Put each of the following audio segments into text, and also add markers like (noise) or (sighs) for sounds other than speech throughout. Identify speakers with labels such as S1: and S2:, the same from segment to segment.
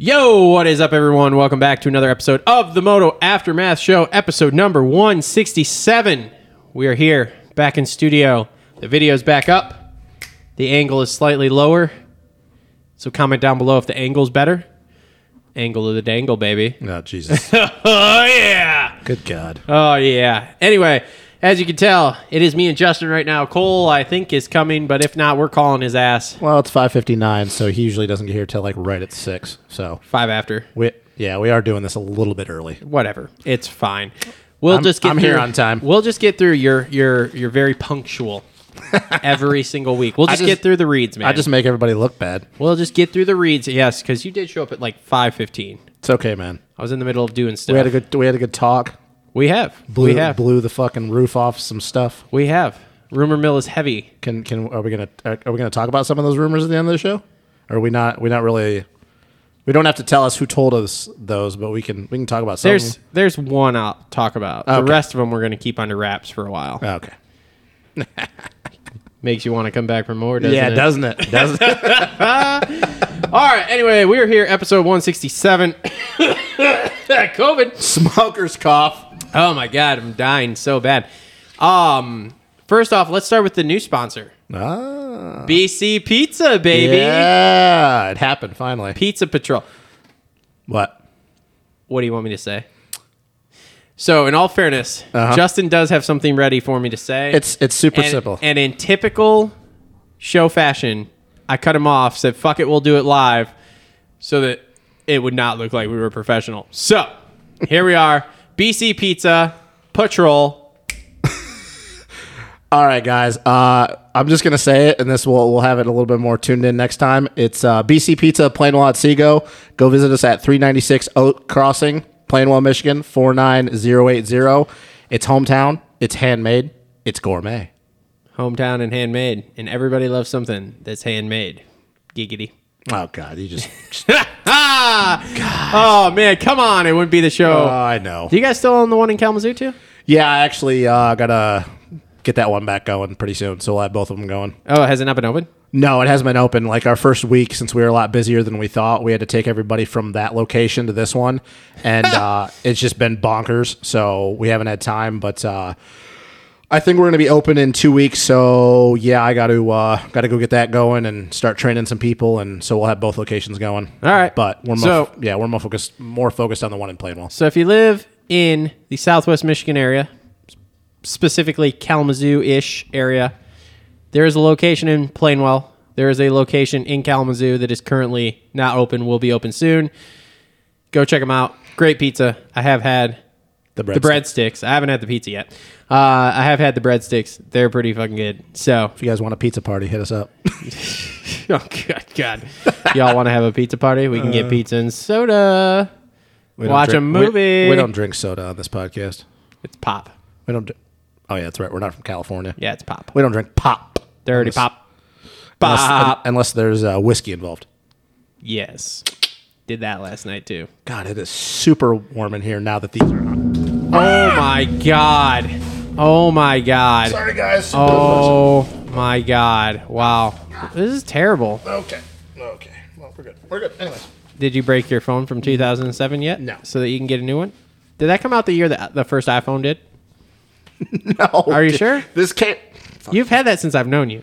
S1: Yo, what is up, everyone? Welcome back to another episode of the Moto Aftermath Show, episode number 167. We are here, back in studio. The video's back up. The angle is slightly lower. So comment down below if the angle's better. Angle of the dangle, baby. (laughs)
S2: Oh Jesus!
S1: Oh, yeah.
S2: Good God!
S1: Oh, yeah. Anyway, as you can tell, it is me and Justin right now. Cole, I think, is coming, but if not, we're calling his ass.
S2: Well, it's five fifty nine, so he usually doesn't get here till like right at six. So
S1: Five after.
S2: we, yeah, we are doing this a little bit early.
S1: whatever. It's fine. We'll
S2: I'm-
S1: just get
S2: I'm
S1: through,
S2: here on time.
S1: We'll just get through your your your
S2: (laughs)
S1: very punctual every single week. We'll just,
S2: just-
S1: get through the reads, man.
S2: I just make everybody look bad.
S1: we'll just get through the reads. Yes, because you did show up at like five fifteen.
S2: It's okay, man.
S1: I was in the middle of doing stuff.
S2: We had a good we had a good talk.
S1: We have.
S2: Blew,
S1: we have.
S2: blew the fucking roof off some stuff.
S1: We have. Rumor mill is heavy.
S2: Can can are we gonna are we gonna talk about some of those rumors at the end of the show? Or are we not? We not really. We don't have to tell us who told us those, but we can we can talk about some.
S1: There's there's one I'll talk about. The
S2: Um, Okay.
S1: rest of them we're gonna keep under wraps for a while.
S2: Oh, okay.
S1: Makes you want to come back for more, doesn't
S2: yeah,
S1: it?
S2: doesn't it? Doesn't it? (laughs)
S1: All right. Anyway, we are here, episode one sixty seven. (laughs) COVID.
S2: Smoker's cough.
S1: Oh my god, I'm dying so bad. Um, first off, let's start with the new sponsor,
S2: Ah,
S1: BC Pizza, baby.
S2: yeah, it happened finally.
S1: Pizza Patrol.
S2: What?
S1: What do you want me to say? So, in all fairness,
S2: Uh-huh.
S1: Justin does have something ready for me to say.
S2: It's it's super
S1: and,
S2: simple.
S1: And in typical show fashion, I cut him off, said, fuck it, we'll do it live so that it would not look like we were professional. So here we are BC Pizza Patrol.
S2: All right, guys. Uh, I'm just gonna say it, and this will we'll have it a little bit more tuned in next time. It's uh, BC Pizza, Plainwell at Seago. Go visit us at 396 Oak Crossing, Plainwell, Michigan 49080. It's hometown. It's handmade. It's gourmet.
S1: Hometown and handmade. And everybody loves something that's handmade. Giggity.
S2: Oh God, you just. (laughs)
S1: ah! Oh, man. Come on. It wouldn't be the show.
S2: oh, I know.
S1: Do you guys still own the one in Kalamazoo, too?
S2: Yeah, I actually uh, gotta get that one back going pretty soon. So we'll have both of them going.
S1: Oh, has it not been open?
S2: No, it hasn't been open. Like our first week, since we were a lot busier than we thought, we had to take everybody from that location to this one, and
S1: (laughs)
S2: uh, it's just been bonkers. So we haven't had time, but uh, I think we're going to be open in two weeks. So yeah, I got to uh, got to go get that going and start training some people, and so we'll have both locations going.
S1: All right.
S2: but we're more,
S1: So-
S2: yeah we're more focused more focused on the one in Plainwell.
S1: So if you live in the Southwest Michigan area, specifically Kalamazoo-ish area, there is a location in Plainwell. There is a location in Kalamazoo that is currently not open. Will be open soon. Go check them out. Great pizza. I have had
S2: The bread,
S1: the breadsticks. I haven't had the pizza yet. Uh, I have had the breadsticks. They're pretty fucking good. So, (laughs)
S2: If you guys want a pizza party, hit us up.
S1: oh god, god. y'all want to have a pizza party? We can get pizza and soda.
S2: Uh, We don't
S1: Watch a
S2: drink- we-
S1: movie.
S2: We, don't drink soda on this podcast.
S1: It's pop.
S2: We don't. Do, oh yeah, that's right. We're not from California.
S1: Yeah, it's pop.
S2: We don't drink pop.
S1: Dirty pop.
S2: Unless,
S1: Pop.
S2: un- unless there's uh, whiskey involved.
S1: Yes. Did that last night too.
S2: God, it is super warm in here now that these are on.
S1: Oh my god. Oh my god.
S2: Sorry, guys.
S1: Oh my god. Wow. This is terrible.
S2: Okay. Okay. Well, we're good. We're good. (laughs) Anyways.
S1: Did you break your phone from 2007 yet?
S2: No.
S1: So that you can get a new one? Did that come out the year that the first iPhone did?
S2: No.
S1: Are
S2: Oh, (laughs)
S1: you
S2: dude.
S1: sure?
S2: This can't.
S1: You've had that since I've known you.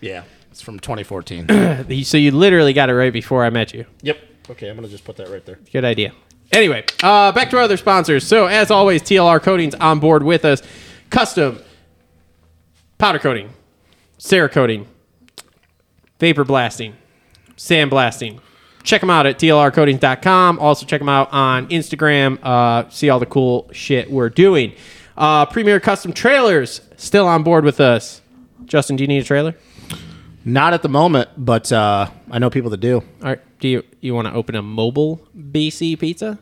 S2: Yeah. It's from 2014.
S1: So you literally got it right before I met you.
S2: (clears throat) yep. Okay, I'm gonna just put that right there.
S1: Good idea. Anyway, uh, back to our other sponsors. So, as always, TLR Coatings on board with us. Custom powder coating, Cerakoting, vapor blasting, sand blasting. Check them out at tlrcoatings.com. Also, check them out on Instagram. Uh, see all the cool shit we're doing. Uh, Premier Custom Trailers still on board with us. Justin, do you need a trailer?
S2: Not at the moment, but uh, I know people that do.
S1: All right. Do you you want to open a mobile BC pizza?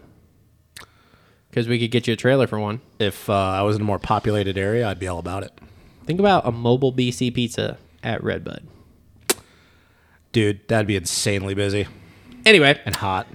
S1: Because we could get you a trailer for one.
S2: If uh, I was in a more populated area, I'd be all about it.
S1: Think about a mobile BC pizza at Redbud.
S2: Dude, that'd be insanely busy
S1: Anyway,
S2: and hot.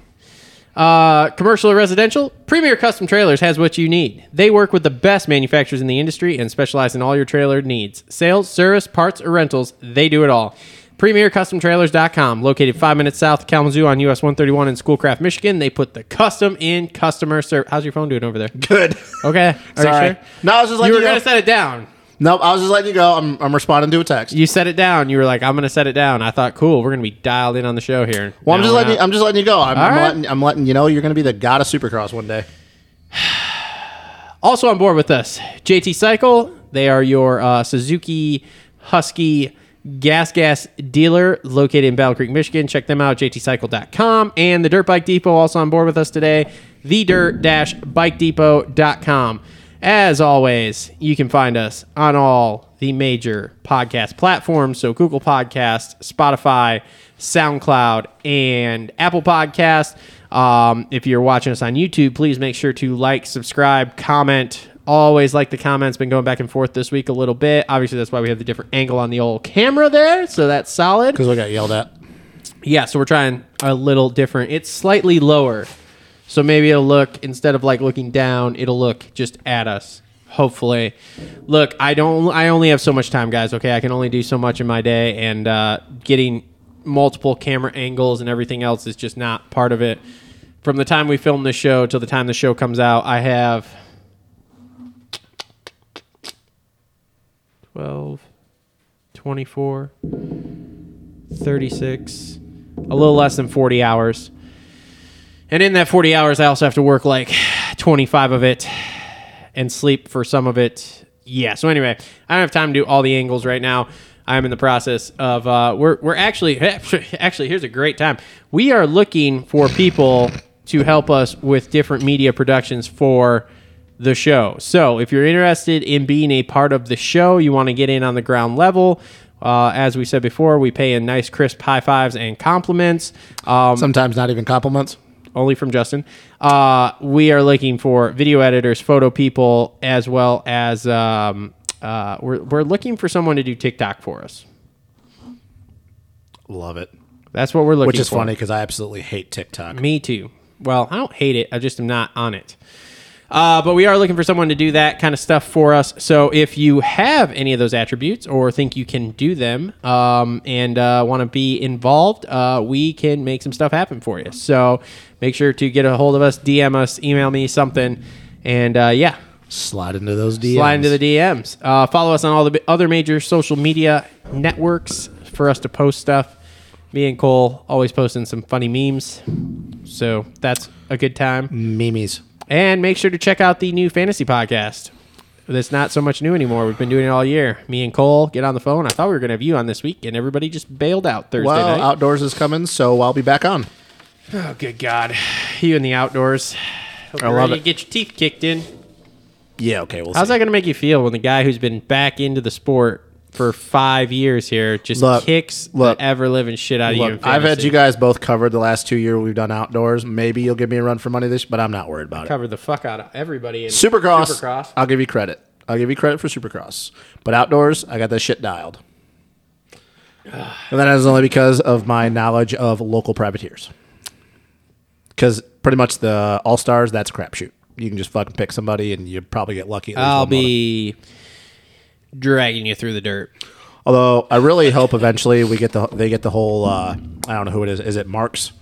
S1: uh, commercial or residential, Premier Custom Trailers has what you need. They work with the best manufacturers in the industry and specialize in all your trailer needs sales, service, parts, or rentals. They do it all. PremierCustomTrailers.com, located five minutes south of Kalamazoo on US 131 in Schoolcraft, Michigan. They put the custom in customer service. How's your phone
S2: (laughs)
S1: doing over there?
S2: Good.
S1: Okay. Are
S2: Sorry.
S1: you sure?
S2: (laughs) No, I was just
S1: you
S2: letting
S1: were
S2: you,
S1: going
S2: go.
S1: to set it down.
S2: nope, I was just letting you go. I'm, I'm responding to a text.
S1: You set it down. You were like, I'm going to set it down. I thought, cool, we're going to be dialed in on the show here.
S2: well, I'm
S1: Now
S2: just
S1: we're
S2: letting you,
S1: not.
S2: I'm just letting you go. I'm, I'm,
S1: right.
S2: letting, I'm letting you know you're going to be the god of Supercross one day.
S1: also on board with us, JT Cycle. They are your uh, Suzuki Husky gas gas dealer located in Battle Creek, Michigan. Check them out, jtcycle.com. And the Dirt Bike Depot also on board with us today, thedirt-bikedepot.com. As always, you can find us on all the major podcast platforms. So Google Podcast, Spotify, SoundCloud, and Apple Podcast. Um, if you're watching us on YouTube, please make sure to like, subscribe, comment. Always like the comments. Been going back and forth this week a little bit. Obviously, that's why we have the different angle on the old camera there. So that's solid.
S2: Because I got yelled at.
S1: Yeah, so we're trying a little different. It's slightly lower. So maybe it'll look instead of like looking down, it'll look just at us. Hopefully. Look, I don't I only have so much time, guys, okay? I can only do so much in my day and uh getting multiple camera angles and everything else is just not part of it. From the time we film this show till the time the show comes out, I have 12 24 36 a little less than 40 hours and in that 40 hours i also have to work like 25 of it and sleep for some of it yeah so anyway i don't have time to do all the angles right now i'm in the process of uh, we're, we're actually (laughs) actually here's a great time we are looking for people to help us with different media productions for the show. So if you're interested in being a part of the show, you want to get in on the ground level. Uh, as we said before, we pay in nice, crisp high fives and compliments, um,
S2: Sometimes not even compliments.
S1: only from Justin. Uh, we are looking for video editors, photo people, as well as um, uh, we're, we're looking for someone to do TikTok for us.
S2: Love it.
S1: That's what we're looking for.
S2: Which is funny because I absolutely hate TikTok.
S1: Me too. Well, I don't hate it. I just am not on it. Uh, but we are looking for someone to do that kind of stuff for us. So if you have any of those attributes or think you can do them um, and uh, want to be involved, uh, we can make some stuff happen for you. So make sure to get a hold of us, DM us, email me something, and uh, yeah,
S2: Slide into those DMs.
S1: slide into the DMs. Uh, follow us on all the bi- other major social media networks for us to post stuff. Me and Cole always posting some funny memes, so that's a good time.
S2: memes.
S1: And make sure to check out the new fantasy podcast. That's not so much new anymore. We've been doing it all year. Me and Cole get on the phone. I thought we were going to have you on this week, and everybody just bailed out Thursday
S2: Well, uh,
S1: night.
S2: outdoors is coming, so I'll be back on.
S1: oh, good God! You in the outdoors? Hope I
S2: love
S1: To get your teeth kicked in.
S2: Yeah, okay. We'll
S1: How's
S2: see.
S1: that going to make you feel when the guy who's been back into the sport for five years here just
S2: Look,
S1: kicks
S2: look,
S1: the ever living shit out of you?
S2: Look,
S1: in
S2: I've had
S1: fantasy?
S2: you guys both covered the last two year we've done outdoors. Maybe you'll give me a run for money this, but I'm not worried about it.
S1: cover the fuck out of everybody in
S2: Supercross,
S1: Supercross.
S2: I'll give you credit. I'll give you credit for Supercross, but outdoors, I got that shit
S1: (sighs)
S2: dialed. And that is only because of my knowledge of local privateers. Because pretty much the all stars, that's a crapshoot. You can just fucking pick somebody, and you probably get lucky. At least
S1: I'll
S2: one moment.
S1: be dragging you through the dirt.
S2: Although I really hope eventually we get the they get the whole uh, I don't know who it is. Is it Marks?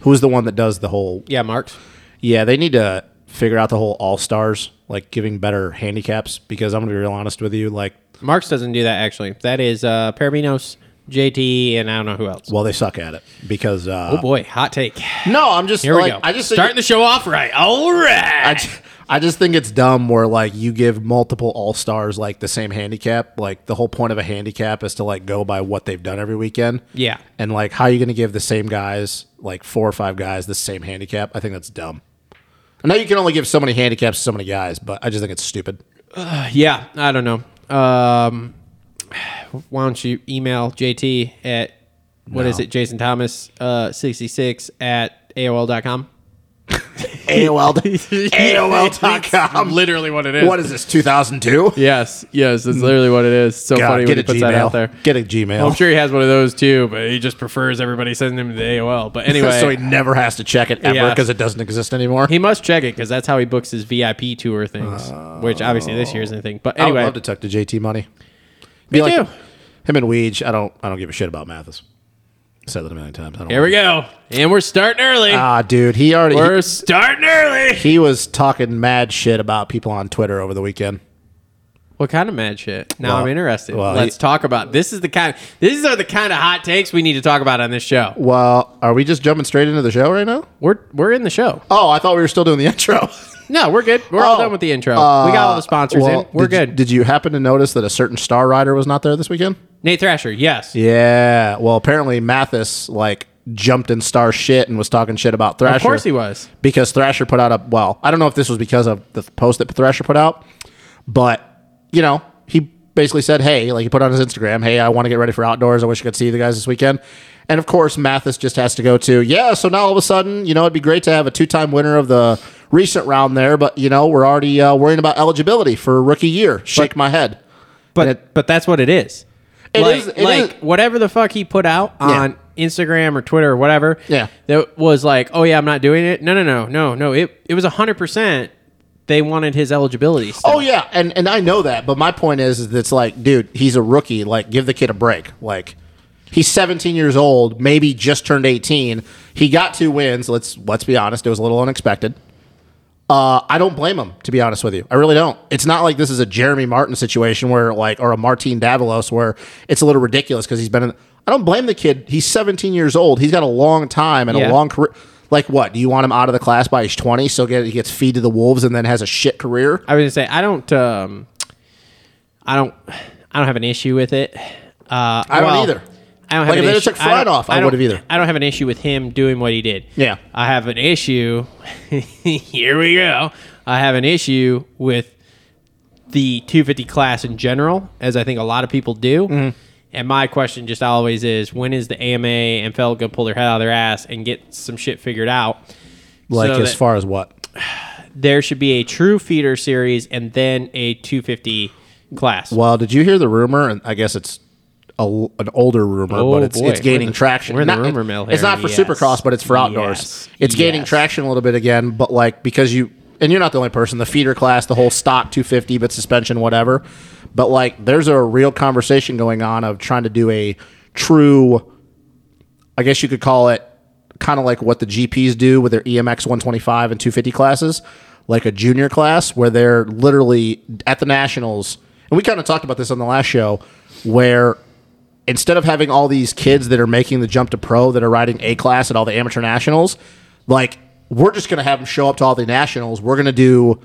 S2: Who's the one that does the whole?
S1: Yeah, Marks.
S2: Yeah, they need to figure out the whole All Stars, like giving better handicaps. Because I'm gonna be real honest with you, like
S1: Marks doesn't do that actually. That is uh, Parabinos, JT, and I don't know who else.
S2: well they suck at it because uh,
S1: oh boy, hot take.
S2: no, I'm just
S1: Here we
S2: like,
S1: go.
S2: I just think,
S1: starting the show off right. All right.
S2: I ju- I just think it's dumb where like you give multiple All Stars like the same handicap. Like the whole point of a handicap is to like go by what they've done every weekend.
S1: yeah.
S2: And like, how are you going to give the same guys, like four or five guys, the same handicap? I think that's dumb. I know you can only give so many handicaps to so (laughs) many guys, but I just think it's stupid.
S1: Yeah, I don't know. Um, why don't you email JT at what is
S2: No.
S1: it, Jason Thomas uh, 66 at (laughs) AOL.com?
S2: AOL. (laughs) AOL.com.
S1: literally what it
S2: (laughs)
S1: is.
S2: What is this, 2002?
S1: Yes, yes, that's literally what it is. So funny when he puts that out there.
S2: Get a Gmail. (laughs)
S1: I'm sure he has one of those too, but he just prefers everybody sending him the AOL.
S2: (laughs)
S1: But anyway,
S2: so he never has to check it ever
S1: Yeah.
S2: because it doesn't exist anymore.
S1: He must check it because that's how he books his VIP tour things, which obviously this year isn't a thing. But
S2: Oh. I would
S1: anyway,
S2: love to talk to JT Money. Be
S1: too.
S2: Him and Weege. I don't. I don't give a shit about Mathis. Said that a million times. I don't
S1: here we go, and we're starting early.
S2: Ah, dude, he already
S1: we're starting early.
S2: he, he was talking mad shit about people on Twitter over the weekend.
S1: What kind of mad shit? Now
S2: Well-
S1: I'm interested.
S2: well,
S1: Let's
S2: he-
S1: talk about this. Is the kind. These are the kind of hot takes we need to talk about on this show.
S2: Well, are we just jumping straight into the show right now?
S1: We're we're in the show.
S2: Oh, I thought we were still doing the (laughs) intro.
S1: No, we're good. We're all
S2: Oh,
S1: done with the intro.
S2: uh,
S1: we got all the sponsors
S2: well,
S1: in. We're
S2: did you-
S1: good.
S2: did you happen to notice that a certain Star Rider was not there this weekend?
S1: Nate Thrasher, yes.
S2: Yeah. Well, apparently Mathis like jumped in Star shit and was talking shit about Thrasher.
S1: Of course he was.
S2: because Thrasher put out a well, I don't know if this was because of the post that Thrasher put out, but you know, he basically said, "Hey, like he put on his Instagram, "Hey, I want to get ready for outdoors. I wish I could see you guys this weekend." And of course, Mathis just has to go to, "Yeah, so now all of a sudden, you know, it'd be great to have a two-time winner of the recent round there, but you know, we're already uh, worrying about eligibility for rookie year." Shake my head.
S1: But
S2: And it-
S1: but that's what it is.
S2: It
S1: like,
S2: is- it
S1: like
S2: is-
S1: whatever the fuck he put out
S2: Yeah.
S1: on Instagram or Twitter or whatever.
S2: Yeah.
S1: that was like, oh yeah, I'm not doing it. No, no, no, no, no. It it was hundred percent. They wanted his eligibility. still.
S2: Oh yeah, and and I know that, but my point is, is it's like, dude, he's a rookie. Like, give the kid a break. Like, he's 17 years old, maybe just turned 18. He got two wins. Let's let's be honest, it was a little unexpected. Uh, I don't blame him, to be honest with you. I really don't. It's not like this is a Jeremy Martin situation where, like, or a Martin Davalos where it's a little ridiculous because he's been in. I don't blame the kid. He's 17 years old. He's got a long time and
S1: Yeah.
S2: a long career. Like, what? Do you want him out of the class by his 20 so get, he gets feed to the wolves and then has a shit career?
S1: I was gonna say I don't um, I don't I don't have an issue with it. Uh, I
S2: don't either.
S1: I don't have
S2: Like,
S1: an
S2: if they
S1: issue.
S2: took Fried
S1: don't-
S2: off, I
S1: don't-
S2: would've either.
S1: I don't have an issue with him doing what he did.
S2: Yeah.
S1: I have an issue. (laughs) here we go. I have an issue with the 250 class in general, as I think a lot of people do.
S2: Mm-hmm.
S1: And my question just always is, when is the AMA and Feld gonna pull their head out of their ass and get some shit figured out?
S2: Like
S1: So
S2: as
S1: that-
S2: far as what?
S1: there should be a true feeder series and then a 250 class.
S2: Well, did you hear the rumor? And I guess it's a, an older rumor,
S1: Oh,
S2: but it's,
S1: boy.
S2: it's gaining
S1: We're in the-
S2: traction.
S1: we're in the
S2: Not-
S1: rumor mill
S2: It's
S1: here.
S2: not for
S1: Yes.
S2: Supercross, but it's for outdoors.
S1: Yes.
S2: It's gaining
S1: Yes.
S2: traction a little bit again, but like because you and you're not the only person. The feeder class, the whole stock 250, but suspension, whatever. But like, there's a real conversation going on of trying to do a true. I guess you could call it kind of like what the GPs do with their E EMX 125 and 250 classes, like a junior class where they're literally at the nationals. And we kind of talked about this on the last show where instead of having all these kids that are making the jump to pro that are riding A class at all the amateur nationals, like we're just going to have them show up to all the nationals. We're going to do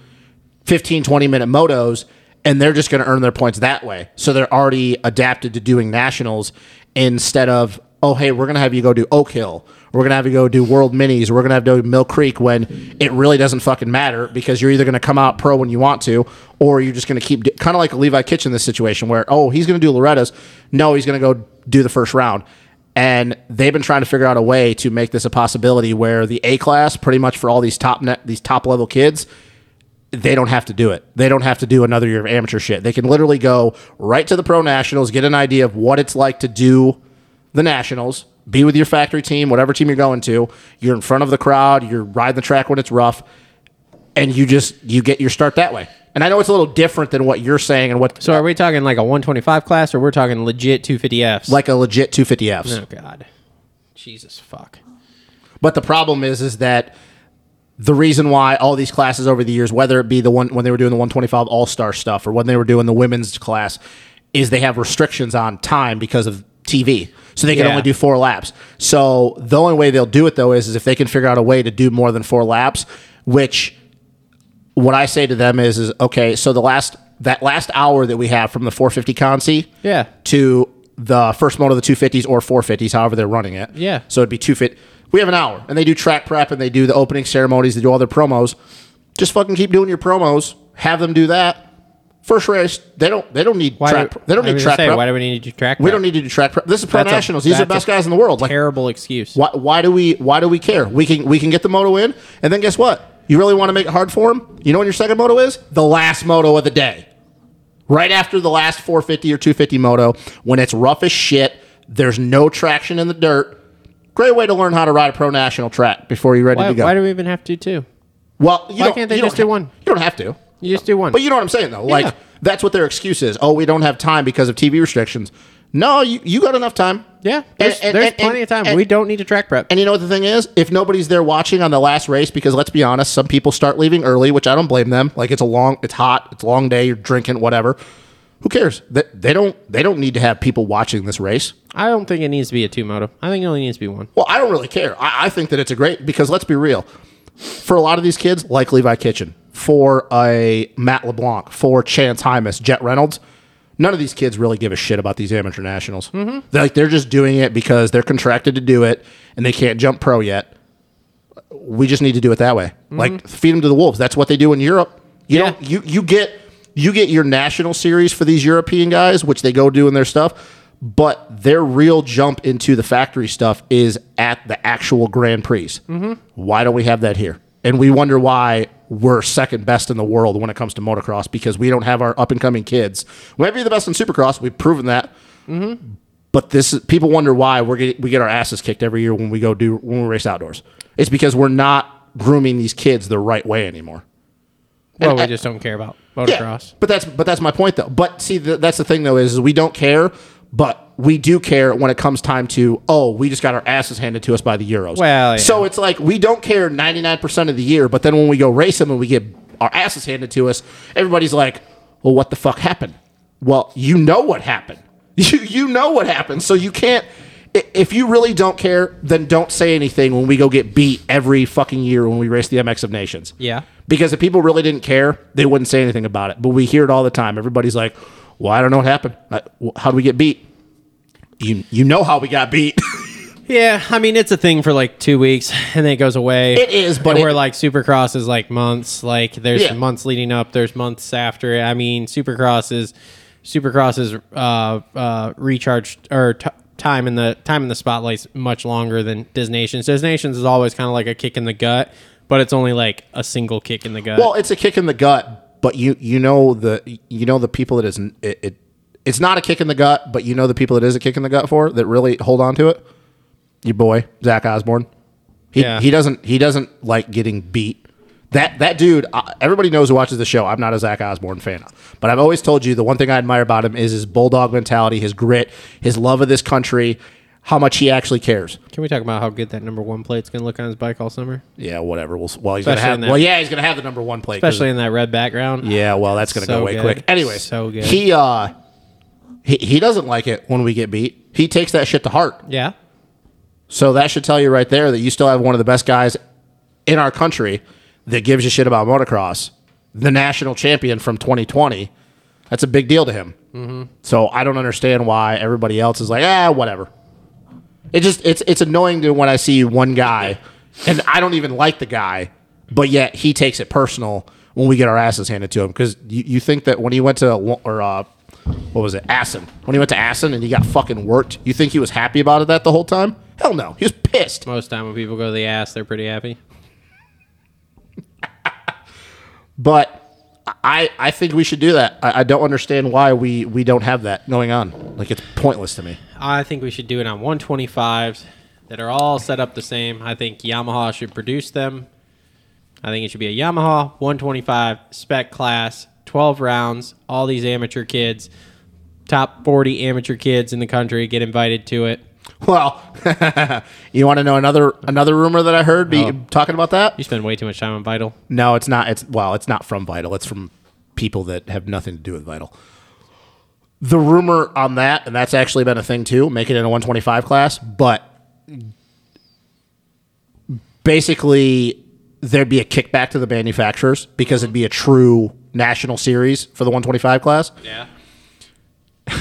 S2: 15 20 minute motos and they're just going to earn their points that way so they're already adapted to doing nationals instead of oh hey we're going to have you go do oak hill we're going to have you go do world minis we're going to have to do mill creek when it really doesn't fucking matter because you're either going to come out pro when you want to or you're just going to keep kind of like a levi kitchen this situation where oh he's going to do loretta's no he's going to go do the first round and they've been trying to figure out a way to make this a possibility where the a class pretty much for all these top net these top level kids they don't have to do it. They don't have to do another year of amateur shit. They can literally go right to the pro nationals, get an idea of what it's like to do the nationals, be with your factory team, whatever team you're going to. You're in front of the crowd, you're riding the track when it's rough, and you just you get your start that way. And I know it's a little different than what you're saying and what
S1: so are we talking like a 125 class or we're talking legit 250Fs?
S2: like a legit 250Fs.
S1: oh god. Jesus fuck.
S2: But the problem is, is that the reason why all these classes over the years, whether it be the one when they were doing the 125 All Star stuff or when they were doing the women's class, is they have restrictions on time because of TV. So they can
S1: Yeah.
S2: only do four laps. So the only way they'll do it though is, is if they can figure out a way to do more than four laps, which what I say to them is is okay, so the last that last hour that we have from the 450 consi
S1: Yeah.
S2: to the first moto of the 250s or 450s, however they're running it.
S1: Yeah.
S2: So it'd be two fit. We have an hour, and they do track prep, and they do the opening ceremonies, they do all their promos. Just fucking keep doing your promos. Have them do that. First race, they don't they don't need
S1: Why
S2: track.
S1: do,
S2: they don't
S1: I was
S2: need
S1: gonna
S2: track
S1: say,
S2: prep.
S1: Why do we need to track?
S2: we
S1: prep?
S2: don't need to do track prep. This is pro
S1: That's a-
S2: nationals. These are the
S1: that's
S2: best
S1: a
S2: guys in the world. Like
S1: terrible excuse.
S2: why, why do we why do we care? We can we can get the moto in, and then guess what? You really want to make it hard for them? You know when your second moto is? The last moto of the day. Right after the last 450 or 250 moto, when it's rough as shit, there's no traction in the dirt. Great way to learn how to ride a pro national track before you're ready
S1: Why,
S2: to go.
S1: why do we even have to do two?
S2: well, you
S1: why
S2: don't-
S1: can't they
S2: you don't
S1: just do
S2: ha-
S1: one?
S2: You don't have to.
S1: You just do one.
S2: But you know what I'm saying though. Like
S1: Yeah.
S2: that's what their excuse is. Oh, we don't have time because of TV restrictions. No, you, you got enough time.
S1: yeah,
S2: And-
S1: there's,
S2: and-
S1: there's
S2: and-
S1: plenty of time.
S2: and-
S1: we don't need to track prep.
S2: And you know what the thing is? If nobody's there watching on the last race, because let's be honest, some people start leaving early, which I don't blame them. Like it's a long, it's hot, it's a long day, you're drinking, whatever. Who cares? They, they don't they don't need to have people watching this race.
S1: I don't think it needs to be a two moto. I think it only needs to be one.
S2: Well, I don't really care. I, I think that it's a great because let's be real. For a lot of these kids, like Levi Kitchen, for a Matt LeBlanc, for Chance Hymus, Jet Reynolds, none of these kids really give a shit about these amateur nationals. Mm-hmm. They're like they're just doing it because they're contracted to do it and they can't jump pro yet. We just need to do it that way. Like feed them to the wolves. That's what they do in Europe. You
S1: Yeah.
S2: know, you you get you get your national series for these European guys, which they go doing their stuff. But their real jump into the factory stuff is at the actual Grand Prix. Why don't we have that here? And we wonder why we're second best in the world when it comes to motocross because we don't have our up and coming kids. We might be the best in supercross. We've proven that. But this is, people wonder why we're get, we get our asses kicked every year when we go do when we race outdoors. It's because we're not grooming these kids the right way anymore.
S1: Well, we just don't care about motocross.
S2: But that's but that's my point though. But see, th- that's the thing though is, is we don't care, but we do care when it comes time to oh we just got our asses handed to us by the Euros.
S1: Well, yeah.
S2: so it's like we don't care ninety nine percent of the year, but then when we go race them and we get our asses handed to us, everybody's like, well, what the fuck happened? Well, you know what happened. (laughs) You you know what happened. So you can't. i- If you really don't care, then don't say anything when we go get beat every fucking year when we race the MX of Nations.
S1: Yeah.
S2: Because if people really didn't care, they wouldn't say anything about it. But we hear it all the time. Everybody's like, "Well, I don't know what happened. Uh, wh- How did we get beat?" You you know how we got beat.
S1: Yeah, I mean it's a thing for like two weeks and then it goes away.
S2: It is, but
S1: and
S2: it-
S1: we're like Supercross is like months. Like there's
S2: Yeah.
S1: months leading up, there's months after. I mean Supercross is Supercross is uh, uh, recharged or t- time in the time in the spotlight's much longer than Disnations. Disnations is always kind of like a kick in the gut, but it's only like a single kick in the gut.
S2: well, it's a kick in the gut, but you you know the you know the people that is it, it it's not a kick in the gut, but you know the people that is a kick in the gut for that really hold on to it. Your boy Zach Osborne. He
S1: Yeah.
S2: he doesn't he doesn't like getting beat. That that dude, uh, everybody knows who watches the show. I'm not a Zach Osborne fan, but I've always told you the one thing I admire about him is his bulldog mentality, his grit, his love of this country, how much he actually cares.
S1: Can we talk about how good that number one plate's gonna look on his bike all summer?
S2: Yeah, whatever. We'll, well, he's gonna
S1: Especially in
S2: have.
S1: that-
S2: Well, yeah, he's gonna have the number one plate. 'cause-
S1: Especially in that red background.
S2: Yeah, well, that's gonna
S1: So
S2: go way
S1: good.
S2: quick. Anyway,
S1: So good.
S2: He uh, he he doesn't like it when we get beat. He takes that shit to heart.
S1: Yeah.
S2: So that should tell you right there that you still have one of the best guys in our country that gives a shit about motocross, the national champion from 2020. That's a big deal to him. So I don't understand why everybody else is like, ah, whatever. It just it's it's annoying to when I see one guy, and I don't even like the guy, but yet he takes it personal when we get our asses handed to him because you, you think that when he went to Lo- or uh, what was it Assen when he went to Assen and he got fucking worked, you think he was happy about it that the whole time? Hell no, he was pissed.
S1: Most time when people go to the ass, they're pretty happy.
S2: But I I think we should do that. I, I don't understand why we we don't have that going on. Like it's pointless to me. (laughs)
S1: I think we should do it on 125s that are all set up the same. I think Yamaha should produce them. I think it should be a Yamaha 125 spec class, 12 rounds. All these amateur kids, top 40 amateur kids in the country, get invited to it.
S2: Well, (laughs) you want to know another another rumor that I heard be, talking about that?
S1: You spend way too much time on Vital.
S2: No, it's not. It's well, it's not from Vital. It's from people that have nothing to do with Vital. The rumor on that, and that's actually been a thing too, make it in a 125 class, but basically there'd be a kickback to the manufacturers because it'd be a true national series for the 125 class.
S1: Yeah.
S2: (laughs)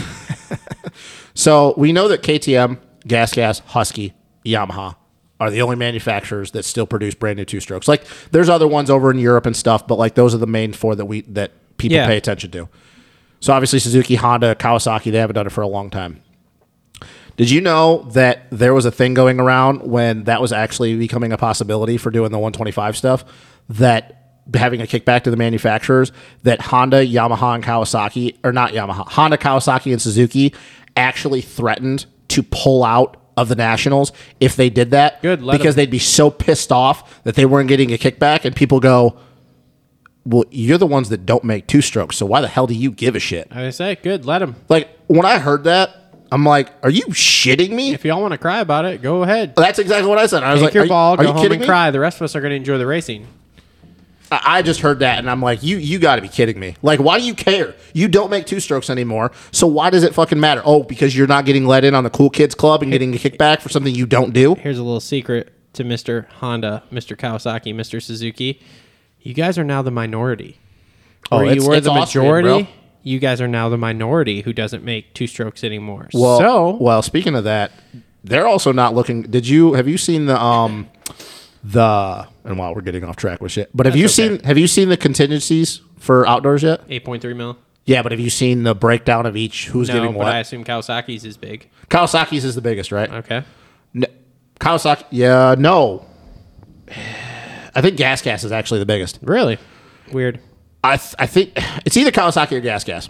S2: So we know that KTM, Gas Gas, Husky, Yamaha are the only manufacturers that still produce brand new two strokes. Like there's other ones over in Europe and stuff, but like those are the main four that we that people
S1: Yeah.
S2: pay attention to. So obviously Suzuki, Honda, Kawasaki, they haven't done it for a long time. Did you know that there was a thing going around when that was actually becoming a possibility for doing the 125 stuff? That having a kickback to the manufacturers, that Honda, Yamaha, and Kawasaki, or not Yamaha, Honda, Kawasaki, and Suzuki actually threatened to pull out of the nationals if they did that.
S3: Good, let
S2: because
S3: 'em.
S2: they'd be so pissed off that they weren't getting a kickback, and people go, "Well, you're the ones that don't make two strokes, so why the hell do you give a shit?"
S1: I say, good, let him.
S2: Like when I heard that, I'm like, "Are you shitting me?"
S1: If y'all want to cry about it, go ahead.
S2: That's exactly what I said. I was
S1: Take
S2: like,
S1: your
S2: are, you-
S1: ball,
S2: are
S1: go
S2: you
S1: home
S2: kidding
S1: and
S2: me?
S1: cry. The rest of us are going to enjoy the racing.
S2: I I just heard that and I'm like, you you got to be kidding me. Like, why do you care? You don't make two strokes anymore, so why does it fucking matter? Oh, because you're not getting let in on the cool kids club and getting a kickback for something you don't do.
S1: Here's a little secret to Mr. Honda, Mr. Kawasaki, Mr. Suzuki. You guys are now the minority.
S2: Oh,
S1: Where
S2: it's-
S1: you were
S2: it's
S1: the
S2: Austrian,
S1: majority.
S2: bro.
S1: You guys are now the minority who doesn't make two strokes anymore.
S2: Well,
S1: so
S2: well, speaking of that, they're also not looking. Did you have you seen the um the and while we're getting off track with shit, but have you seen have you seen the contingencies for outdoors yet?
S1: 8.3 mil.
S2: Yeah, but have you seen the breakdown of each who's
S1: No,
S2: getting
S1: but I
S2: what?
S1: assume Kawasaki's is big.
S2: Kawasaki's is the biggest, right?
S1: Okay.
S2: No, Kawasaki. Yeah, no. I think Gas Gas is actually the biggest.
S1: Really? Weird.
S2: I th- I think it's either Kawasaki or Gas Gas.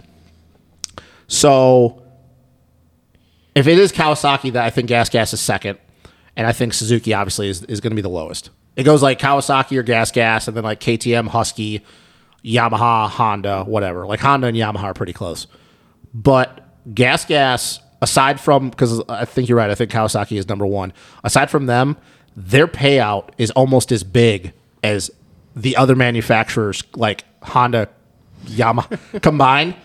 S2: So if it is Kawasaki, that I think Gas Gas is second, and I think Suzuki obviously is, is going to be the lowest. It goes like Kawasaki or Gas Gas, and then like KTM, Husky, Yamaha, Honda, whatever. Like Honda and Yamaha are pretty close, but Gas Gas, aside from because I think you're right, I think Kawasaki is number one. Aside from them, their payout is almost as big as the other manufacturers like Honda, Yamaha (laughs) combined.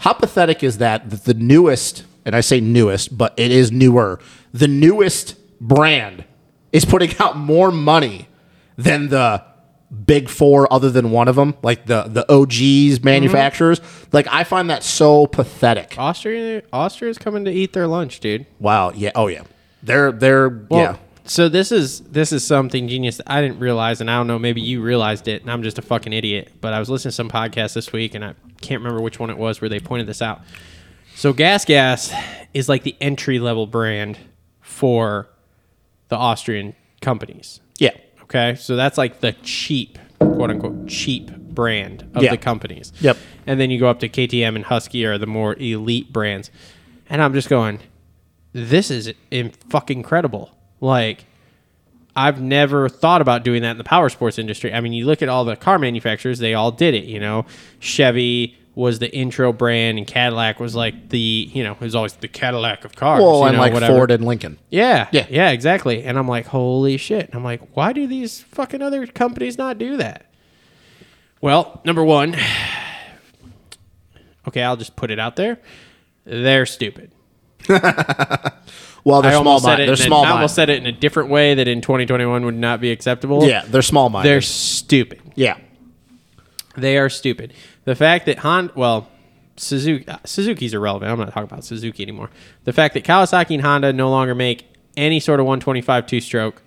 S2: How pathetic is that? That the newest, and I say newest, but it is newer, the newest brand is putting out more money than the big four other than one of them, like the the OGs manufacturers. Like I find that so pathetic.
S1: Austria Austria's coming to eat their lunch, dude.
S2: Wow. Yeah. Oh yeah. They're they're yeah.
S1: So this is this is something genius that I didn't realize, and I don't know. Maybe you realized it, and I'm just a fucking idiot. But I was listening to some podcast this week, and I can't remember which one it was where they pointed this out. So Gas Gas is like the entry level brand for the Austrian companies.
S2: Yeah.
S1: Okay, so that's like the cheap, quote unquote, cheap brand of
S2: Yeah.
S1: the companies.
S2: Yep.
S1: And then you go up to KTM and Husky are the more elite brands, and I'm just going, this is in- fucking incredible. Like, I've never thought about doing that in the power sports industry. I mean, you look at all the car manufacturers; they all did it. You know, Chevy was the intro brand, and Cadillac was like the you know it was always the Cadillac of cars.
S2: Well,
S1: you
S2: and
S1: know,
S2: like
S1: whatever.
S2: Ford and Lincoln.
S1: Yeah.
S2: Yeah.
S1: Yeah, exactly. And I'm like, holy shit. And I'm like, why do these fucking other companies not do that? Well, number one, (sighs) okay, I'll just put it out there. They're stupid.
S2: Well, they're
S1: I
S2: small
S1: almost said
S2: mind.
S1: it.
S2: They're
S1: in a-
S2: small
S1: I
S2: mind.
S1: almost said it in a different way that in 2021 would not be acceptable.
S2: Yeah, they're small mind.
S1: They're stupid.
S2: yeah.
S1: They are stupid. The fact that Honda, well, Suzuki, uh, Suzuki's irrelevant. I'm not talking about Suzuki anymore. The fact that Kawasaki and Honda no longer make any sort of 125 two stroke.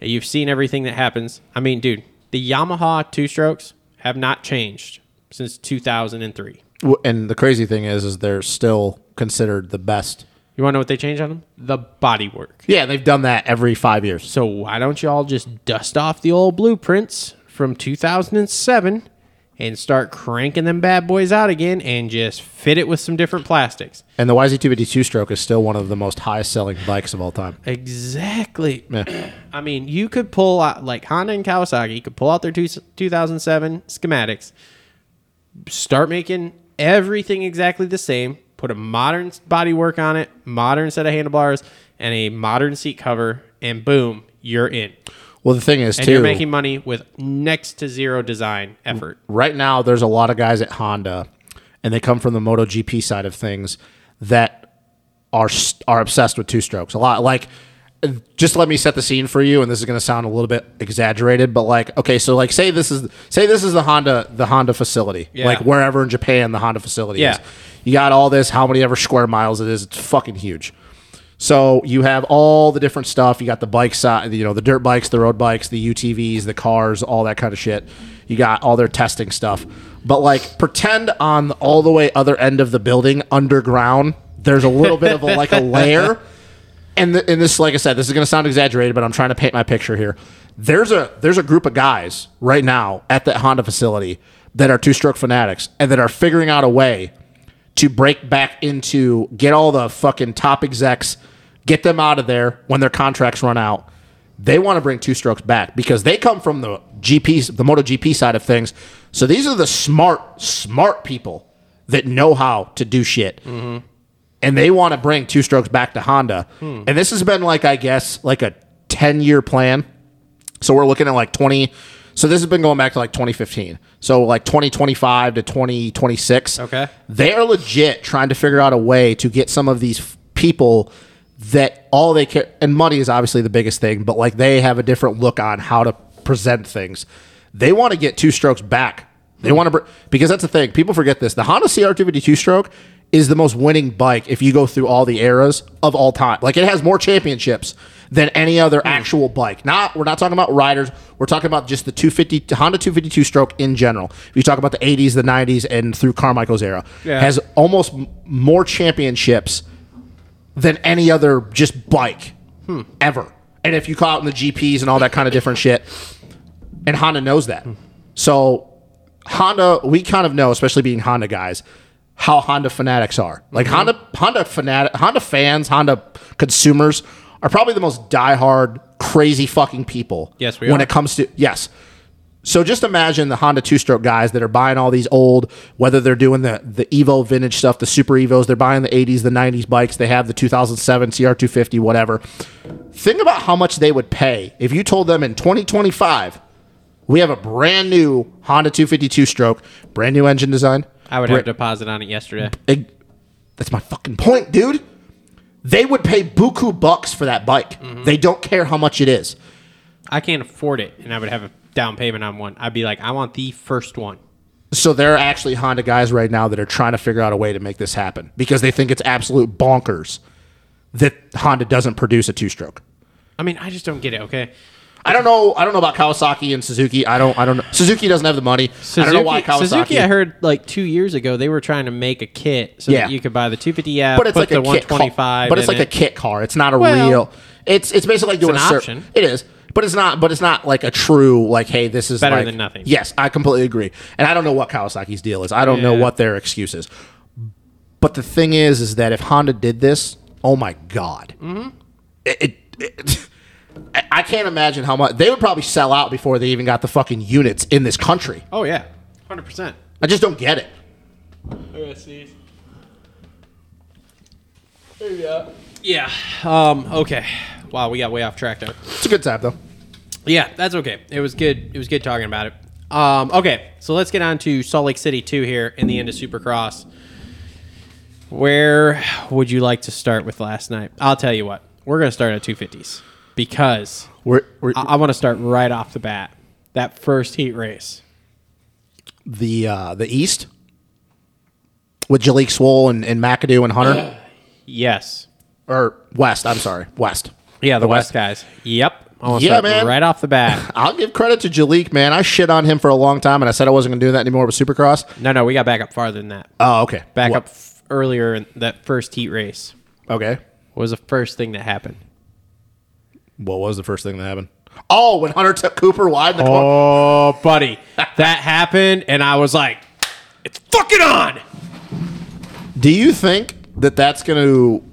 S1: You've seen everything that happens. I mean, dude, the Yamaha two strokes have not changed since 2003.
S2: W- And the crazy thing is, is they're still considered the best.
S1: You want to know what they changed on them? The bodywork.
S2: Yeah, they've done that every five years.
S1: So why don't y'all just dust off the old blueprints from 2007 and start cranking them bad boys out again and just fit it with some different plastics?
S2: And the YZ252 stroke is still one of the most highest selling bikes of all time.
S1: Exactly.
S2: Yeah.
S1: I mean, you could pull out like Honda and Kawasaki could pull out their two, 2007 schematics, start making everything exactly the same, put a modern bodywork on it, modern set of handlebars, and a modern seat cover, and boom, you're in.
S2: Well, the thing is,
S1: And
S2: too,
S1: you're making money with next to zero design effort.
S2: right now there's a lot of guys at Honda, and they come from the MotoGP side of things that are s- are obsessed with two strokes a lot. Like, just let me set the scene for you, and this is going to sound a little bit exaggerated, but like, okay, so like, say this is say this is the Honda the Honda facility,
S1: Yeah.
S2: like wherever in Japan the Honda facility
S1: Yeah.
S2: is. You got all this, how many ever square miles it is? It's fucking huge. So you have all the different stuff. You got the bike side, you know, the dirt bikes, the road bikes, the UTVs, the cars, all that kind of shit. You got all their testing stuff. But like, pretend on all the way other end of the building, underground, there's a little bit of a, like a layer and th- and this like I said, this is going to sound exaggerated, but I'm trying to paint my picture here. There's a there's a group of guys right now at that Honda facility that are two stroke fanatics and that are figuring out a way to break back into get all the fucking top execs, get them out of there when their contracts run out. They want to bring two strokes back because they come from the GP the MotoGP side of things. So these are the smart smart people that know how to do shit and they want to bring two strokes back to Honda. And this has been like I guess like a 10 year plan. So we're looking at like 20 so this has been going back to like 2015. So like 2025 to 2026.
S1: Okay.
S2: They are legit trying to figure out a way to get some of these f- people that all they care and money is obviously the biggest thing, but like they have a different look on how to present things. They want to get two strokes back. They want to br- because that's the thing. People forget this. The Honda CR250 two stroke is the most winning bike if you go through all the eras of all time. Like it has more championships than any other actual bike. Not we're not talking about riders. We're talking about just the 250 Honda 252 stroke in general. If you talk about the 80s, the 90s, and through Carmichael's era,
S1: Yeah.
S2: has almost m- more championships than any other just bike ever. And if you call out in the GPs and all that kind of different shit, and Honda knows that. So Honda, we kind of know, especially being Honda guys, how Honda fanatics are. Like
S1: Mm-hmm.
S2: Honda, Honda fanatic, Honda fans, Honda consumers are probably the most diehard, crazy fucking people.
S1: Yes, we
S2: When
S1: are.
S2: it comes to yes, so just imagine the Honda two stroke guys that are buying all these old, whether they're doing the the Evo vintage stuff, the Super Evos, they're buying the 80s, the 90s bikes, they have the 2007 CR250, whatever. Think about how much they would pay if you told them in 2025 we have a brand new Honda 252 stroke, brand new engine design.
S1: I would have a deposit on it yesterday.
S2: Ig- That's my fucking point, dude. They would pay buku bucks for that bike.
S1: Mm-hmm.
S2: They don't care how much it is.
S1: I can't afford it, and I would have a down payment on one. I'd be like, I want the first one.
S2: So there are actually Honda guys right now that are trying to figure out a way to make this happen because they think it's absolute bonkers that Honda doesn't produce a two-stroke.
S1: I mean, I just don't get it. Okay,
S2: I don't know. I don't know about Kawasaki and Suzuki. I don't. I don't. know. Suzuki doesn't have the money. I don't know why Kawasaki.
S1: Suzuki, I heard like two years ago they were trying to make a kit so
S2: Yeah.
S1: that you could buy the 250F,
S2: but it's
S1: put
S2: like
S1: the
S2: a kit car.
S1: 125.
S2: But it's
S1: in
S2: like a
S1: it.
S2: kit car. It's not a
S1: Well,
S2: real. It's it's basically like doing
S1: an
S2: a cir-
S1: option.
S2: It is, but it's not. But it's not like a true like. Hey, this is
S1: Better
S2: like-
S1: than nothing.
S2: Yes, I completely agree. And I don't know what Kawasaki's deal is. I don't know
S1: Yeah.
S2: what their excuse is. But the thing is, is that if Honda did this, oh my god, mm-hmm. it. it, it (laughs) I- I can't imagine how much they would probably sell out before they even got the fucking units in this country.
S1: Oh yeah, 100. percent
S2: I just don't get it.
S1: Yeah. Um. Okay. Wow, we got way off track there.
S2: It's a good time though.
S1: Yeah, that's okay. It was good. It was good talking about it. Um, okay, so let's get on to Salt Lake City two here in the end of Supercross. Where would you like to start with last night? I'll tell you what. We're going to start at 250s because
S2: We're, we're,
S1: I, I want to start right off the bat. That first heat race.
S2: the uh, the East with Jalik Swole and, and McAdoo and Hunter
S1: Yes.
S2: or West. I'm sorry, West.
S1: Yeah, the,
S2: West.
S1: West, guys. Yep. I want to
S2: Yeah,
S1: start
S2: man.
S1: right off the
S2: (laughs)
S1: bat.
S2: I'll give credit to Jalik, man. I shit on him for a long time, and I said I wasn't going to do that anymore with Supercross.
S1: No, no, we got back up farther than that.
S2: Oh, okay.
S1: Back
S2: What?
S1: up f- earlier in that first heat race
S2: Okay.
S1: was the first thing that happened.
S2: What was the first thing that happened? Oh, when Hunter took Cooper wide in the corner.
S1: Oh,
S2: (laughs)
S1: buddy, that happened, and I was like, "It's fucking on."
S2: Do you think that that's going to,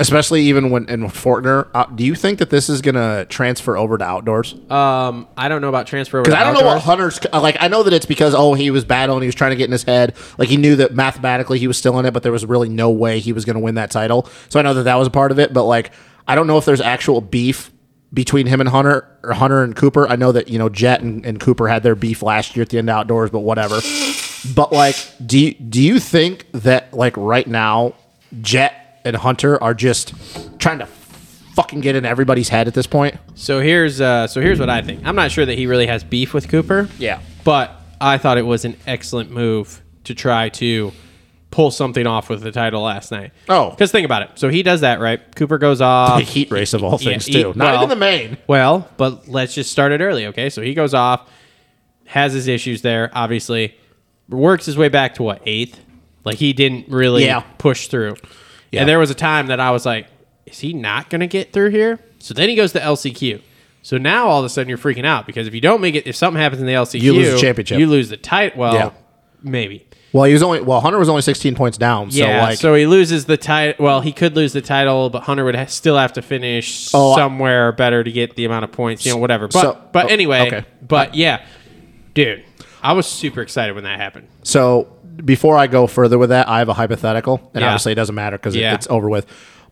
S2: especially even when in Fortner, uh, do you think that this is going to transfer over to outdoors?
S1: Um, I don't know about transfer over.
S2: Because
S1: to
S2: I don't know what
S1: outdoors.
S2: Hunter's like. I know that it's because oh he was battle and he was trying to get in his head. Like he knew that mathematically he was still in it, but there was really no way he was going to win that title. So I know that that was a part of it. But like I don't know if there's actual beef between him and Hunter or Hunter and Cooper. I know that you know Jet and, and Cooper had their beef last year at the end of outdoors, but whatever. But like, do you, do you think that like right now Jet and Hunter are just trying to fucking get in everybody's head at this point?
S1: So here's uh, so here's what I think. I'm not sure that he really has beef with Cooper.
S2: Yeah.
S1: but I thought it was an excellent move to try to pull something off with the title last night.
S2: Oh.
S1: because think about it. So he does that, right? Cooper goes
S2: (laughs)
S1: off.
S2: The heat race of all
S1: Yeah,
S2: things,
S1: he-
S2: too. Not
S1: well-
S2: even the main.
S1: Well, but let's just start it early, okay? So he goes off, has his issues there, obviously, works his way back to what eighth. Like he didn't really
S2: Yeah.
S1: push through,
S2: Yeah.
S1: and there was a time that I was like, "Is he not going to get through here?" So then he goes to LCQ. So now all of a sudden you're freaking out because if you don't make it, if something happens in the LCQ,
S2: You lose the championship.
S1: You lose the title. Well,
S2: Yeah.
S1: maybe.
S2: Well, he was only well. Hunter was only 16 points down. So
S1: yeah,
S2: like,
S1: so he loses the title. Well, he could lose the title, but Hunter would ha- still have to finish
S2: Oh, I-
S1: somewhere better to get the amount of points, you know, whatever. But
S2: So-
S1: but
S2: oh,
S1: anyway,
S2: okay.
S1: but yeah, dude, I was super excited when that happened.
S2: so before I go further with that, I have a hypothetical, and
S1: Yeah.
S2: obviously it doesn't matter because
S1: Yeah.
S2: it's over with.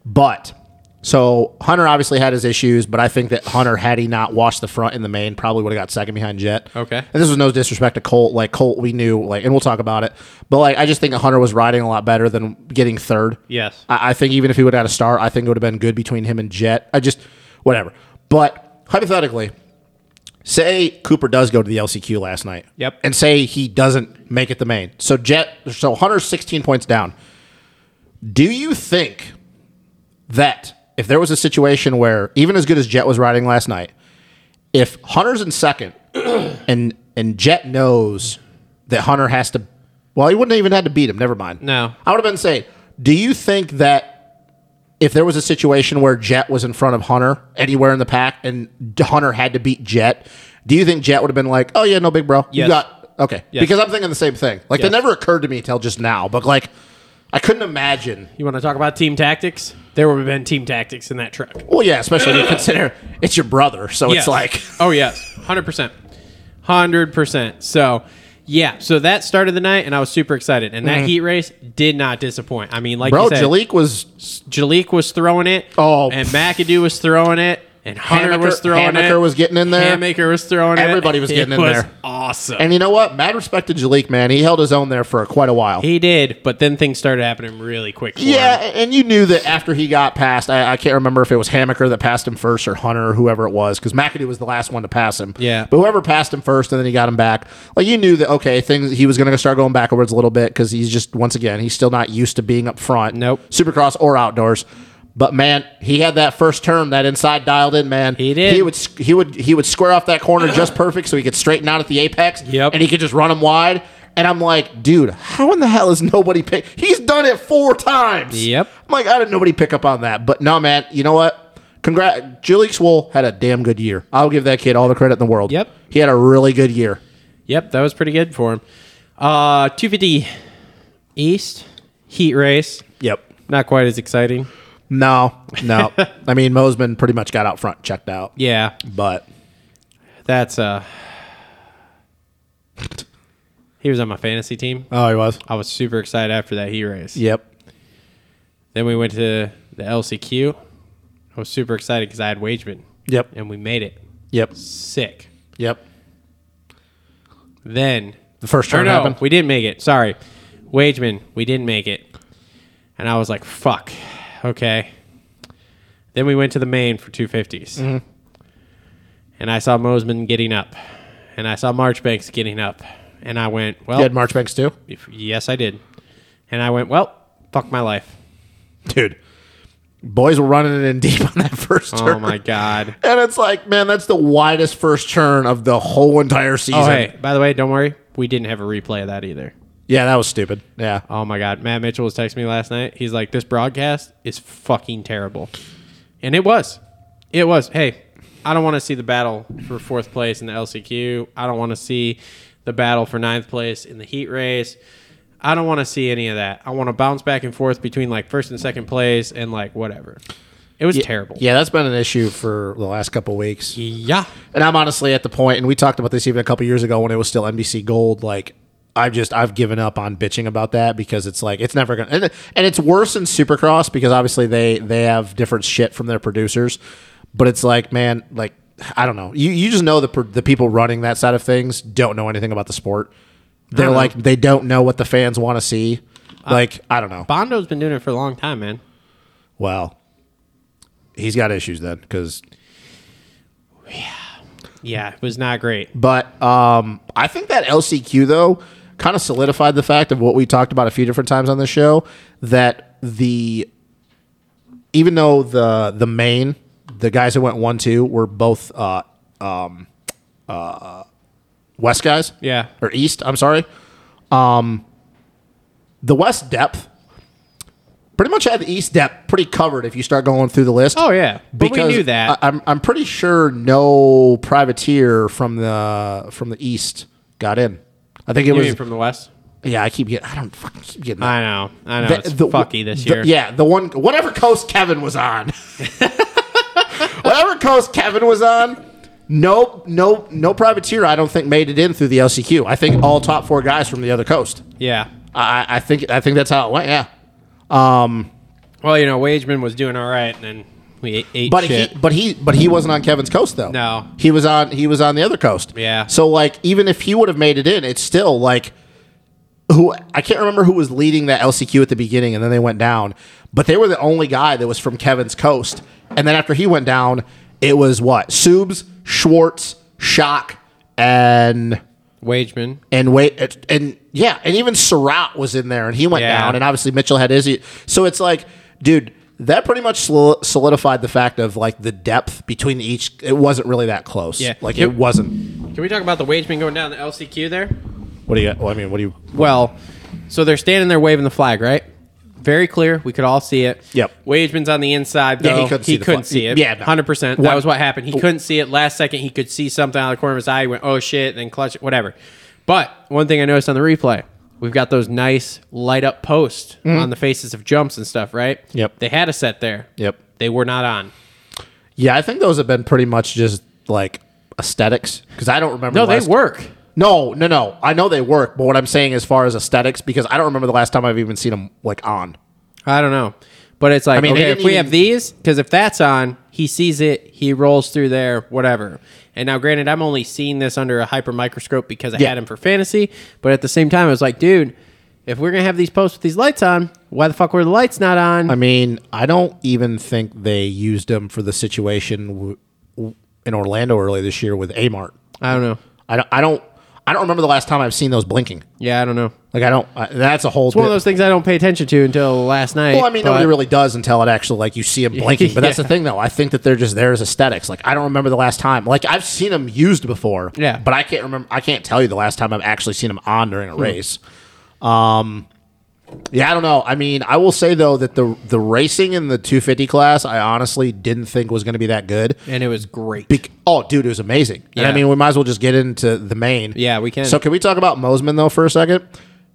S2: But so Hunter obviously had his issues, but I think that Hunter, had he not washed the front in the main, probably would have got second behind Jet.
S1: Okay.
S2: And this was no disrespect to Colt. Like Colt, we knew like, and we'll talk about it. But like, I just think Hunter was riding a lot better than getting third.
S1: Yes.
S2: I, I think even if he would have had a star, I think it would have been good between him and Jet. I just whatever. But hypothetically, say Cooper does go to the LCQ last night.
S1: Yep.
S2: And say he doesn't make it the main. So Jet so Hunter's 16 points down. Do you think that if there was a situation where even as good as Jet was riding last night, if Hunter's in second (clears throat) and and Jet knows that Hunter has to well, he wouldn't even had to beat him, never mind.
S1: No.
S2: I would have been saying, do you think that if there was a situation where Jet was in front of Hunter anywhere in the pack and Hunter had to beat Jet, do you think Jet would have been like, "Oh yeah, no big bro.
S1: Yes.
S2: You got okay."
S1: Yes.
S2: Because I'm thinking the same thing. Like
S1: Yes.
S2: that never occurred to me till just now, but like I couldn't imagine
S1: You want to talk about team tactics? There would have been team tactics in that truck.
S2: Well, yeah, especially when you consider it's your brother, so it's like
S1: oh yes, hundred percent, hundred percent. So yeah, so that started the night, and I was super excited. And that heat race did not disappoint. I mean, like
S2: Mm-hmm. bro,
S1: you said,
S2: Jalik was
S1: Jalik was throwing it.
S2: Oh,
S1: and McAdoo was throwing it. And Hunter
S2: Hamaker-
S1: was throwing it.
S2: Hamaker was getting in there.
S1: Hamaker was throwing it.
S2: Everybody was
S1: It
S2: getting in
S1: was
S2: there.
S1: Awesome.
S2: and you know what? Mad respect to Jalik, man. He held his own there for quite a while.
S1: he did, but then things started happening really quick. for
S2: yeah,
S1: him.
S2: and you knew that after he got passed, I, I can't remember if it was Hamaker that passed him first or Hunter or whoever it was, because McAdoo was the last one to pass him.
S1: Yeah.
S2: But whoever passed him first and then he got him back, like you knew that, okay, things he was going to start going backwards a little bit because he's just, once again, he's still not used to being up front.
S1: Nope.
S2: Supercross or outdoors. But man, he had that first turn, that inside dialed in, man.
S1: He did.
S2: He would s- he would he would square off that corner
S1: (coughs)
S2: just perfect so he could straighten out at the apex.
S1: Yep.
S2: And he could just run him wide. And I'm like, dude, how in the hell is nobody pick? He's done it four times.
S1: Yep.
S2: I'm like, I didn't nobody pick up on that. But no, man, you know what? Congrats. Jalik Swole had a damn good year. I'll give that kid all the credit in the world.
S1: Yep.
S2: He had a really good year.
S1: Yep, that was pretty good for him. Uh, 250 East heat race.
S2: Yep.
S1: Not quite as exciting.
S2: No,
S1: (laughs)
S2: no. I mean, Mosman pretty much got out front, checked out.
S1: Yeah,
S2: But
S1: that's uh. He was on my fantasy team.
S2: oh, he was.
S1: I was super excited after that heat race.
S2: Yep.
S1: Then we went to the LCQ. I was super excited because I had Wageman,
S2: Yep.
S1: and we made it.
S2: Yep.
S1: Sick.
S2: Yep.
S1: Then,
S2: The first
S1: or
S2: turn
S1: no,
S2: happened.
S1: we didn't make it. Sorry, Wageman, we didn't make it. And I was like, "Fuck, okay." Then we went to the main for two
S2: Mm-hmm.
S1: and I saw Mosman getting up, and I saw Marchbanks getting up, and I went, "Well,
S2: You had Marchbanks too,
S1: if- yes, I did," and I went, "Well, fuck my life."
S2: (laughs) dude. Boys were running it in deep on that first turn. (laughs)
S1: Oh my god.
S2: And it's like, man, that's the widest first turn of the whole entire season.
S1: Oh, hey, by the way, don't worry. We didn't have a replay of that either.
S2: Yeah, that was stupid. Yeah.
S1: Oh, my God. Matt Mitchell was texting me last night. He's like, this broadcast is fucking terrible. And it was. It was. Hey, I don't want to see the battle for fourth place in the LCQ. I don't want to see the battle for ninth place in the heat race. I don't want to see any of that. I want to bounce back and forth between like first and second place and like whatever. It was terrible.
S2: Yeah, that's been an issue for the last couple weeks.
S1: Yeah.
S2: And I'm honestly at the point, and we talked about this even a couple years ago when it was still NBC Gold. Like, I've just I've given up on bitching about that because it's like it's never gonna, and, and it's worse in Supercross because obviously they they have different shit from their producers, but it's like man, like I don't know, you you just know the pro- the people running that side of things don't know anything about the sport. They're like they don't know what the fans want to see. Like I don't know.
S1: Bondo's been doing it for a long time, man.
S2: Well, he's got issues then because
S1: Yeah, it was not great.
S2: But um, I think that LCQ though kind of solidified the fact of what we talked about a few different times on the show that the even though the the main the guys who went one two were both uh, um, uh, west guys
S1: Yeah.
S2: or east I'm sorry um, the west depth pretty much had the east depth pretty covered if you start going through the list
S1: Oh yeah, but we knew that.
S2: I, am I'm pretty sure no privateer from the from the east got in. I think it
S1: you
S2: was
S1: mean from the west?
S2: yeah. I keep getting I don't fucking keep getting
S1: I
S2: that.
S1: know. I know.
S2: The-
S1: it's
S2: the-
S1: fucky this
S2: the-
S1: year.
S2: yeah, the one whatever coast Kevin was
S1: (laughs)
S2: on, (laughs) whatever coast Kevin was on. No, no, no privateer. I don't think made it in through the LCQ. I think all top four guys from the other coast.
S1: Yeah.
S2: I, I think I think that's how it went. Yeah,
S1: Well, you know, Wageman was doing all right, and then we ate, ate
S2: But
S1: shit.
S2: he, but he, but he wasn't on Kevin's coast though.
S1: No.
S2: he was on he was on the other coast.
S1: Yeah.
S2: So like, even if he would have made it in, it's still like who I can't remember who was leading that LCQ at the beginning, and then they went down. But they were the only guy that was from Kevin's coast, and then after he went down, it was what Subes, Schwartz, Shock, and
S1: Wageman.
S2: and wait and, and yeah and even Surratt was in there and he went
S1: Yeah.
S2: down and obviously Mitchell had Izzy so it's like dude that pretty much sol- solidified the fact of like the depth between each it wasn't really that close
S1: Yeah.
S2: like
S1: Yep.
S2: it wasn't
S1: Can we talk about the Wageman going down the LCQ there?
S2: what do you got well, I mean what do you
S1: Well, so they're standing there waving the flag, right? Very clear. We could all see it.
S2: Yep.
S1: Wageman's on the inside, though.
S2: Yeah, he couldn't see the
S1: couldn't
S2: flag.
S1: see it.
S2: Yeah, no.
S1: 100%. That
S2: What-
S1: was what happened. He couldn't see it. Last second, he could see something out of the corner of his eye. He went, oh, shit, then clutch it, whatever. But one thing I noticed on the replay, we've got those nice light up posts on the faces of jumps and stuff, right?
S2: Mm-hmm. Yep.
S1: They had a set there.
S2: yep
S1: They were not on.
S2: yeah I think those have been pretty much just like aesthetics because I don't remember
S1: No,
S2: the
S1: they
S2: last-
S1: work.
S2: no no no I know they work but what I'm saying as far as aesthetics because I don't remember the last time I've even seen them like on
S1: I don't know. But it's like,
S2: mean, they
S1: okay, if
S2: didn't
S1: we
S2: even-
S1: have these, because if that's on, he sees it, he rolls through there, whatever. And now, granted, I'm only seeing this under a hyper microscope because I
S2: Yeah.
S1: had him for fantasy. But at the same time, I was like, dude, if we're going to have these posts with these lights on, why the fuck were the lights not on?
S2: I mean, I don't even think they used him for the situation w- w- in Orlando earlier this year with Amart.
S1: I don't know.
S2: I don't, I don't, I don't remember the last time I've seen those blinking.
S1: Yeah, I don't know. It's
S2: Like I don't. I, that's a whole.
S1: one of those things I don't pay attention to until last night.
S2: well, I mean, nobody
S1: but-
S2: really does until it actually like you see
S1: (laughs)
S2: them blinking. But that's
S1: Yeah.
S2: the thing, though. I think that they're just there as aesthetics. Like I don't remember the last time. Like I've seen them used before.
S1: Yeah.
S2: But I can't remember. I can't tell you the last time I've actually seen them on during a
S1: Hmm.
S2: race. Um. Yeah, I don't know. I mean, I will say though that the the racing in the 250 class, I honestly didn't think was going to be that good.
S1: And it was great.
S2: Bec- oh, dude, it was amazing. And I
S1: Yeah.
S2: mean, we might as well just get into the main.
S1: Yeah, we can.
S2: So can we talk about Mosman though for a second?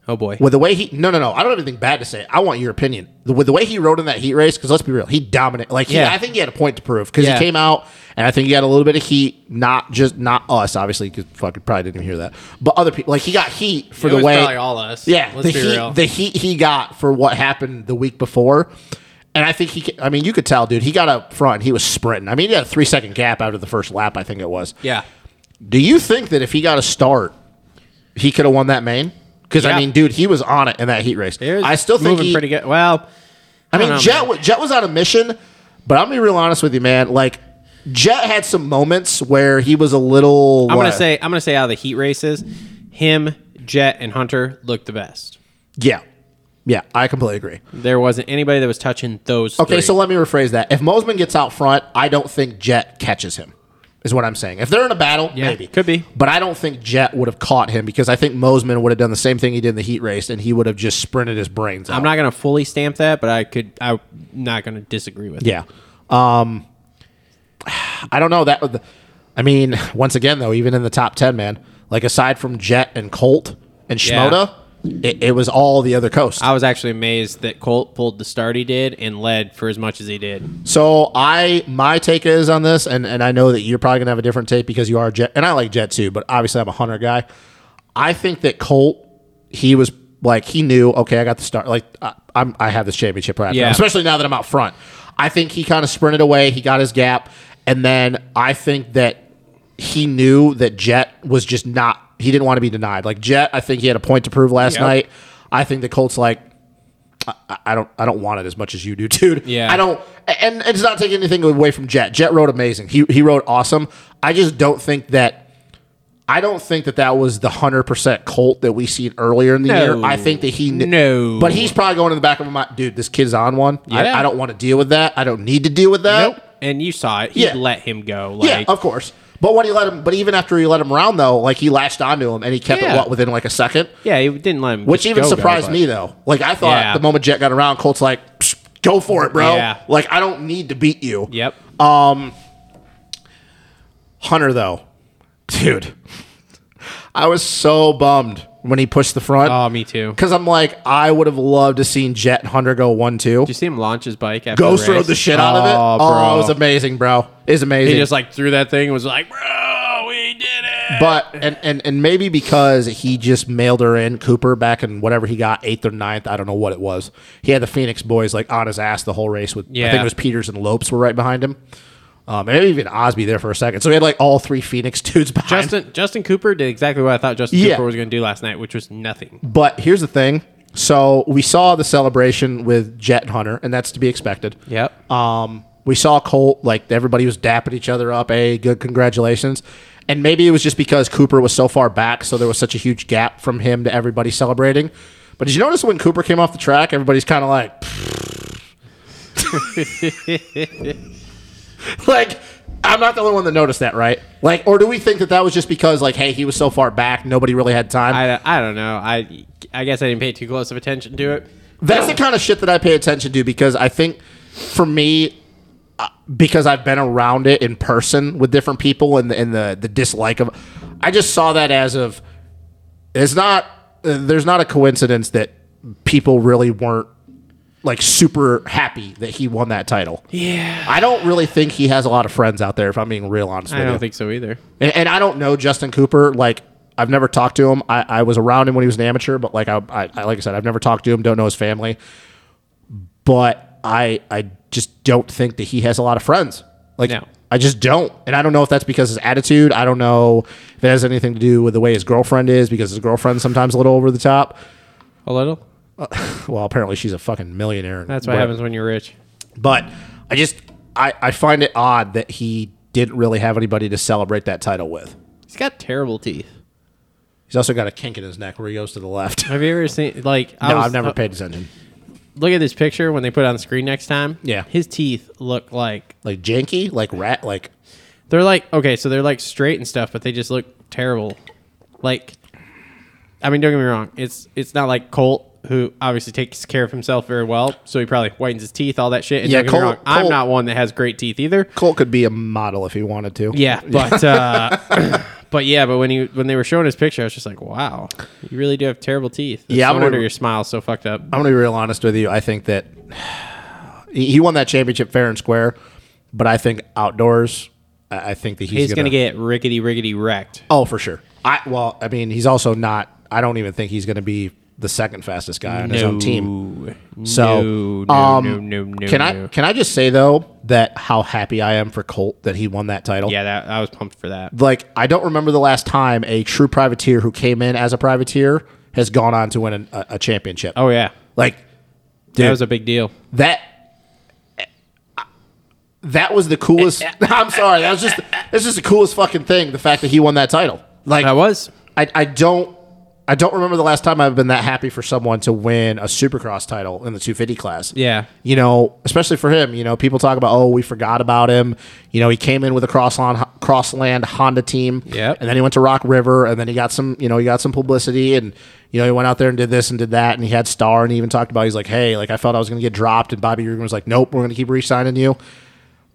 S1: oh, boy.
S2: With the way he, no, no, no, I don't have anything bad to say. I want your opinion. The- With the way he rode in that heat race, because let's be real, he dominated. Like, he,
S1: Yeah.
S2: I think he had a point to prove because
S1: Yeah.
S2: he came out, and I think he got a little bit of heat, not just not us, obviously, because fucking probably didn't even hear that, but other people. Like, he got heat for
S1: It
S2: the
S1: was
S2: way
S1: probably all us.
S2: Yeah,
S1: Let's
S2: the
S1: be
S2: heat,
S1: real.
S2: the heat he got for what happened the week before. And I think he, ca- I mean, you could tell, dude, he got up front. And he was sprinting. I mean, he had a three second gap out of the first lap, I think it was.
S1: yeah.
S2: Do you think that if he got a start, he could have won that main? Because
S1: Yeah.
S2: I mean, dude, he was on it in that heat race.
S1: It was
S2: I still think
S1: moving
S2: he,
S1: pretty good. Well,
S2: I mean,
S1: don't know,
S2: Jet
S1: man.
S2: wa- Jet was on a mission, but I'm gonna be real honest with you, man. Like, Jet had some moments where he was a little.
S1: I'm gonna
S2: like-
S1: say I'm gonna say out of the heat races, him, Jet, and Hunter looked the best.
S2: yeah, yeah, I completely agree.
S1: There wasn't anybody that was touching those.
S2: Okay,
S1: three.
S2: so let me rephrase that. If Mosman gets out front, I don't think Jet catches him. Is what I'm saying. If they're in a battle,
S1: Yeah,
S2: maybe
S1: could be.
S2: but I don't think Jet would have caught him because I think Mosman would have done the same thing he did in the heat race, and he would have just sprinted his brains out.
S1: I'm not gonna fully stamp that, but I could. I'm not gonna disagree with.
S2: Yeah. Um, I don't know that. I mean, (laughs) once again, though, even in the top ten, man, like aside from Jet and Colt and
S1: Yeah.
S2: Shimoda, it, it was all the other coast.
S1: I was actually amazed that Colt pulled the start he did and led for as much as he did.
S2: So I, my take is on this, and and I know that you're probably gonna have a different take because you are a Jet, and I like Jet too, but obviously I'm a Hunter guy. I think that Colt, he was like he knew, okay, I got the start. Like I, I'm, I have this championship right
S1: Yeah.
S2: now, especially now that I'm out front. I think he kind of sprinted away. He got his gap, and then I think that he knew that Jet was just not. He didn't want to be denied. Like Jet, I think he had a point to prove last night. I think the Colts like. I- I don't. I don't want it as much as you do, (laughs) dude.
S1: Yeah.
S2: I don't. And and it's not taking anything away from Jet. Jet rode amazing. He he rode awesome. I just don't think that I don't think that that was the hundred percent Colt that we seen earlier in the
S1: No.
S2: year. I think that he kn-
S1: No.
S2: but he's probably going in the back of my mind. Dude, this kid's on one.
S1: Yeah.
S2: I, I don't want to deal with that. I don't need to deal with that.
S1: Nope. And you saw it. He
S2: Yeah.
S1: let him go. Like,
S2: yeah, of course. But when he let him, but even after he let him round though, like he lashed onto him and he kept
S1: Yeah.
S2: it what within like a second,
S1: yeah, he didn't let him.
S2: which
S1: just
S2: even
S1: go, go,
S2: surprised
S1: but-
S2: me though. Like I thought
S1: Yeah.
S2: the moment Jet got around, Colt's like, "Psh, "Go for it, bro!
S1: Yeah.
S2: Like I don't need to beat you."
S1: Yep.
S2: Uh, Hunter though, dude, (laughs) I was so bummed when he pushed the front.
S1: Oh, me too.
S2: Because I'm like, I would have loved to seen Jet and Hunter go one two.
S1: Did you see him launch his bike after
S2: Ghost
S1: the,
S2: rode
S1: race?
S2: the shit out of it.
S1: Oh,
S2: Oh,
S1: bro.
S2: it was amazing, bro. It's amazing.
S1: He just like threw that thing and was like, bro, we did it.
S2: but and, and and maybe because he just mailed her in Cooper back in whatever he got eighth or ninth, I don't know what it was. He had the Phoenix boys like on his ass the whole race with I
S1: Yeah.
S2: think it was Peters and Lopes were right behind him. Um, and maybe even Osby there for a second. So he had like all three Phoenix (laughs) dudes behind. him.
S1: Justin Justin Cooper did exactly what I thought Justin
S2: Yeah.
S1: Cooper was going to do last night, which was nothing.
S2: But here's the thing. So we saw the celebration with Jet and Hunter, and that's to be expected.
S1: Yep.
S2: Um, we saw Colt like everybody was dapping each other up. Hey, good congratulations. And maybe it was just because Cooper was so far back, so there was such a huge gap from him to everybody celebrating. But did you notice when Cooper came off the track, everybody's kind of like, (laughs) like I'm not the only one that noticed that, right? Like, or do we think that that was just because like, hey, he was so far back, nobody really had time?
S1: I, I don't know. I I guess I didn't pay too close of attention to it.
S2: That's the kind of shit that I pay attention to because I think for me, uh, because I've been around it in person with different people and the, and the the dislike of, I just saw that as of, it's not uh, there's not a coincidence that people really weren't like super happy that he won that title.
S1: Yeah.
S2: I don't really think he has a lot of friends out there. If I'm being real honest with
S1: I
S2: you,
S1: don't think so either.
S2: and, and I don't know Justin Cooper. Like I've never talked to him. I, I was around him when he was an amateur, but like I, I, I like I said, I've never talked to him. Don't know his family, but I I just don't think that he has a lot of friends. Like
S1: No.
S2: I just don't, and I don't know if that's because his attitude. I don't know if it has anything to do with the way his girlfriend is, because his girlfriend's sometimes a little over the top.
S1: A little.
S2: Well, apparently she's a fucking millionaire. and
S1: That's what
S2: whatever.
S1: happens when you're rich.
S2: But I just I, I find it odd that he didn't really have anybody to celebrate that title with.
S1: He's got terrible teeth.
S2: He's also got a kink in his neck where he goes to the (laughs) left.
S1: Have you ever seen like? I
S2: No,
S1: was- uh,
S2: I've never paid attention.
S1: Look at this picture when they put it on the screen next time.
S2: Yeah.
S1: His teeth look like
S2: Like janky, like rat, like
S1: they're like okay, so they're like straight and stuff, but they just look terrible. Like, I mean, don't get me wrong. It's it's not like Colt. Who obviously takes care of himself very well, so he probably whitens his teeth, all that shit. And
S2: Yeah,
S1: don't get me
S2: Colt-
S1: wrong, I'm
S2: Colt-
S1: not one that has great teeth either.
S2: Colt could be a model if he wanted to. (laughs)
S1: Yeah, but uh, (coughs) but yeah, but when you when they were showing his picture, I was just like, wow, you really do have terrible teeth. It's
S2: Yeah, I'm
S1: no
S2: gonna-
S1: wonder your smile's so fucked up.
S2: I'm gonna be real honest with you. I think that (sighs) he he won that championship fair and square, but I think outdoors, I I think that he's,
S1: He's, gonna, get rickety rickety wrecked.
S2: oh for sure. I well, I mean, he's also not. I don't even think he's gonna be the second fastest guy on his own team. So,
S1: no, no,
S2: um,
S1: no, no, no,
S2: can I
S1: no.
S2: can I just say though that how happy I am for Colt that he won that title?
S1: Yeah, that I was pumped for that.
S2: like I don't remember the last time a true privateer who came in as a privateer has gone on to win an, a, a championship.
S1: Oh yeah,
S2: like
S1: that
S2: Dude.
S1: was a big deal.
S2: that. That was the
S1: (laughs)
S2: coolest. (laughs) I'm sorry. That was just. That's just the coolest fucking thing. The fact that he won that title. Like
S1: That was
S2: I, I don't. I don't remember the last time I've been that happy for someone to win a Supercross title in the 250 class.
S1: yeah.
S2: You know, especially for him. You know, people talk about, oh, we forgot about him. You know, he came in with a crossland, crossland Honda team.
S1: Yep.
S2: And then he went to Rock River, and then he got some, you know, he got some publicity, and you know, he went out there and did this and did that, and he had star, and he even talked about, he's like, hey, like I felt I was going to get dropped, and Bobby Rubin was like, nope, we're going to keep re-signing you.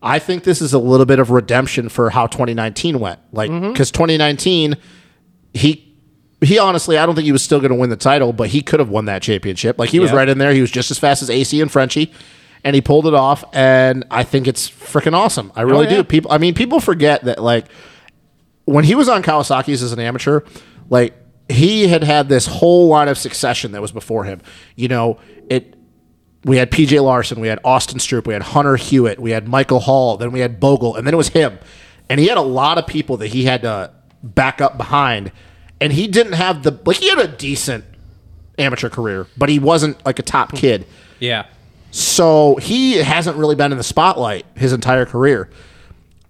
S2: I think this is a little bit of redemption for how 2019 went, like because 2019 he. He honestly, I don't think he was still going to win the title, but he could have won that championship. Like he was
S1: Yeah.
S2: right in there. He was just as fast as AC and Frenchie, and he pulled it off. And I think it's freaking awesome. I really
S1: Oh, yeah.
S2: do. People, I mean, people forget that like when he was on Kawasaki's as an amateur, like he had had this whole line of succession that was before him. You know, it. We had PJ Larson, we had Austin Stroop, we had Hunter Hewitt, we had Michael Hall, then we had Bogle, and then it was him. And he had a lot of people that he had to back up behind. And he didn't have the like he had a decent amateur career, but he wasn't like a top kid.
S1: Yeah.
S2: So he hasn't really been in the spotlight his entire career.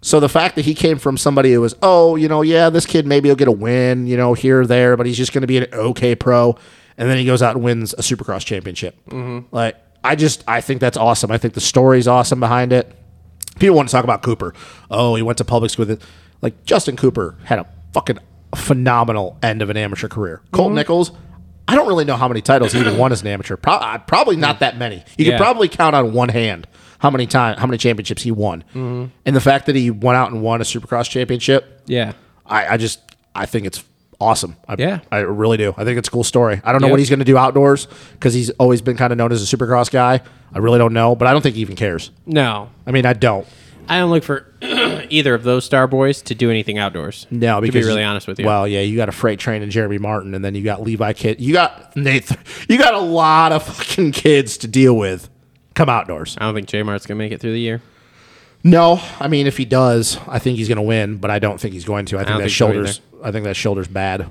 S2: So the fact that he came from somebody who was, oh, you know, yeah, this kid maybe he'll get a win, you know, here or there, but he's just going to be an okay pro, and then he goes out and wins a Supercross championship. Like, I just, I think that's awesome. I think the story's awesome behind it. People want to talk about Cooper. Oh, he went to public school with it. Like Justin Cooper had a fucking phenomenal end of an amateur career. Colt
S1: Mm-hmm.
S2: Nichols, I don't really know how many titles he even won as an amateur. Pro- uh, probably not that many. You
S1: Yeah.
S2: could probably count on one hand how many time how many championships he won.
S1: Mm-hmm.
S2: And the fact that he went out and won a Supercross championship,
S1: Yeah.
S2: I, I just I think it's awesome. I,
S1: Yeah.
S2: I really do. I think it's a cool story. I don't know
S1: Yeah.
S2: what he's going to do outdoors because he's always been kind of known as a Supercross guy. I really don't know, but I don't think he even cares.
S1: No,
S2: I mean, I don't.
S1: I don't look for (clears throat) either of those star boys to do anything outdoors.
S2: No, because
S1: to be really honest with you.
S2: Well, yeah, you got a freight train and Jeremy Martin, and then you got Levi Kid. You got Nathan. You got a lot of fucking kids to deal with. Come outdoors.
S1: I don't think J Mart's gonna make it through the year.
S2: No, I mean if he does, I think he's going to win, but I don't think he's going to. I think
S1: don't
S2: that
S1: think so Hmm.
S2: shoulders. I think that shoulders bad.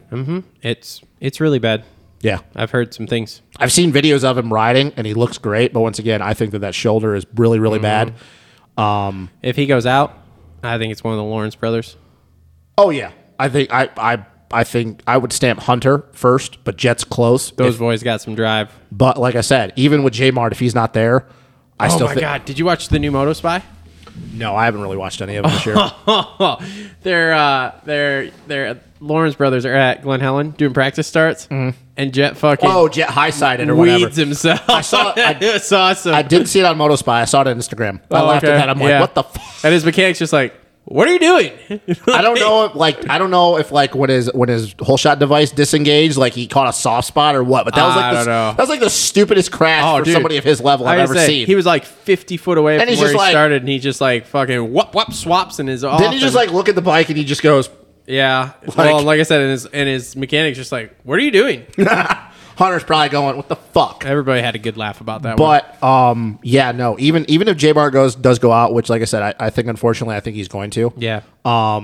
S1: It's it's really bad.
S2: Yeah,
S1: I've heard some things.
S2: I've seen videos of him riding, and he looks great. But once again, I think that that shoulder is really,
S1: Mm-hmm.
S2: really bad.
S1: If he goes out, I think it's one of the Lawrence brothers.
S2: Oh yeah, I think I I I think I would stamp Hunter first, but Jet's close.
S1: Those
S2: If-
S1: boys got some drive.
S2: but like I said, even with J Mart, if he's not there, I
S1: Oh
S2: still
S1: my
S2: thi-
S1: god! Did you watch the new Moto Spy?
S2: No, I haven't really watched any of them this
S1: (laughs)
S2: year.
S1: Oh, they're uh, they're they're Lawrence brothers are at Glen Helen doing practice starts, and Jet fucking
S2: Mm-hmm. oh, Jet High sided or
S1: weeds
S2: whatever.
S1: himself. I
S2: saw it. I-
S1: (laughs) it's awesome.
S2: I did see it on Motospy. I saw it on Instagram. I
S1: Oh,
S2: laughed
S1: okay.
S2: at that. I'm like,
S1: Yeah.
S2: what the? F-?
S1: and his mechanic's just like, "What are you doing?"
S2: (laughs) I don't
S1: (laughs)
S2: know. If, like, I don't know if like when his when his whole shot device disengaged, like he caught a soft spot or what. But that was
S1: I
S2: like the,
S1: don't know.
S2: that was like the stupidest crash for
S1: Oh, dude.
S2: somebody of his level
S1: I
S2: I've
S1: was
S2: ever
S1: saying,
S2: seen.
S1: He was like 50 foot away from
S2: he's
S1: where
S2: just
S1: he
S2: like-
S1: started, and he just like fucking whoop whoop swaps in his off.
S2: then he just
S1: and-
S2: like look at the bike and he just goes,
S1: yeah. well, like I said, and his and his mechanic's just like, "What are
S2: (laughs)
S1: you doing?"
S2: Hunter's probably going, what the fuck.
S1: Everybody had a good laugh about that. one.
S2: But um, yeah, no. Even even if J Bar goes does go out, which like I said, I, I think unfortunately I think he's going to.
S1: yeah,
S2: uh,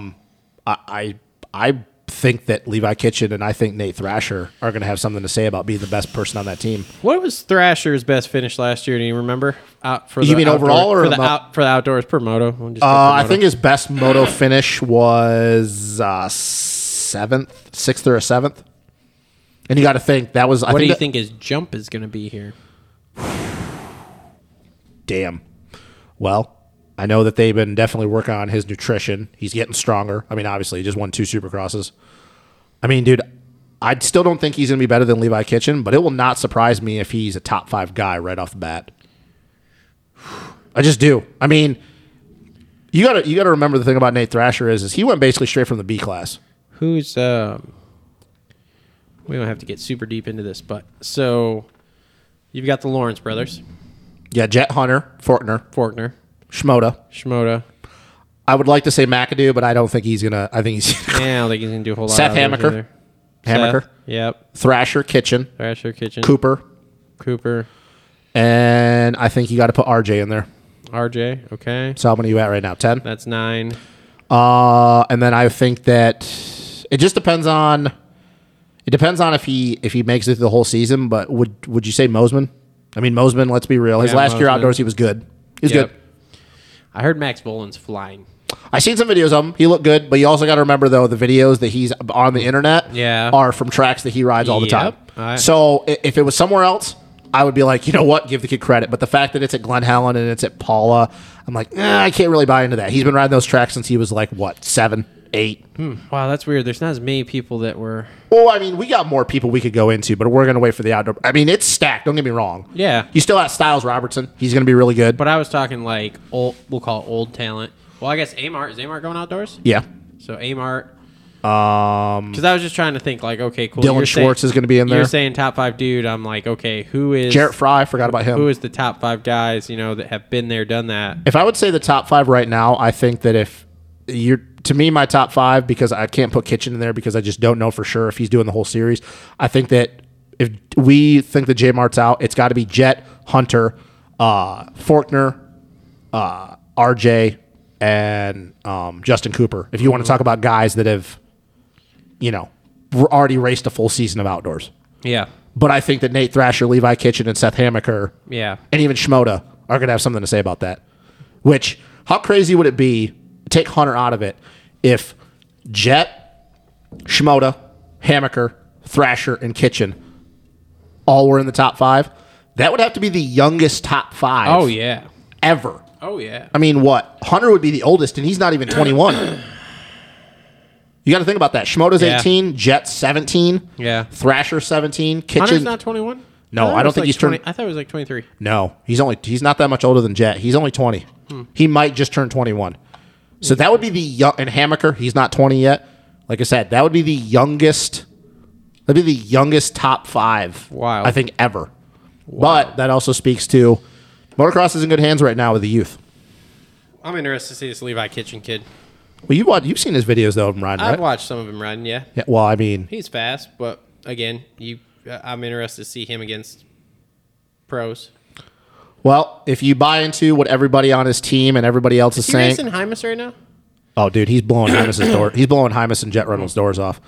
S2: I I I think that Levi Kitchen and I think Nate Thrasher are going to have something to say about being the best person on that team.
S1: what was Thrasher's best finish last year? Do you remember? Out for
S2: You
S1: the
S2: mean
S1: outdoor-
S2: overall or
S1: for the
S2: mo-
S1: out, for the outdoors per moto? We'll just go
S2: Uh,
S1: per
S2: I
S1: moto.
S2: think his best moto finish was uh, seventh, sixth or a seventh. And you got to think that was. I
S1: What do
S2: think
S1: you
S2: that-
S1: think his jump is going to be here?
S2: Damn. Well, I know that they've been definitely working on his nutrition. He's getting stronger. I mean, obviously, he just won two Supercrosses. I mean, dude, I still don't think he's going to be better than Levi Kitchen, but it will not surprise me if he's a top five guy right off the bat. (sighs) I just do. I mean, you gotta you gotta remember the thing about Nate Thrasher is is he went basically straight from the B class.
S1: Who's um? We don't have to get super deep into this, but so you've got the Lawrence brothers,
S2: Yeah, Jet Hunter, Fortner,
S1: Forkner,
S2: Shmoda.
S1: Shimoda.
S2: I would like to say McAdoo, but I don't think he's gonna. I think he's (laughs)
S1: Yeah, I don't think he's gonna do a whole lot.
S2: Seth
S1: out there
S2: Hammaker.
S1: either.
S2: Hammaker,
S1: Seth, Yep.
S2: Thrasher, Kitchen,
S1: Thrasher Kitchen.
S2: Cooper,
S1: Cooper.
S2: And I think you got to put RJ in there.
S1: RJ. Okay.
S2: So how many are you at right now? Ten.
S1: That's nine.
S2: Uh, and then I think that it just depends on. It depends on if he if he makes it through the whole season. But would would you say Mosman? I mean Mosman. Let's be real. His
S1: Yeah,
S2: last year
S1: Mosman.
S2: outdoors, he was good. He was
S1: Yep.
S2: good.
S1: I heard Max Boland's flying.
S2: I seen some videos of him. He looked good, but you also got to remember though the videos that he's on the internet
S1: Yeah.
S2: are from tracks that he rides all the
S1: Yep.
S2: time.
S1: I-
S2: So i- if it was somewhere else, I would be like, you know what, give the kid credit. But the fact that it's at Glen Helen and it's at Paula, I'm like, eh, I can't really buy into that. He's been riding those tracks since he was like what seven, eight.
S1: Wow, that's weird. There's not as many people that were.
S2: Well, I mean, we got more people we could go into, but we're gonna wait for the outdoor. I mean, it's stacked. Don't get me wrong.
S1: Yeah.
S2: you still have Styles Robertson. He's gonna be really good.
S1: But I was talking like old. We'll call it old talent. Well, I guess Amart is Amart going outdoors?
S2: yeah,
S1: So Amart. Um. Because I was just trying to think like, okay, cool.
S2: Dylan
S1: you're saying-
S2: Schwartz is gonna be in there.
S1: You're saying top five dude. I'm like, okay, who is
S2: Jarrett Fry. Forgot about him.
S1: Who is the top five guys? You know that have been there, done that.
S2: If I would say the top five right now, I think that if you're to me my top five because I can't put Kitchen in there because I just don't know for sure if he's doing the whole series. I think that if we think that J Mart's out, it's got to be Jet Hunter, uh, Forkner, uh, RJ, and um, Justin Cooper. If you want to talk about guys that have, you know, r- already raced a full season of outdoors,
S1: Yeah.
S2: but I think that Nate Thrasher, Levi Kitchen, and Seth Hamaker
S1: Yeah.
S2: and even Schmoda are going to have something to say about that. Which, how crazy would it be take Hunter out of it if Jet, Shimoda, Hamaker, Thrasher, and Kitchen all were in the top five. That would have to be the youngest top five.
S1: Oh yeah.
S2: ever.
S1: Oh yeah.
S2: I mean, what Hunter would be the oldest, and he's not even twenty
S1: (clears throat)
S2: one. You got to think about that. Shimoda's
S1: Yeah.
S2: eighteen, Jet's seventeen,
S1: Yeah.
S2: Thrasher seventeen,
S1: Hunter's
S2: Kitchen.
S1: not 21.
S2: No, I don't think he's
S1: turning.
S2: turned-
S1: I thought it was like 23.
S2: No, he's only he's not that much older than Jet. He's only twenty.
S1: Hmm.
S2: He might just turn twenty one. So that would be the young and Hamaker. He's not twenty yet. Like I said, that would be the youngest. That'd be the youngest top five.
S1: Wow.
S2: I think ever. But that also speaks to motocross is in good hands right now with the youth.
S1: I'm interested to see this Levi Kitchen kid.
S2: Well, you watch, you've seen his videos though of him riding,
S1: I've
S2: right?
S1: watched some of him riding. Yeah.
S2: Yeah, well, I mean,
S1: He's fast, but again, you uh, I'm interested to see him against pros.
S2: well, if you buy into what everybody on his team and everybody else is
S1: Is he
S2: saying,
S1: racing Hymus right now?
S2: oh, dude, he's blowing Hymus's door. He's blowing Hymus and Jet Reynolds' doors off.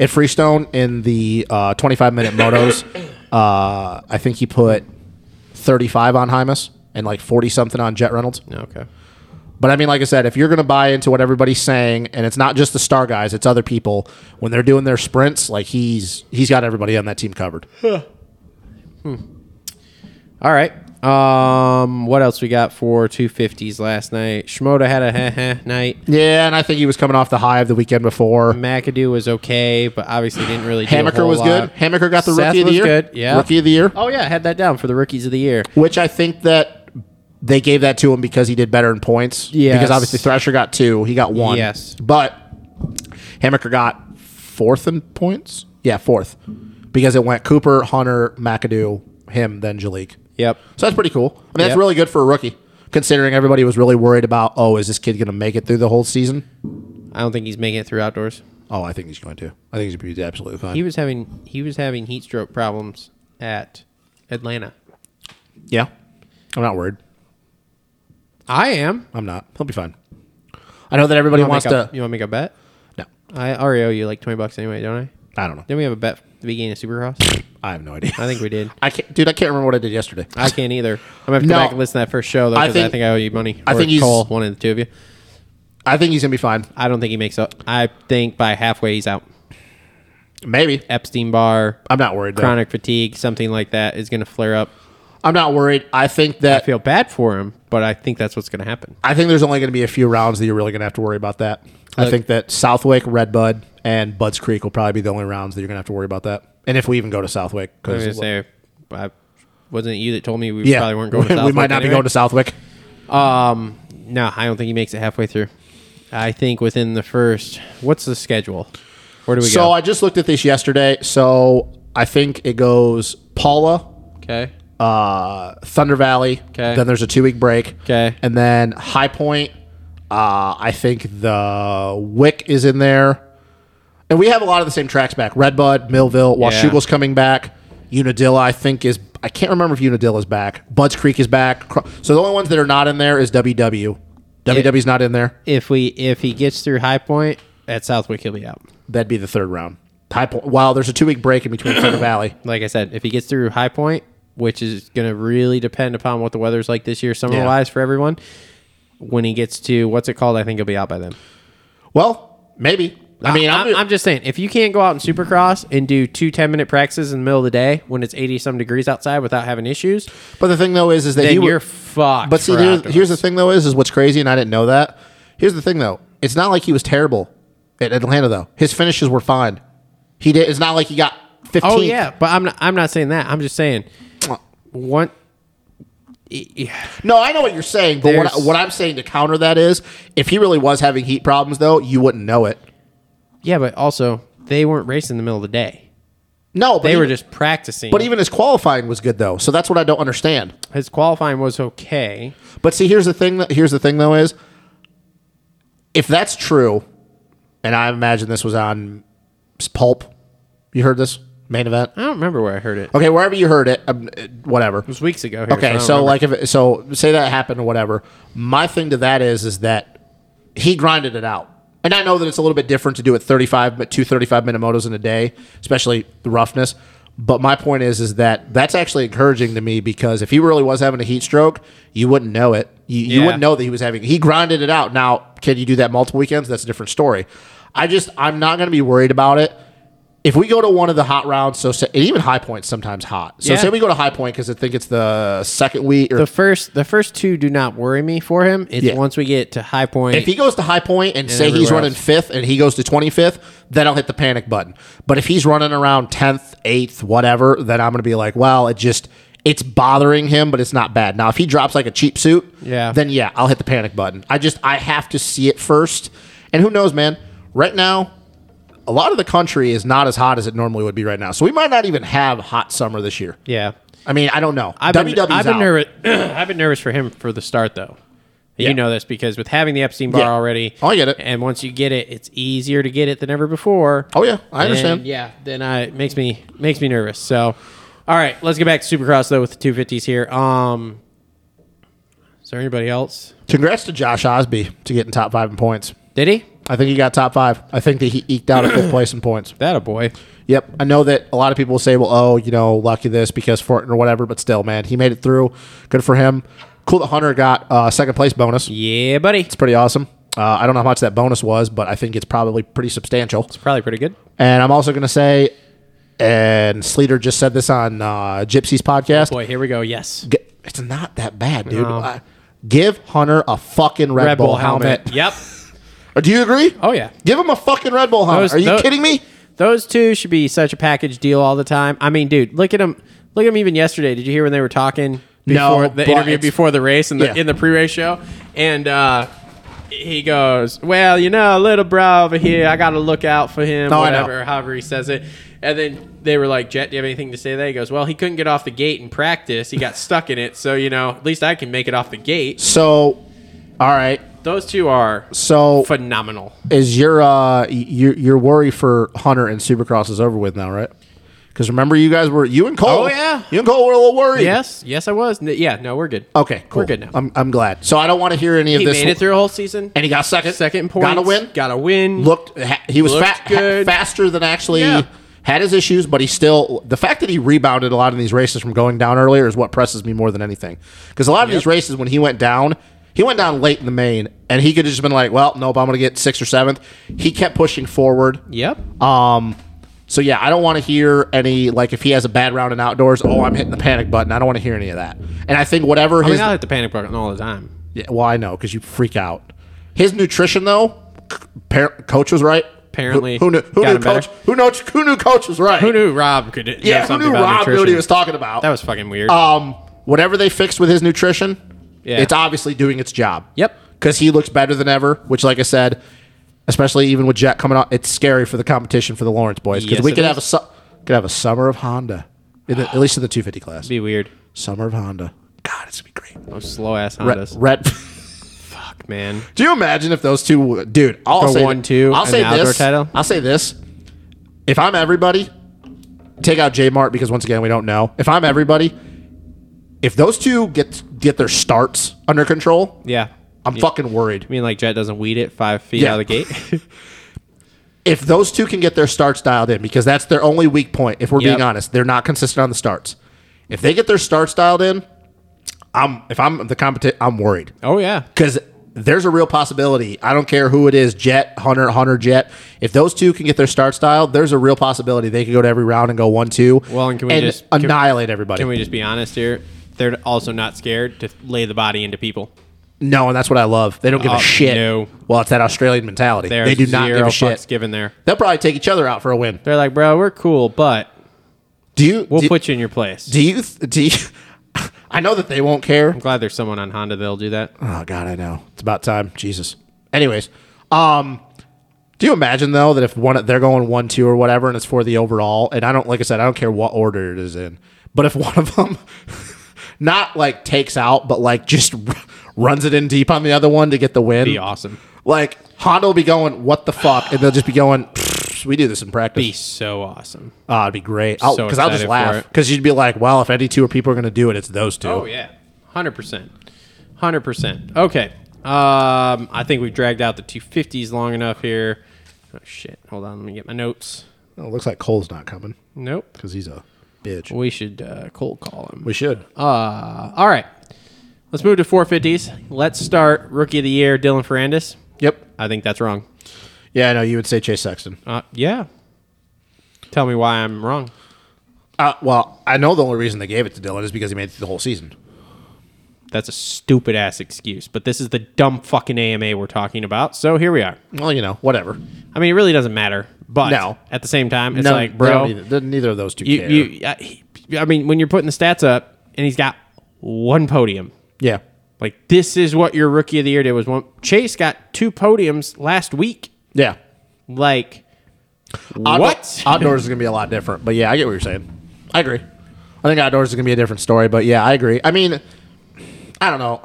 S2: At Freestone in the uh, 25 minute motos, uh, I think he put 35 on Hymus and like 40 something on Jet Reynolds.
S1: No, okay.
S2: But I mean, like I said, if you're going to buy into what everybody's saying, and it's not just the star guys, it's other people when they're doing their sprints, like he's he's got everybody on that team covered.
S1: All right. Um, what else we got for 250s last night? Shimoda had a heh heh night.
S2: Yeah, and I think he was coming off the high of the weekend before.
S1: McAdoo was okay, but obviously didn't really. Do Mm. a
S2: Hamaker
S1: whole
S2: was good.
S1: lot.
S2: Hamaker got the
S1: Seth
S2: rookie of the
S1: was
S2: year.
S1: Good. Yeah.
S2: Rookie of the year.
S1: Oh yeah, I had that down for the rookies of the year.
S2: Which I think that they gave that to him because he did better in points.
S1: Yes.
S2: Because obviously Thrasher got two, he got one.
S1: Yes.
S2: But Hamaker got fourth in points. Yeah, fourth. Because it went Cooper, Hunter, McAdoo, him, then Jalik.
S1: Yep.
S2: So that's pretty cool. I mean, that's
S1: Yep.
S2: really good for a rookie, considering everybody was really worried about, oh, is this kid going to make it through the whole season?
S1: I don't think he's making it through outdoors.
S2: Oh, I think he's going to. I think he's going to be absolutely fine.
S1: He was having he was having heat stroke problems at Atlanta.
S2: yeah. I'm not worried.
S1: I am.
S2: I'm not. He'll be fine. I know that everybody
S1: You want
S2: wants to.
S1: to make a bet?
S2: no,
S1: I already owe you like twenty bucks anyway, don't I?
S2: I don't know.
S1: Didn't we have a bet at the beginning of Supercross?
S2: I have no idea.
S1: I think we did.
S2: I can't, dude. I can't remember what I did yesterday.
S1: I can't either. I'm gonna have to
S2: No.
S1: go back and listen to that first show though,
S2: I
S1: because I,
S2: think-
S1: think I owe you money.
S2: I
S1: Or
S2: think he's-
S1: Cole, one of the two of you.
S2: I think he's gonna be fine.
S1: I don't think he makes up. I think by halfway he's out.
S2: Maybe.
S1: Epstein Barr,
S2: I'm not worried. Though.
S1: chronic fatigue, something like that is gonna flare up.
S2: I'm not worried. I think
S1: I
S2: that.
S1: feel bad for him, but I think that's what's gonna happen.
S2: I think there's only going to be a few rounds that you're really going to have to worry about that. I
S1: Look-
S2: think that Southwick, Redbud, and Budds Creek will probably be the only rounds that you're going to have to worry about that. And if we even go to Southwick,
S1: I was
S2: because
S1: gonna say, I, wasn't it you that told me we
S2: yeah,
S1: probably weren't going.
S2: (laughs)
S1: to
S2: we
S1: Southwick
S2: might not be
S1: anyway?
S2: going to Southwick.
S1: No, I don't think he makes it halfway through. I think within the first. What's the schedule? Where do we
S2: So
S1: go?
S2: I just looked at this yesterday. So I think it goes Paula,
S1: okay.
S2: uh, Thunder Valley.
S1: 'Kay.
S2: Then there's a two week break.
S1: 'Kay.
S2: And then High Point. Uh, I think the Wick is in there. And we have a lot of the same tracks back. Redbud, Millville, Washugal's coming back. Unadilla, I think, is. I can't remember if Unadilla's back. Budds Creek is back. Cro- So the only ones that are not in there is WW. WW's not in there.
S1: If we if he gets through High Point at Southwick, he'll be out.
S2: That'd be the third round. High Point. Wow, there's a two week break in between (coughs) Thunder Valley.
S1: Like I said, if he gets through High Point, which is going to really depend upon what the weather's like this year, summer wise for everyone. When he gets to what's it called, I think he'll be out by then.
S2: Well, maybe. I mean, I'm,
S1: I'm, I'm just saying, if you can't go out in Supercross and do two 10 minute practices in the middle of the day when it's 80 some degrees outside without having issues,
S2: but the thing though is, is that
S1: then
S2: you
S1: you are fucked.
S2: But see,
S1: for
S2: here's,
S1: afterwards.
S2: here's the thing though is is what's crazy, and I didn't know that. Here's the thing though, it's not like he was terrible at Atlanta though. His finishes were fine. He did. It's not like he got 15.
S1: Oh yeah, but I'm not, I'm not saying that. I'm just saying one. Yeah,
S2: No, I know what you're saying, but what, I,
S1: There's-
S2: what I'm saying to counter that is, if he really was having heat problems though, you wouldn't know it.
S1: yeah, but also they weren't racing in the middle of the day.
S2: No, but
S1: They were
S2: even-
S1: just practicing.
S2: But even his qualifying was good though, so that's what I don't understand.
S1: his qualifying was okay.
S2: But see, here's the thing. That, here's the thing, though, is if that's true, and I imagine this was on Pulp. You heard this main event?
S1: I don't remember where I heard it. It
S2: Okay, wherever you heard it, um, uh, whatever.
S1: was weeks ago. Here,
S2: Okay, so like if it, so, say that happened or whatever. My thing to that is is that he grinded it out, and I know that it's a little bit different to do it thirty five, but two 35 minute motos in a day, especially the roughness. But my point is is that that's actually encouraging to me because if he really was having a heat stroke, you wouldn't know it. You, you
S1: Yeah.
S2: wouldn't know that he was having. He grinded it out. Now, can you do that multiple weekends? That's a different story. I just I'm not going to be worried about it. If we go to one of the hot rounds, so say, even High Point's sometimes hot. So
S1: Yeah.
S2: say we go to High Point because I think it's the second week or
S1: The first, the first two do not worry me for him. It's
S2: Yeah.
S1: once we get to high point.
S2: If he goes to high point and, say he's
S1: everywhere
S2: running
S1: else.
S2: fifth and he goes to 25th, then I'll hit the panic button. But if he's running around 10th, 8th, whatever, then I'm going to be like, well, it just, it's bothering him, but it's not bad. Now, if he drops like a cheap suit,
S1: Yeah.
S2: then yeah, I'll hit the panic button. I just, I have to see it first. And who knows, man? Right now, a lot of the country is not as hot as it normally would be right now. So we might not even have hot summer this year.
S1: yeah,
S2: I mean, I don't know.
S1: I've been,
S2: WW's
S1: I've been
S2: out.
S1: nervous. (clears throat) I've been nervous for him for the start though.
S2: Yeah.
S1: You know this because with having the Epstein bar
S2: Yeah.
S1: already,
S2: Oh, I get it.
S1: And once you get it, it's easier to get it than ever before.
S2: Oh, yeah. I understand.
S1: And, yeah, then I it makes me makes me nervous. So, all right, let's get back to Supercross though with the two fifties here. Um, is there anybody else?
S2: Congrats to Josh Osby to getting top five in points.
S1: Did he?
S2: I think he got top five. I think that he eked out a fifth place in points.
S1: That a boy.
S2: Yep. I know that a lot of people will say, well, oh, you know, lucky this because Fortin or whatever, but still, man, he made it through. Good for him. Cool that Hunter got uh, second place bonus.
S1: Yeah, buddy. It's
S2: It's pretty awesome. Uh, I don't know how much that bonus was, but I think it's probably pretty substantial.
S1: probably pretty good.
S2: And I'm also going to say, and Sleater just said this on uh, Gypsy's podcast.
S1: Boy, here we go. Yes.
S2: G- it's not that bad, dude. I- give Hunter a fucking Red, Bull, helmet.
S1: Yep.
S2: Do you agree?
S1: Oh yeah.
S2: Give him a fucking Red Bull helmet.
S1: Those-
S2: Are you
S1: tho-
S2: kidding me?
S1: Those two should be such a package deal all the time. I mean, dude, look at them. Look at them even yesterday. Did you hear when they were talking?
S2: No,
S1: Before
S2: but
S1: the interview
S2: it's-
S1: before the race and the
S2: Yeah.
S1: in the pre-race show, and uh, he goes, "Well, you know, little bro over here, I got to look out for him,
S2: Oh, I know.
S1: whatever, or however he says it." And then they were like, "Jet, do you have anything to say?" There, he goes, "Well, he couldn't get off the gate in practice. He got stuck in it, so you know, at least I can make it off the gate."
S2: So, all right.
S1: Those two are
S2: So
S1: phenomenal.
S2: is your uh y- your your worry for Hunter and Supercross is over with now, right? Because remember, you guys were you and Cole.
S1: Oh, yeah.
S2: you and Cole were a little worried.
S1: Yes, yes, I was. N- yeah, no, we're good.
S2: Okay, cool.
S1: We're good now.
S2: I'm, I'm glad. So I don't want to hear any of
S1: He
S2: this.
S1: made it through a whole season.
S2: and he got second.
S1: Second in points.
S2: Got a win.
S1: Got a win.
S2: Looked. Ha- he was
S1: Looked
S2: fa- ha-
S1: good.
S2: faster than actually.
S1: Yeah.
S2: Had his issues, but he still. The fact that he rebounded a lot in these races from going down earlier is what presses me more than anything. Because a lot of these races, when he went down, he went down late in the main, and he could have just been like, "Well, nope, I'm going to get sixth or seventh. He kept pushing forward.
S1: Yep.
S2: Um, so yeah, I don't want to hear any like if he has a bad round in outdoors. Oh, I'm hitting the panic button. I don't want to hear any of that. And I think whatever
S1: I
S2: his
S1: mean, I hit the panic button all the time.
S2: yeah, well, I know because you freak out. His nutrition though, c- par- coach was right.
S1: Apparently,
S2: who, who knew? Who
S1: got
S2: knew
S1: him better.
S2: coach? Who knew? Who knew? Coach was right.
S1: Who knew Rob could know
S2: Yeah, who
S1: something
S2: knew
S1: about
S2: Rob knew
S1: nutrition?
S2: what he was talking about?
S1: that was fucking weird.
S2: um, whatever they fixed with his nutrition,
S1: Yeah.
S2: it's obviously doing its job.
S1: Yep.
S2: Because he looks better than ever, which, like I said, especially even with Jet coming out, it's scary for the competition for the Lawrence boys because
S1: Yes,
S2: we
S1: it
S2: could have a
S1: is.
S2: su- could have a summer of Honda, in the, at least in the 250 class.
S1: be weird.
S2: Summer of Honda. God, it's gonna be great.
S1: Those slow ass
S2: Red,
S1: Hondas.
S2: red. (laughs)
S1: Fuck, man.
S2: Do you imagine if those two, dude? I'll
S1: For
S2: say
S1: one, two,
S2: I'll
S1: and
S2: say
S1: the outdoor
S2: this.
S1: title?
S2: I'll say this. If I'm everybody, take out J Mart because once again we don't know. If I'm everybody, if those two get get their starts under control,
S1: Yeah.
S2: I'm fucking worried.
S1: I mean, like Jet doesn't weed it five feet
S2: Yeah.
S1: out of the gate. (laughs)
S2: If those two can get their starts dialed in, because that's their only weak point. If we're
S1: Yep.
S2: being honest, they're not consistent on the starts. If they get their starts dialed in, I'm if I'm the competition, I'm worried.
S1: oh yeah.
S2: because there's a real possibility. I don't care who it is, Jet, Hunter, Hunter, Jet. If those two can get their start style, there's a real possibility they could go to every round and go one two.
S1: Well, and can we just- can-
S2: annihilate everybody?
S1: Can we just be honest here? They're also not scared to lay the body into people.
S2: no, and that's what I love. They don't give
S1: Oh,
S2: a shit.
S1: no.
S2: Well, it's that Australian mentality.
S1: They're
S2: They do not
S1: zero
S2: give a
S1: fucks
S2: shit.
S1: given there.
S2: They'll probably take each other out for a win.
S1: They're like, bro, we're cool, but
S2: Do you?
S1: we'll
S2: do,
S1: put you in your place.
S2: Do you? (laughs) th- Do you? I know that they won't care.
S1: I'm glad there's someone on Honda that'll do that.
S2: Oh God, I know. It's about time. Jesus. Anyways, um, do you imagine though that if one they're going one two or whatever, and it's for the overall, and I don't like I said, I don't care what order it is in, but if (laughs) one of them not like takes out, but like just (laughs) runs it in deep on the other one to get the win,
S1: Be awesome.
S2: Like Honda will be going, what the fuck, and they'll just be going. "Pfft, We do this in practice.
S1: Be so awesome.
S2: Oh, it'd be great. Because
S1: So
S2: I'll just
S1: excited for
S2: laugh.
S1: it.
S2: Because you'd be like, well, if any two people are going to do it, it's those two.
S1: Oh yeah, hundred percent, hundred percent. Okay, um, I think we've dragged out the two fifties long enough here. Oh shit! Hold on, let me get my notes.
S2: Oh, it looks like Cole's not coming
S1: Nope.
S2: because he's a bitch.
S1: We should uh, cold call him.
S2: We should.
S1: Uh, all right. Let's move to 450s. Let's start rookie of the year, Dylan Ferrandis.
S2: Yep.
S1: I think that's wrong.
S2: Yeah, no, you would say Chase Sexton.
S1: Uh, yeah. Tell me why I'm wrong.
S2: Uh, well, I know the only reason they gave it to Dylan is because he made it through the whole season.
S1: That's a stupid ass excuse, but this is the dumb fucking AMA we're talking about. So here we are.
S2: Well, you know, whatever.
S1: I mean, it really doesn't matter, but
S2: No.
S1: at the same time, it's
S2: None-
S1: like,
S2: they don't
S1: bro,
S2: Either, neither of those two
S1: you,
S2: care.
S1: you, I, he- I mean, when you're putting the stats up and he's got one podium,
S2: yeah.
S1: like this is what your rookie of the year did was one. Chase got two podiums last week.
S2: Yeah.
S1: Like,
S2: Outdo-
S1: what?
S2: outdoors is going to be a lot different. But yeah, I get what you're saying. I agree. I think outdoors is going to be a different story. But yeah, I agree. I mean, I don't know.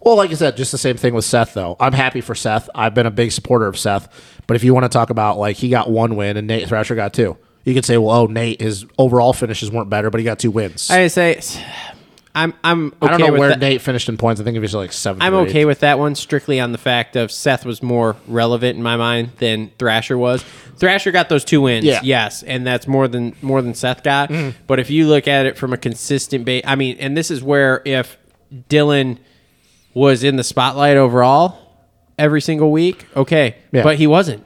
S2: Well, like you said, just the same thing with Seth, though. I'm happy for Seth. I've been a big supporter of Seth. But if you want to talk about, like, he got one win and Nate Thrasher got two, you could say, well, oh, Nate, his overall finishes weren't better, but he got two wins. I,
S1: I say, (sighs) I'm, I'm, okay
S2: don't know
S1: with
S2: where
S1: that.
S2: Nate finished in points. I think it was like seven.
S1: I'm okay with that one strictly on the fact of Seth was more relevant in my mind than Thrasher was. Thrasher got those two wins,
S2: Yeah. Mm-hmm.
S1: yes, and that's more than more than Seth got. But if you look at it from a consistent base, I mean, and this is where if Dylan was in the spotlight overall every single week, okay,
S2: Yeah.
S1: but he wasn't.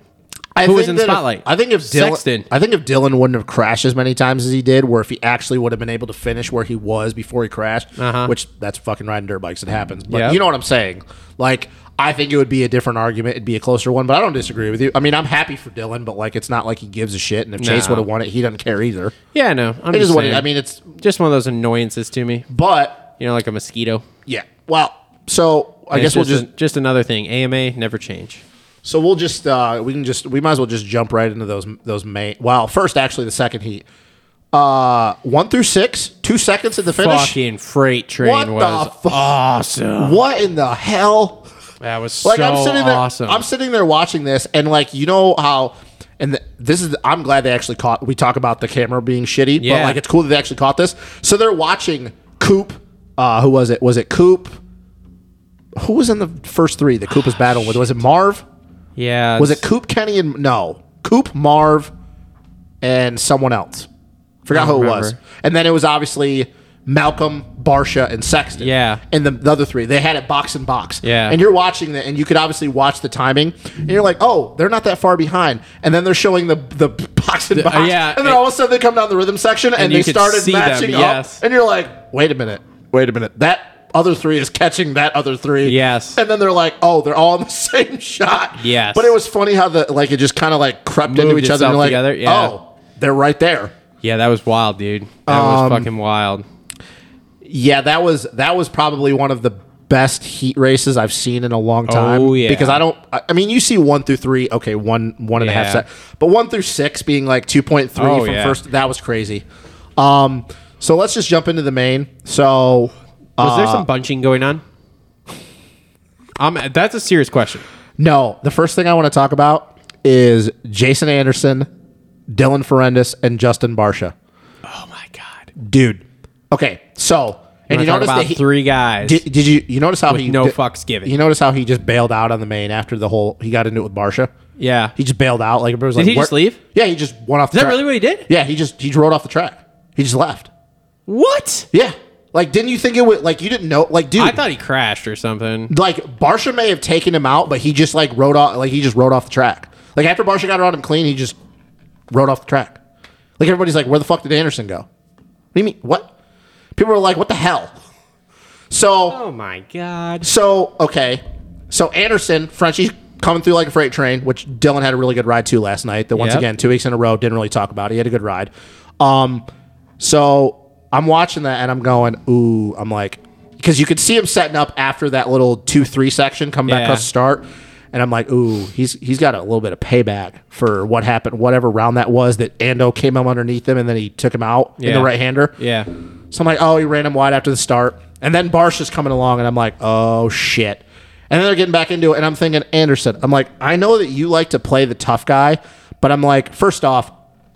S2: I
S1: Who was
S2: think
S1: in the
S2: that if-
S1: spotlight?
S2: I think if Dylan,
S1: Sexton.
S2: I think if Dylan wouldn't have crashed as many times as he did, where if he actually would have been able to finish where he was before he crashed,
S1: Uh-huh.
S2: which that's fucking riding dirt bikes, it happens. But
S1: Yep.
S2: you know what I'm saying? Like, I think it would be a different argument, it'd be a closer one. But I don't disagree with you. I mean, I'm happy for Dylan, but like, it's not like he gives a shit. And if Chase
S1: No.
S2: would have won it, he doesn't care either.
S1: Yeah, no, I'm
S2: It is
S1: just
S2: what it,
S1: saying.
S2: I mean. It's
S1: Just one of those annoyances to me,
S2: but
S1: you know, like a mosquito.
S2: yeah. Well, so I
S1: And
S2: guess
S1: it's
S2: we'll just
S1: a- just another thing. AMA never change.
S2: So we'll just uh, we can just we might as well just jump right into those those main. Well, first actually the second heat, uh, one through six, two seconds at the finish.
S1: Fucking freight train
S2: what
S1: was
S2: the fuck? awesome. What in the hell?
S1: That was
S2: Like
S1: so
S2: I'm sitting there,
S1: awesome.
S2: I'm sitting there watching this, and like you know how, and th- this is I'm glad they actually caught. We talk about the camera being shitty, but
S1: Yeah.
S2: like it's cool that they actually caught this. So they're watching Coop. Uh, who was it? Was it Coop? Who was in the first three that Coop was battling with? Was it Marv?
S1: yeah.
S2: Was it
S1: it's-
S2: Coop Kenny and no Coop Marv and someone else? Forgot
S1: I don't
S2: who it
S1: remember.
S2: was. And then it was obviously Malcolm, Barsha, and Sexton.
S1: Yeah.
S2: and the, the other three they had it box and box.
S1: Yeah.
S2: and you're watching that, and you could obviously watch the timing, and you're like, oh, they're not that far behind. And then they're showing the the box and
S1: The- uh,
S2: box.
S1: yeah,
S2: and then all of a sudden they come down the rhythm section, and,
S1: and you
S2: they
S1: could
S2: started
S1: see them,
S2: matching up.
S1: yes.
S2: And you're like, wait a minute, wait a minute, that. Other three is catching that other three.
S1: Yes.
S2: And then they're like, oh, they're all in the (laughs) same shot.
S1: Yes.
S2: But it was funny how the like it just kind of like crept into each
S1: Moved
S2: other.
S1: itself
S2: And you're like,
S1: together, yeah.
S2: oh, they're right there.
S1: Yeah, that was wild, dude. That
S2: Um,
S1: was fucking wild.
S2: Yeah, that was that was probably one of the best heat races I've seen in a long time.
S1: Oh, yeah.
S2: Because I don't. I I mean, you see one through three, okay, one one and a half
S1: Yeah.
S2: set, but one through six being like two point three
S1: Oh,
S2: from
S1: yeah.
S2: first. That was crazy. Um. So let's just jump into the main. So.
S1: Was there
S2: uh,
S1: some bunching going on? Um, that's a serious question.
S2: No, the first thing I want to talk about is Jason Anderson, Dylan Ferendis, and Justin Barsha.
S1: Oh my god!
S2: Dude. Okay, so and you
S1: We're talking
S2: notice that
S1: about
S2: he,
S1: three guys.
S2: did, did you you notice how
S1: With
S2: he
S1: no
S2: did-
S1: fucks given.
S2: You notice how he just bailed out on the main after the whole he got into it with Barsha.
S1: yeah.
S2: He just bailed out like everybody was
S1: Did
S2: like
S1: he just
S2: "Where-"
S1: leave?
S2: Yeah, he just went off. the
S1: Is that
S2: track.
S1: really what he did?
S2: Yeah, he just he just rode off the track. He just left.
S1: What?
S2: Yeah, like didn't you think it would like you didn't know like dude
S1: I thought he crashed or something.
S2: like Barsha may have taken him out, but he just like rode off like he just rode off the track. Like after Barsha got around him clean, he just rode off the track. Like everybody's like, where the fuck did Anderson go? What do you mean? What? People are like, what the hell? So
S1: Oh my god!
S2: so okay. So Anderson, Frenchie coming through like a freight train, which Dylan had a really good ride too last night. That once
S1: Yep.
S2: again, two weeks in a row, didn't really talk about. It. He had a good ride. Um, so I'm watching that and I'm going, ooh, I'm like, because you could see him setting up after that little two three section coming back
S1: Yeah.
S2: across the start, and I'm like, ooh, he's he's got a little bit of payback for what happened, whatever round that was that Ando came up underneath him and then he took him out in
S1: Yeah.
S2: the right hander.
S1: Yeah.
S2: So I'm like, oh, he ran him wide after the start. And then Barsh is coming along, and I'm like, oh, shit. And then they're getting back into it, and I'm thinking, Anderson, I'm like, I know that you like to play the tough guy, but I'm like, first off,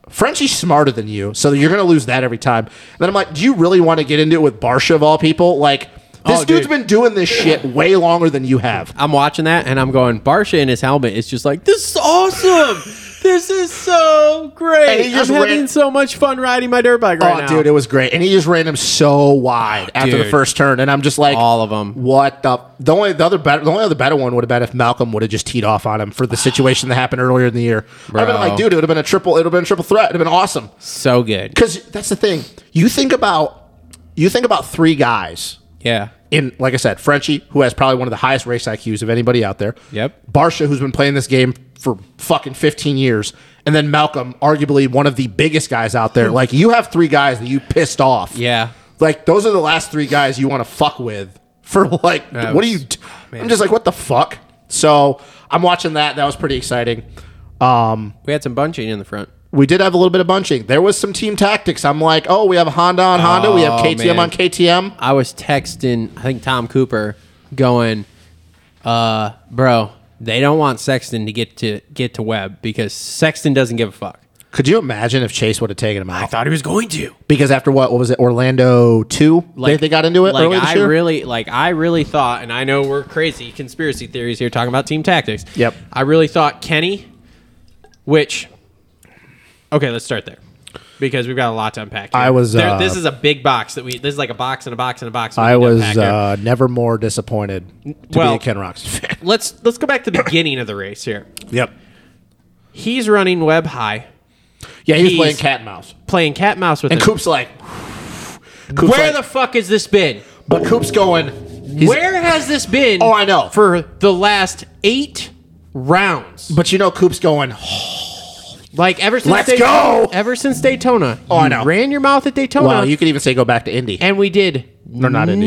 S2: Frenchie's smarter than you, so you're going to lose that every time. And then I'm like, do you really want to get into it with Barsha of all people? Like, this
S1: Oh,
S2: dude's
S1: dude.
S2: been doing this shit way longer than you have.
S1: I'm watching that and I'm going. Barsha in his helmet is just like this is awesome. this This is so
S2: And
S1: great.
S2: he
S1: I'm
S2: just
S1: having
S2: ran-
S1: so much fun riding my dirt bike
S2: Oh,
S1: right now.
S2: dude, it was great, and he just ran him so wide after the
S1: dude.
S2: first turn, and I'm just like,
S1: All of 'em.
S2: What the? The only the other better the only other better one would have been if Malcolm would have just teed off on him for the situation that happened earlier in the year. I've been
S1: Bro.
S2: like, dude, it would have been a triple. It would have been a triple threat. It'd have been awesome.
S1: so good.
S2: Because that's the thing. You think about you think about three guys
S1: Yeah.
S2: in, like I said, Frenchie, who has probably one of the highest race IQs of anybody out there.
S1: Yep.
S2: Barsha, who's been playing this game for fucking 15 years. And then Malcolm, arguably one of the biggest guys out
S1: (laughs)
S2: there. Like, you have three guys that you pissed off.
S1: Yeah.
S2: Like, those are the last three guys you want to fuck with for, like,
S1: That
S2: what do you.
S1: was-
S2: d- I'm just like, what the fuck? So I'm watching that. That was pretty exciting. Um,
S1: We had some bunching in the front.
S2: we did have a little bit of bunching. There was some team tactics. I'm like, oh, we have Honda on Honda. we have
S1: Oh,
S2: KTM
S1: man.
S2: on KTM.
S1: I was texting, I think Tom Cooper, going, uh, bro, they don't want Sexton to get to get to Webb because Sexton doesn't give a fuck.
S2: Could you imagine if Chase would have taken him out?
S1: thought he was going to.
S2: because after what, what was it, Orlando two? Like, they, they got into it
S1: Like
S2: earlier this
S1: I
S2: year.
S1: really, like I really thought, and I know we're crazy conspiracy theories here talking about team tactics.
S2: Yep.
S1: I really thought Kenny, which, okay, let's start there because we've got a lot to unpack. here.
S2: I was,
S1: There-
S2: uh,
S1: this is a big box that we. This is like a box and a box and a box. we
S2: I
S1: need to
S2: was
S1: unpack here.
S2: uh, never more disappointed to
S1: Well-
S2: be a Ken Rocks
S1: (laughs)
S2: fan.
S1: let's let's go back to the (coughs) beginning of the race here.
S2: yep.
S1: He's running web high,
S2: Yeah, he was
S1: He's-
S2: playing cat and mouse,
S1: playing cat and mouse with
S2: and
S1: him.
S2: Coop's like, (sighs) Coop's
S1: Where
S2: like-
S1: the fuck has this been?
S2: but Coop's going. he's-
S1: Where has this been?
S2: Oh, I know.
S1: For the last eight rounds,
S2: But you know, Coop's going.
S1: like ever since
S2: Let's
S1: Daytona,
S2: go!
S1: ever since Daytona.
S2: Oh, I
S1: you
S2: know.
S1: Ran your mouth at Daytona,
S2: Well, you could even say go back to Indy.
S1: and we did
S2: Or not Indy, Houston.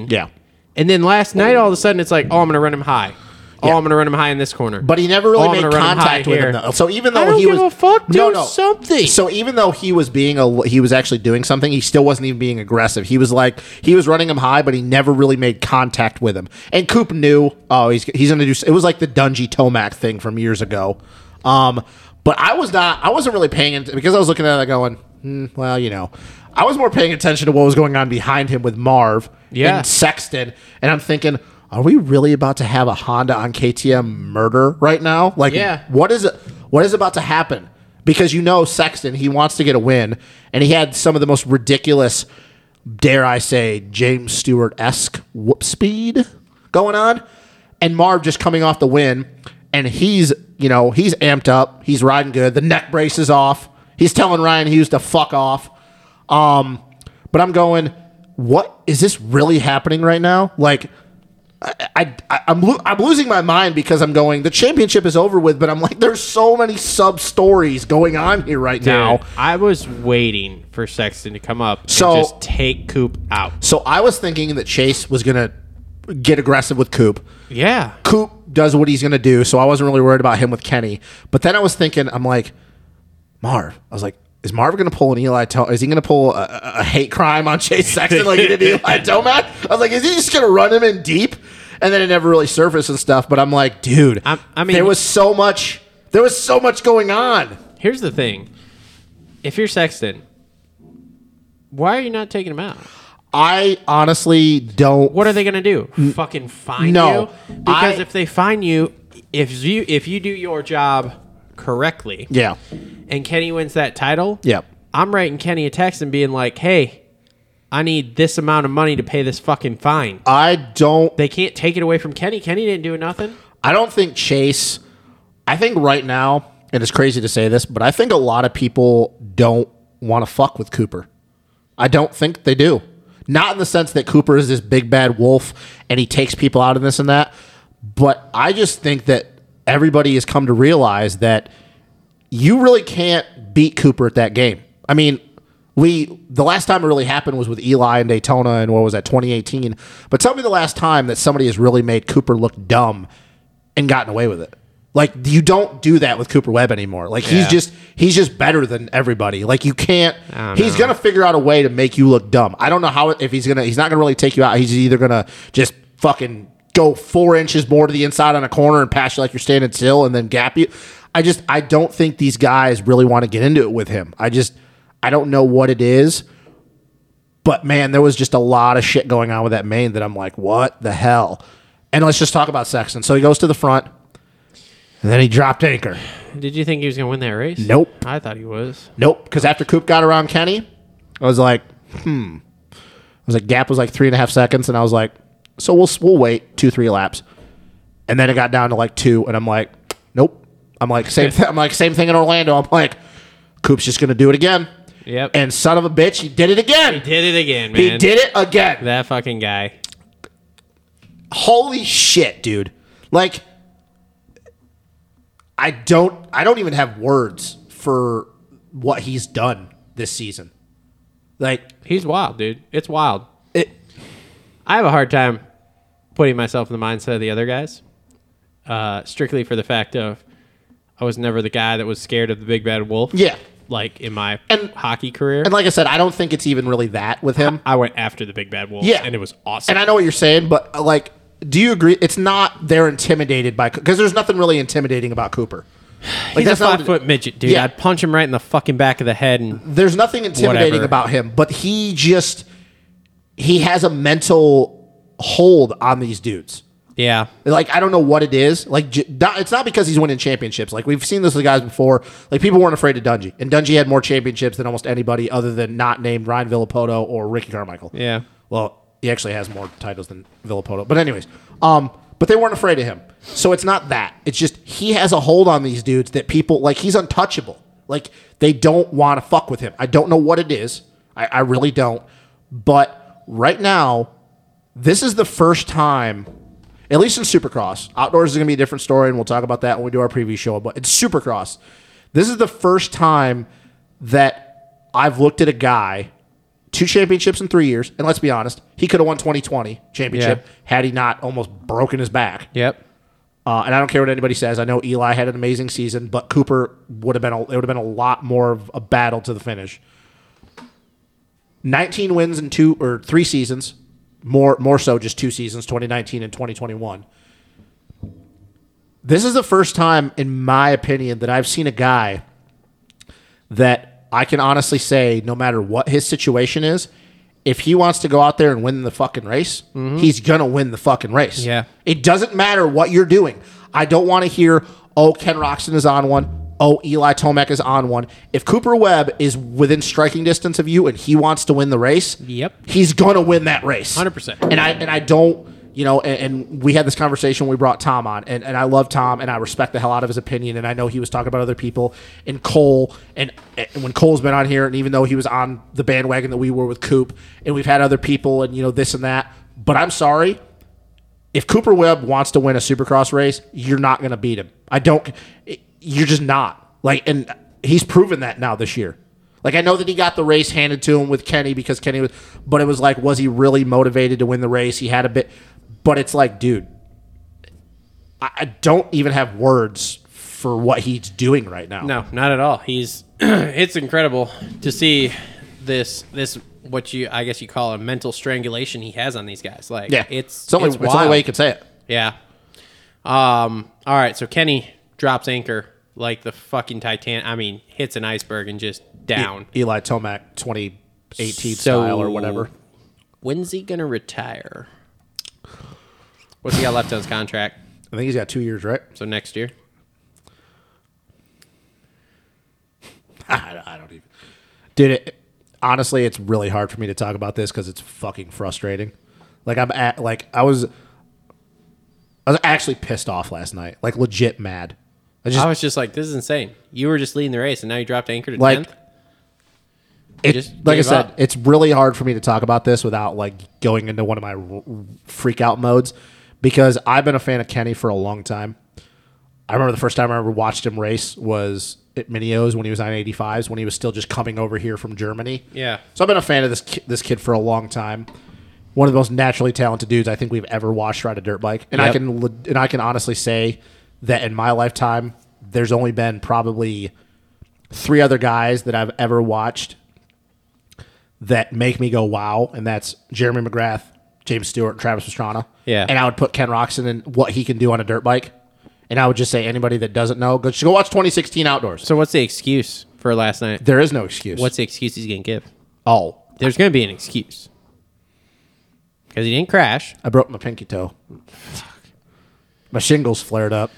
S1: nothing.
S2: Yeah.
S1: And then last night, all of a sudden, it's like, oh, I'm gonna run him high. Oh, I'm gonna run him high in this corner.
S2: But he never
S1: Oh,
S2: really
S1: I'm
S2: made
S1: gonna run
S2: contact
S1: high
S2: with him
S1: here.
S2: though. So even though
S1: I don't
S2: he
S1: give
S2: was
S1: a fuck, do something.
S2: So even though he was being a he was actually doing something, he still wasn't even being aggressive. He was like he was running him high, but he never really made contact with him. And Coop knew, oh, he's he's gonna do. It was like the Dungy Tomac thing from years ago. Um, but I was not. I wasn't really paying attention because I was looking at it going, hmm, well, you know. I was more paying attention to what was going on behind him with Marv
S1: Yeah.
S2: and Sexton, and I'm thinking, are we really about to have a Honda on KTM murder right now? Like,
S1: Yeah.
S2: what is what is about to happen? Because you know Sexton, he wants to get a win, and he had some of the most ridiculous, dare I say, James Stewart esque whoop speed going on, and Marv just coming off the win, and he's you know he's amped up, he's riding good, the neck brace is off, he's telling Ryan Hughes to fuck off, um, but I'm going, what is this really happening right now? Like. I, I I'm lo- I'm losing my mind because I'm going. The championship is over with, but I'm like, there's so many sub stories going on here right now.
S1: Dude, I was waiting for Sexton to come up
S2: So-
S1: and just take Coop out.
S2: So I was thinking that Chase was gonna get aggressive with Coop.
S1: Yeah.
S2: Coop does what he's gonna do, so I wasn't really worried about him with Kenny. But then I was thinking, I'm like, Marv. I was like, is Marv gonna pull an Eli? To- is he gonna pull a, a- a hate crime on Chase Sexton like he did
S1: (laughs)
S2: Eli Tomac? I was like, is he just gonna run him in deep? And then it never really surfaced and stuff. But I'm like, dude,
S1: I'm- I mean-
S2: there was so much. There was so much going on.
S1: Here's the thing. If you're Sexton, why are you not taking him out?
S2: I honestly don't.
S1: What are they going to do? Fucking find
S2: No.
S1: you? Because
S2: I-
S1: if they find you, if you if you do your job correctly
S2: Yeah.
S1: and Kenny wins that title,
S2: Yep.
S1: I'm writing Kenny a text and being like, "Hey, I need this amount of money to pay this fucking fine."
S2: I don't
S1: They can't take it away from Kenny. Kenny didn't do nothing.
S2: I don't think Chase. I think right now, and it's crazy to say this, but I think a lot of people don't want to fuck with Cooper. I don't think they do. Not in the sense that Cooper is this big bad wolf and he takes people out of this and that, but I just think that everybody has come to realize that you really can't beat Cooper at that game. I mean, we the last time it really happened was with Eli and Daytona and what was that 2018. But tell me the last time that somebody has really made Cooper look dumb and gotten away with it. Like you don't do that with Cooper Webb anymore. Like he's
S1: Yeah.
S2: just he's just better than everybody. Like you can't
S1: I don't
S2: he's
S1: know.
S2: going to figure out a way to make you look dumb. I don't know how if he's going to he's not going to really take you out. He's either going to just fucking go 4 inches more to the inside on a corner and pass you like you're standing still and then gap you. I just I don't think these guys really want to get into it with him. I just I don't know what it is. But man, there was just a lot of shit going on with that main that I'm like, what the hell? And let's just talk about Sexton. So he goes to the front, and then he dropped anchor.
S1: Did you think he was going to win that race?
S2: Nope.
S1: I thought he was.
S2: Nope. Because after Coop got around Kenny, I was like, hmm. I was like, gap was like three and a half seconds, and I was like, so we'll we'll wait two three laps, and then it got down to like two, and I'm like, nope. I'm like same. Th- I'm like same thing in Orlando. I'm like, Coop's just gonna do it again.
S1: Yep.
S2: And son of a bitch, he did it again.
S1: did it again, man.
S2: He did it again.
S1: That fucking guy.
S2: holy shit, dude. Like I don't I don't even have words for what he's done this season. Like
S1: He's wild, dude. It's wild.
S2: it
S1: I have a hard time putting myself in the mindset of the other guys, uh, strictly for the fact of I was never the guy that was scared of the big bad wolf.
S2: yeah.
S1: Like in my
S2: And-
S1: hockey career,
S2: And like I said, I don't think it's even really that with him.
S1: I went after the big bad wolf.
S2: Yeah.
S1: and it was awesome.
S2: And I know what you're saying, but uh, like do you agree it's not they're intimidated by because there's nothing really intimidating about Cooper. Like
S1: he's a
S2: not-
S1: five foot midget, dude.
S2: Yeah.
S1: I'd punch him right in the fucking back of the head and
S2: there's nothing intimidating
S1: Whatever.
S2: about him, but he just he has a mental hold on these dudes.
S1: yeah.
S2: Like I don't know what it is. Like j- not, it's not because he's winning championships. Like we've seen this with guys before. Like people weren't afraid of Dungy, and Dungy had more championships than almost anybody other than not named Ryan Villapoto or Ricky Carmichael.
S1: Yeah.
S2: Well, he actually has more titles than Villapoto. But anyways, um, but they weren't afraid of him. So it's not that. It's just he has a hold on these dudes that people like. He's untouchable. Like they don't want to fuck with him. I don't know what it is. I, I really don't. But right now, this is the first time, at least in Supercross. Outdoors is going to be a different story, and we'll talk about that when we do our preview show. But it's Supercross. This is the first time that I've looked at a guy, two championships in three years, and let's be honest, he could have won 2020 championship
S1: Yeah.
S2: had he not almost broken his back.
S1: Yep.
S2: Uh, and I don't care what anybody says. I know Eli had an amazing season, but Cooper would have been a, it would have been a lot more of a battle to the finish. Nineteen wins in two or three seasons, more more so just two seasons, twenty nineteen and twenty twenty one. This is the first time, in my opinion, that I've seen a guy that I can honestly say, no matter what his situation is, if he wants to go out there and win the fucking race, he's gonna win the fucking race.
S1: Yeah.
S2: It doesn't matter what you're doing. I don't want to hear, oh, Ken Roxton is on one. Oh, Eli Tomek is on one. If Cooper Webb is within striking distance of you and he wants to win the race,
S1: Yep.
S2: he's gonna win that race.
S1: 100%.
S2: And I and I don't, you know, and, and we had this conversation when we brought Tom on, and, and I love Tom and I respect the hell out of his opinion. And I know he was talking about other people and Cole and, and when Cole's been on here, and even though he was on the bandwagon that we were with Coop, and we've had other people and you know this and that. But I'm sorry, if Cooper Webb wants to win a Supercross race, you're not going to beat him. I don't. You're just not like, and he's proven that now this year. Like I know that he got the race handed to him with Kenny because Kenny was, but it was like, was he really motivated to win the race? He had a bit, but it's like, dude, I, I don't even have words for what he's doing right now.
S1: No, not at all. He's (clears throat) it's incredible to see this this what you I guess you call a mental strangulation he has on these guys. Like
S2: yeah,
S1: it's
S2: it's the only, it's the only
S1: wild.
S2: way you can say it.
S1: Yeah. Um. All right. So Kenny drops anchor like the fucking Titan. I mean, hits an iceberg and just down.
S2: Eli Tomac, 2018
S1: So-
S2: style or
S1: (laughs)
S2: whatever.
S1: When's he gonna retire? What's he got left on his contract?
S2: I think he's got two years, right?
S1: So next year.
S2: (laughs) I, I don't even. Dude, it, honestly, it's really hard for me to talk about this because it's fucking frustrating. Like I'm at, like I was, I was actually pissed off last night. Like legit mad. I just
S1: I was just like, this is insane. You were just leading the race, and now you dropped anchor to
S2: Like-
S1: tenth.
S2: it,
S1: just
S2: like I
S1: gave
S2: said,
S1: up.
S2: it's really hard for me to talk about this without like going into one of my r- freak out modes because I've been a fan of Kenny for a long time. I remember the first time I ever watched him race was at Minio's when he was on 85s when he was still just coming over here from Germany.
S1: Yeah.
S2: So I've been a fan of this ki- this kid for a long time. One of the most naturally talented dudes I think we've ever watched ride a dirt bike, and I
S1: Yep.
S2: can le- and I can honestly say that in my lifetime, there's only been probably three other guys that I've ever watched that make me go wow, and that's Jeremy McGrath, James Stewart, and Travis Pastrana.
S1: Yeah.
S2: and I would put Ken Roxon and what he can do on a dirt bike, and I would just say anybody that doesn't know, go, just go watch 2016 Outdoors.
S1: So what's the excuse for last night?
S2: there is no excuse.
S1: What's the excuse he's gonna give?
S2: oh?
S1: There's gonna be an excuse because he didn't crash.
S2: I broke my pinky toe. My shingles flared up.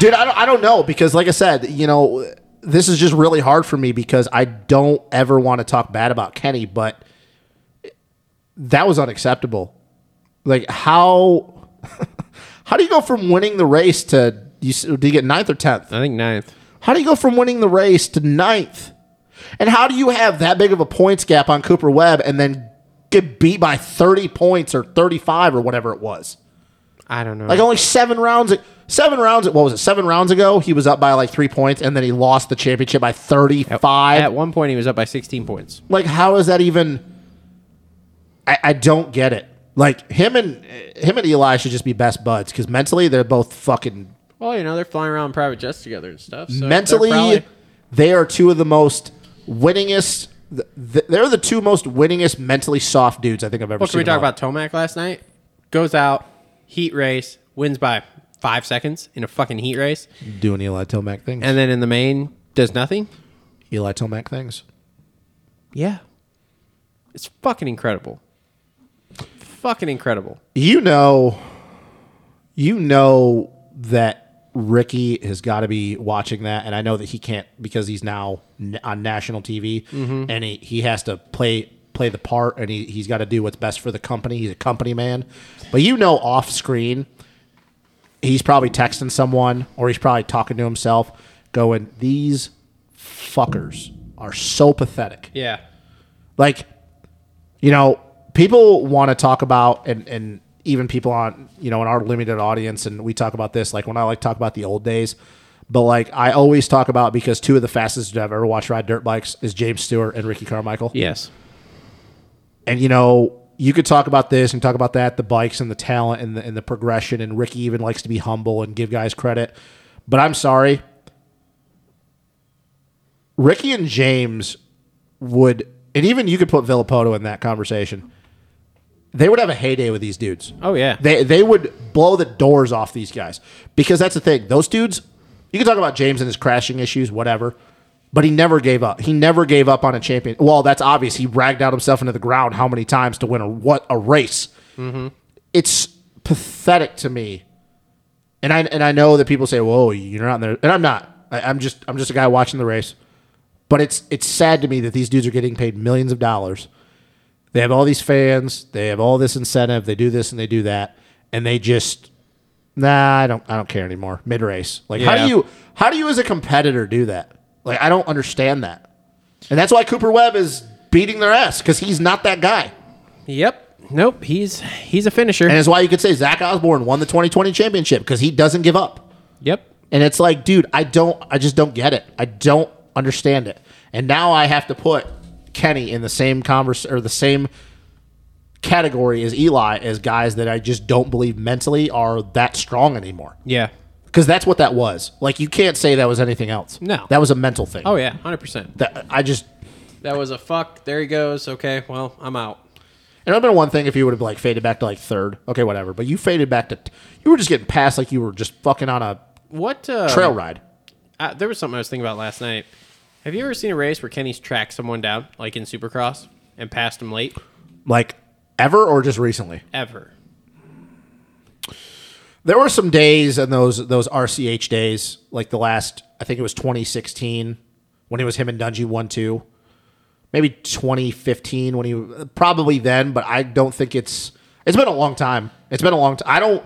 S2: Dude, I don't, I don't know because, like I said, you know, this is just really hard for me because I don't ever want to talk bad about Kenny, but that was unacceptable. Like, how (laughs) how do you go from winning the race to you? s- Do you get ninth or tenth?
S1: I think ninth.
S2: How do you go from winning the race to ninth? And how do you have that big of a points gap on Cooper Webb and then get beat by thirty points or thirty five or whatever it was?
S1: I don't know.
S2: Like only seven rounds, seven rounds. What was it? Seven rounds ago, he was up by like three points, and then he lost the championship by thirty-five.
S1: At one point, he was up by 16 points.
S2: like, how is that even? I, I don't get it. Like him and eh, him and Eli should just be best buds because mentally they're both fucking
S1: Well, you know, they're flying around in private jets together and stuff. So they're
S2: mentally
S1: probably-
S2: they are two of the most winningest. th- th- They're the two most winningest mentally soft dudes I think I've ever
S1: Well,
S2: seen.
S1: can we
S2: in
S1: talk
S2: my
S1: about Tomac last night? Goes out, heat race, wins by five seconds in a fucking heat race,
S2: life. doing Eli Tomac things?
S1: and then in the main does nothing.
S2: Eli Tomac things.
S1: Yeah, it's fucking incredible. Fucking incredible.
S2: you know you know that Ricky has got to be watching that and I know that he can't because he's now n- on national TV and he, he has to play play the part and he, he's got to do what's best for the company he's a company man but you know off screen he's probably texting someone or he's probably talking to himself going these fuckers are so pathetic
S1: Yeah,
S2: like you know people want to talk about and and even people on you know in our limited audience and we talk about this like when i like talk about the old days but like i always talk about because two of the fastest that i've ever watched ride dirt bikes is james stewart and ricky carmichael
S1: yes,
S2: and you know you could talk about this and talk about that the bikes and the talent and the, and the progression and ricky even likes to be humble and give guys credit but i'm sorry ricky and james would and even you could put villapoto in that conversation they would have a heyday with these dudes
S1: Oh, yeah.
S2: they, they would blow the doors off these guys because that's the thing those dudes you can talk about james and his crashing issues whatever but he never gave up. He never gave up on a champion. Well, that's obvious. He ragged out himself into the ground how many times to win a what a race. It's pathetic to me, and I and I know that people say, "Whoa, you're not in there," and I'm not. I, I'm just I'm just a guy watching the race. But it's it's sad to me that these dudes are getting paid millions of dollars. They have all these fans. They have all this incentive. They do this and they do that, and they just nah. I don't I don't care anymore. Mid race, like how do
S1: Yeah.
S2: you how do you as a competitor do that? Like I don't understand that, and that's why Cooper Webb is beating their ass because he's not that guy,
S1: yep, nope. He's he's a finisher.
S2: and it's why you could say Zach Osborne won the 2020 championship because he doesn't give up.
S1: yep,
S2: And it's like, dude, I don't, I just don't get it. I don't understand it. And now I have to put Kenny in the same converse or the same category as Eli as guys that I just don't believe mentally are that strong anymore.
S1: yeah.
S2: Because that's what that was. Like, you can't say that was anything else.
S1: No.
S2: that was a mental thing.
S1: Oh yeah, hundred percent.
S2: that, I just.
S1: That was a fuck. There he goes. Okay, well, I'm out.
S2: It would have been one thing if you would have like faded back to like third. Okay, whatever. But you faded back to, you were just getting past like you were just fucking on a
S1: What uh,
S2: trail ride.
S1: Uh, there was something I was thinking about last night. Have you ever seen a race where Kenny's tracked someone down, like in Supercross, and passed him late?
S2: Like ever or just recently?
S1: Ever?
S2: There were some days and those those RCH days, like the last I think it was 2016 when it was him and Dungy one two, maybe 2015 when he probably then, but I don't think it's it's been a long time. It's been a long time. I don't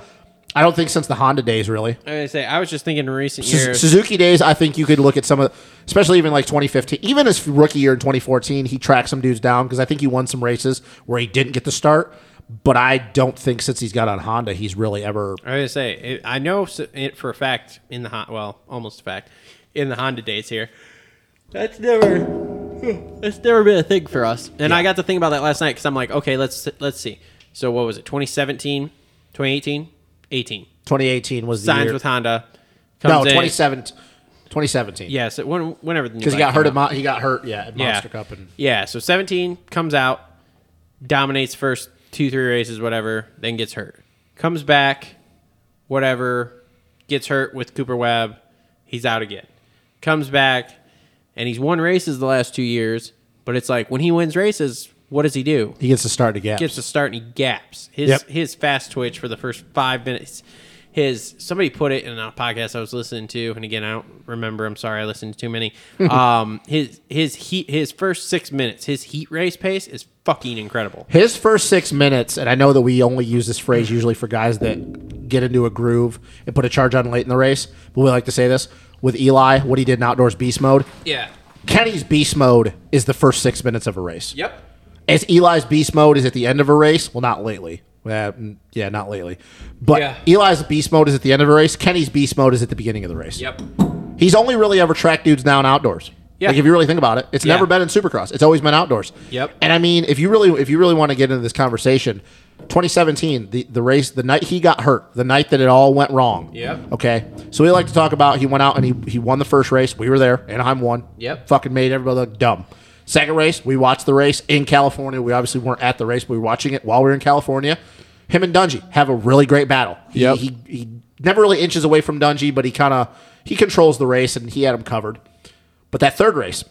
S2: I don't think since the Honda days really.
S1: I was gonna say I was just thinking in recent
S2: Su-
S1: years.
S2: Suzuki days, I think you could look at some of, especially even like 2015, even his rookie year in 2014, he tracked some dudes down because I think he won some races where he didn't get the start. But I don't think since he's got on Honda, he's really ever
S1: I was gonna say it, I know s- it for a fact in the Hon- well, almost a fact in the Honda days here. That's never (sighs) that's never been a thing for us. And I got to think about that last night because I'm like, okay, let's let's see. So what was it? 2017, 2018, 18
S2: 2018 was the
S1: signs
S2: year.
S1: with Honda.
S2: No,
S1: comes in-
S2: 27, 2017. Yeah,
S1: Yes, it- when, whenever the new
S2: because he got
S1: bike
S2: hurt
S1: came
S2: at
S1: out.
S2: Mo- he got hurt. Yeah, at Monster
S1: yeah.
S2: Cup and
S1: yeah. So 17 comes out, dominates first two three races, whatever, then gets hurt. Comes back, whatever, gets hurt with Cooper Webb, he's out again. Comes back, and he's won races the last two years, but it's like when he wins races, what does he do?
S2: he gets to start again.
S1: gets a start and he gaps. His
S2: Yep.
S1: his fast twitch for the first five minutes. his somebody put it in a podcast I was listening to, and again I don't remember. I'm sorry, I listened to
S2: (laughs)
S1: too many. um, his his heat his first six minutes, his heat race pace is fucking incredible.
S2: His first six minutes, and I know that we only use this phrase usually for guys that get into a groove and put a charge on late in the race, but we like to say this with Eli, what he did in outdoors beast mode.
S1: Yeah.
S2: Kenny's beast mode is the first six minutes of a race.
S1: Yep.
S2: As Eli's beast mode is at the end of a race. Well, not lately. Uh, mm, yeah, not lately. But
S1: Yeah.
S2: Eli's beast mode is at the end of a race. Kenny's beast mode is at the beginning of the race.
S1: Yep.
S2: He's only really ever tracked dudes down outdoors.
S1: Yeah.
S2: Like if you really think about it, it's
S1: Yeah.
S2: never been in Supercross. It's always been outdoors.
S1: Yep.
S2: And I mean, if you really if you really want to get into this conversation, 2017, the, the race, the night he got hurt, the night that it all went wrong.
S1: Yep.
S2: Okay. So we like to talk about he went out and he, he won the first race. We were there. Anaheim won.
S1: Yep.
S2: Fucking made everybody look dumb. Second race, we watched the race in California. We obviously weren't at the race, but we were watching it while we were in California. Him and Dungy have a really great battle. He,
S3: Yep.
S2: he he never really inches away from Dungy, but he kind of he controls the race and he had him covered. But that third race,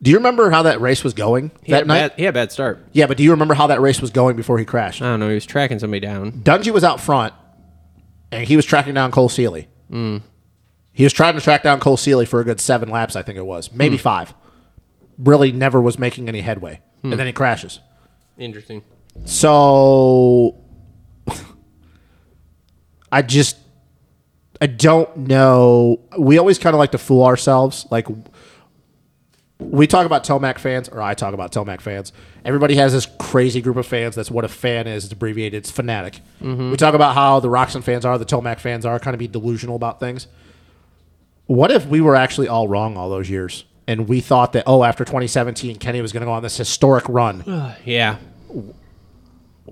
S2: do you remember how that race was going
S1: He had
S2: that
S1: a
S2: night?
S1: bad, he had a bad start.
S2: Yeah, but do you remember how that race was going before he crashed?
S1: I don't know. He was tracking somebody down.
S2: Dungy was out front, and he was tracking down Cole Seely. He was trying to track down Cole Seely for a good seven laps, I think it was, maybe five. Really, never was making any headway, and then he crashes.
S1: Interesting.
S2: So, (laughs) I just, I don't know. We always kind of like to fool ourselves, like. We talk about Telmac fans, or I talk about Telmac fans. Everybody has this crazy group of fans. That's what a fan is. It's abbreviated. It's fanatic. We talk about how the Roxon fans are, the Telmac fans are, kind of be delusional about things. What if we were actually all wrong all those years, and we thought that oh, after 2017, Kenny was going to go on this historic run,
S1: Yeah.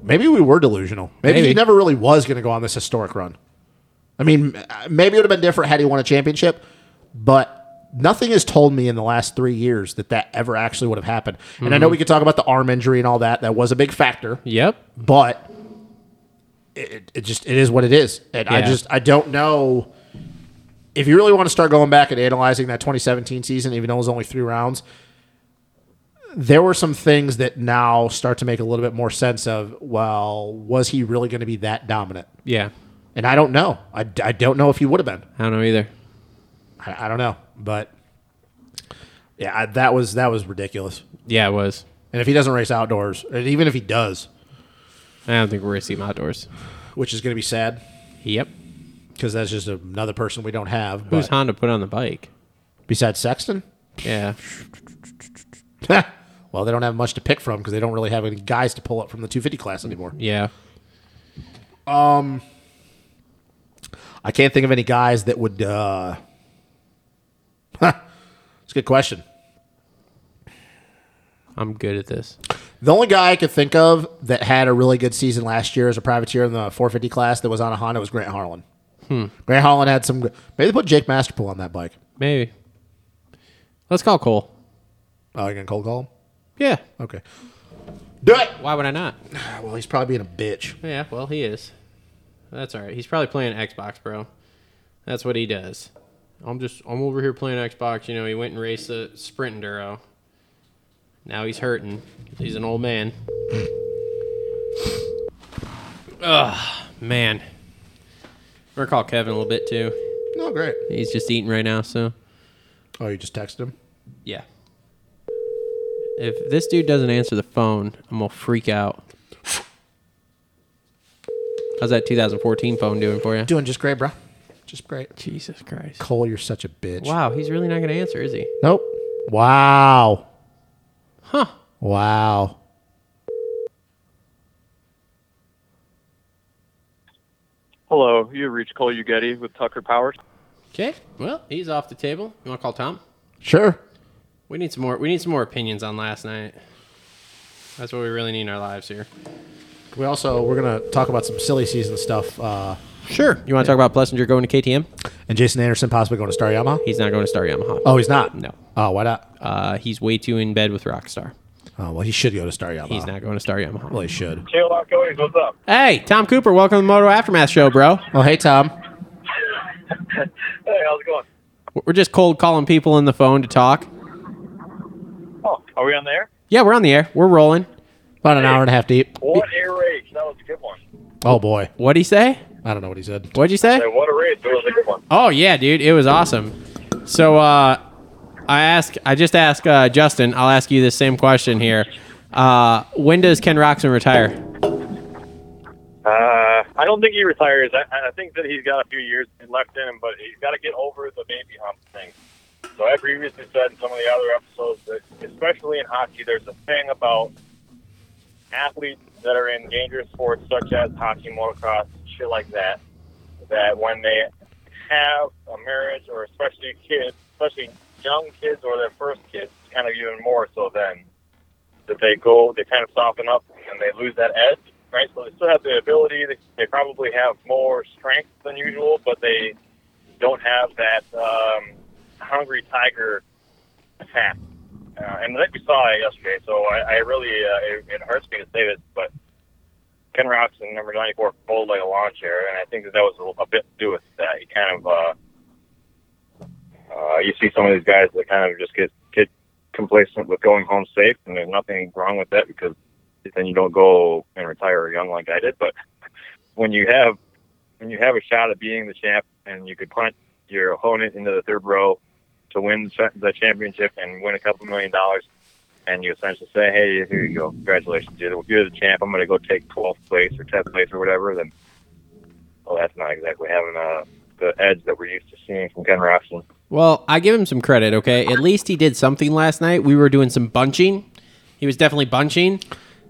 S2: Maybe we were delusional. Maybe, he
S1: Maybe.
S2: never really was going to go on this historic run. I mean, m- maybe it would have been different had he won a championship, but nothing has told me in the last three years that that ever actually would have happened. And I know we could talk about the arm injury and all that. That was a big factor,
S1: Yep.
S2: but it, it just it is what it is. And I
S1: Yeah.
S2: just I don't know if you really want to start going back and analyzing that 2017 season, even though it was only three rounds there were some things that now start to make a little bit more sense of well was he really going to be that dominant
S1: Yeah.
S2: and i don't know i, I don't know if he would have been
S1: I don't know either.
S2: I, I don't know but yeah I, that was that was ridiculous
S1: Yeah, it was.
S2: and if he doesn't race outdoors and even if he does
S1: I don't think we're gonna see him outdoors.
S2: which is going to be sad
S1: Yep.
S2: because that's just another person we don't have
S1: Who's
S2: but
S1: Honda put on the bike?
S2: besides sexton (laughs)
S1: Yeah.
S2: well they don't have much to pick from because they don't really have any guys to pull up from the 250 class anymore
S1: Yeah.
S2: I can't think of any guys that would. Uh, (laughs) it's a good question.
S1: I'm good at this.
S2: The only guy I could think of that had a really good season last year as a privateer in the 450 class that was on a Honda was Grant Harlan. Grant Harlan had some. Maybe they put Jake Masterpool on that bike.
S1: Maybe. Let's call Cole.
S2: Oh, you're gonna cold call him?
S1: Yeah.
S2: Okay, do it.
S1: Why would I not?
S2: Well, he's probably being a bitch.
S1: Yeah, well, he is. That's all right. He's probably playing Xbox, bro. That's what he does. I'm just I'm over here playing Xbox. You know, he went and raced the sprint enduro. Now he's hurting. He's an old man. (sighs) Ugh, man. We're gonna call Kevin a little bit too.
S2: No, great.
S1: He's just eating right now, so
S2: Oh, you just texted him.
S1: yeah. If this dude doesn't answer the phone, I'm gonna freak out. How's that 2014 phone doing for you?
S2: Doing just great, bro. Just great.
S1: Jesus Christ.
S2: Cole, you're such a bitch.
S1: Wow, he's really not going to answer, is he?
S2: Nope. Wow.
S1: Huh.
S2: Wow.
S4: Hello, you have reached Cole Ugetti with Tucker Powers.
S1: Okay. Well, he's off the table. You want to call Tom?
S2: Sure.
S1: We need some more. We need some more opinions on last night. That's what we really need in our lives here.
S2: We also we're gonna talk about some silly season stuff. Uh,
S1: Sure. You want to talk about Plessinger going to KTM?
S2: and Jason Anderson possibly going to Star Yamaha.
S1: He's not going to Star Yamaha.
S2: Oh, he's not.
S1: No.
S2: Oh, why not?
S1: Uh, he's way too in bed with Rockstar.
S2: Oh, well, he should go to Star Yamaha.
S1: He's not going to Star Yamaha.
S2: Well, he should.
S4: Taylor Cody's, what's up?
S1: Hey, Tom Cooper, welcome to the Moto Aftermath Show, bro.
S2: Oh, hey Tom.
S4: Hey, how's it going?
S1: We're just cold calling people on the phone to talk.
S4: Oh, are we on the air?
S1: Yeah, we're on the air. We're rolling.
S2: About an hour and a half deep.
S4: What air race? That was a good one.
S2: Oh boy.
S1: What'd he say?
S2: I don't know what he said.
S3: What'd you say?
S5: And what a raid. There was a good one.
S3: Oh yeah, dude, it was awesome.
S1: So uh, I ask, I just ask uh, Justin. I'll ask you the same question here. Uh, when does Ken Roxon retire?
S5: Uh, I don't think he retires. I, I think that he's got a few years left in him, but he's got to get over the baby hump thing. So I previously said in some of the other episodes that, especially in hockey, there's a thing about athletes that are in dangerous sports such as hockey, motocross, shit like that, that when they have a marriage or especially kids, especially young kids or their first kids, kind of even more so then, that they go, they kind of soften up and they lose that edge, right? So they still have the ability, they, they probably have more strength than usual, but they don't have that um, hungry tiger attack. Uh, and I think we saw it yesterday, so I, I really, uh, it, it hurts me to say this, but Ken Robson, number 94, pulled like a lawn chair, and I think that that was a, a bit to do with that. He kind of, uh, uh, you see some of these guys that kind of just get, get complacent with going home safe, and there's nothing wrong with that because then you don't go and retire young like I did. But when you have when you have a shot at being the champ, and you could punt your opponent into the third row to win the cha- the championship and win a couple million dollars, and you essentially say, "Hey, here you go, congratulations, you're the, you're the champ. I'm going to go take 12th place or 10th place or whatever." Then, well, that's not exactly having uh, the edge that we're used to seeing from Ken Robson.
S1: Well, I give him some credit, okay? At least he did something last night. We were doing some bunching. He was definitely bunching.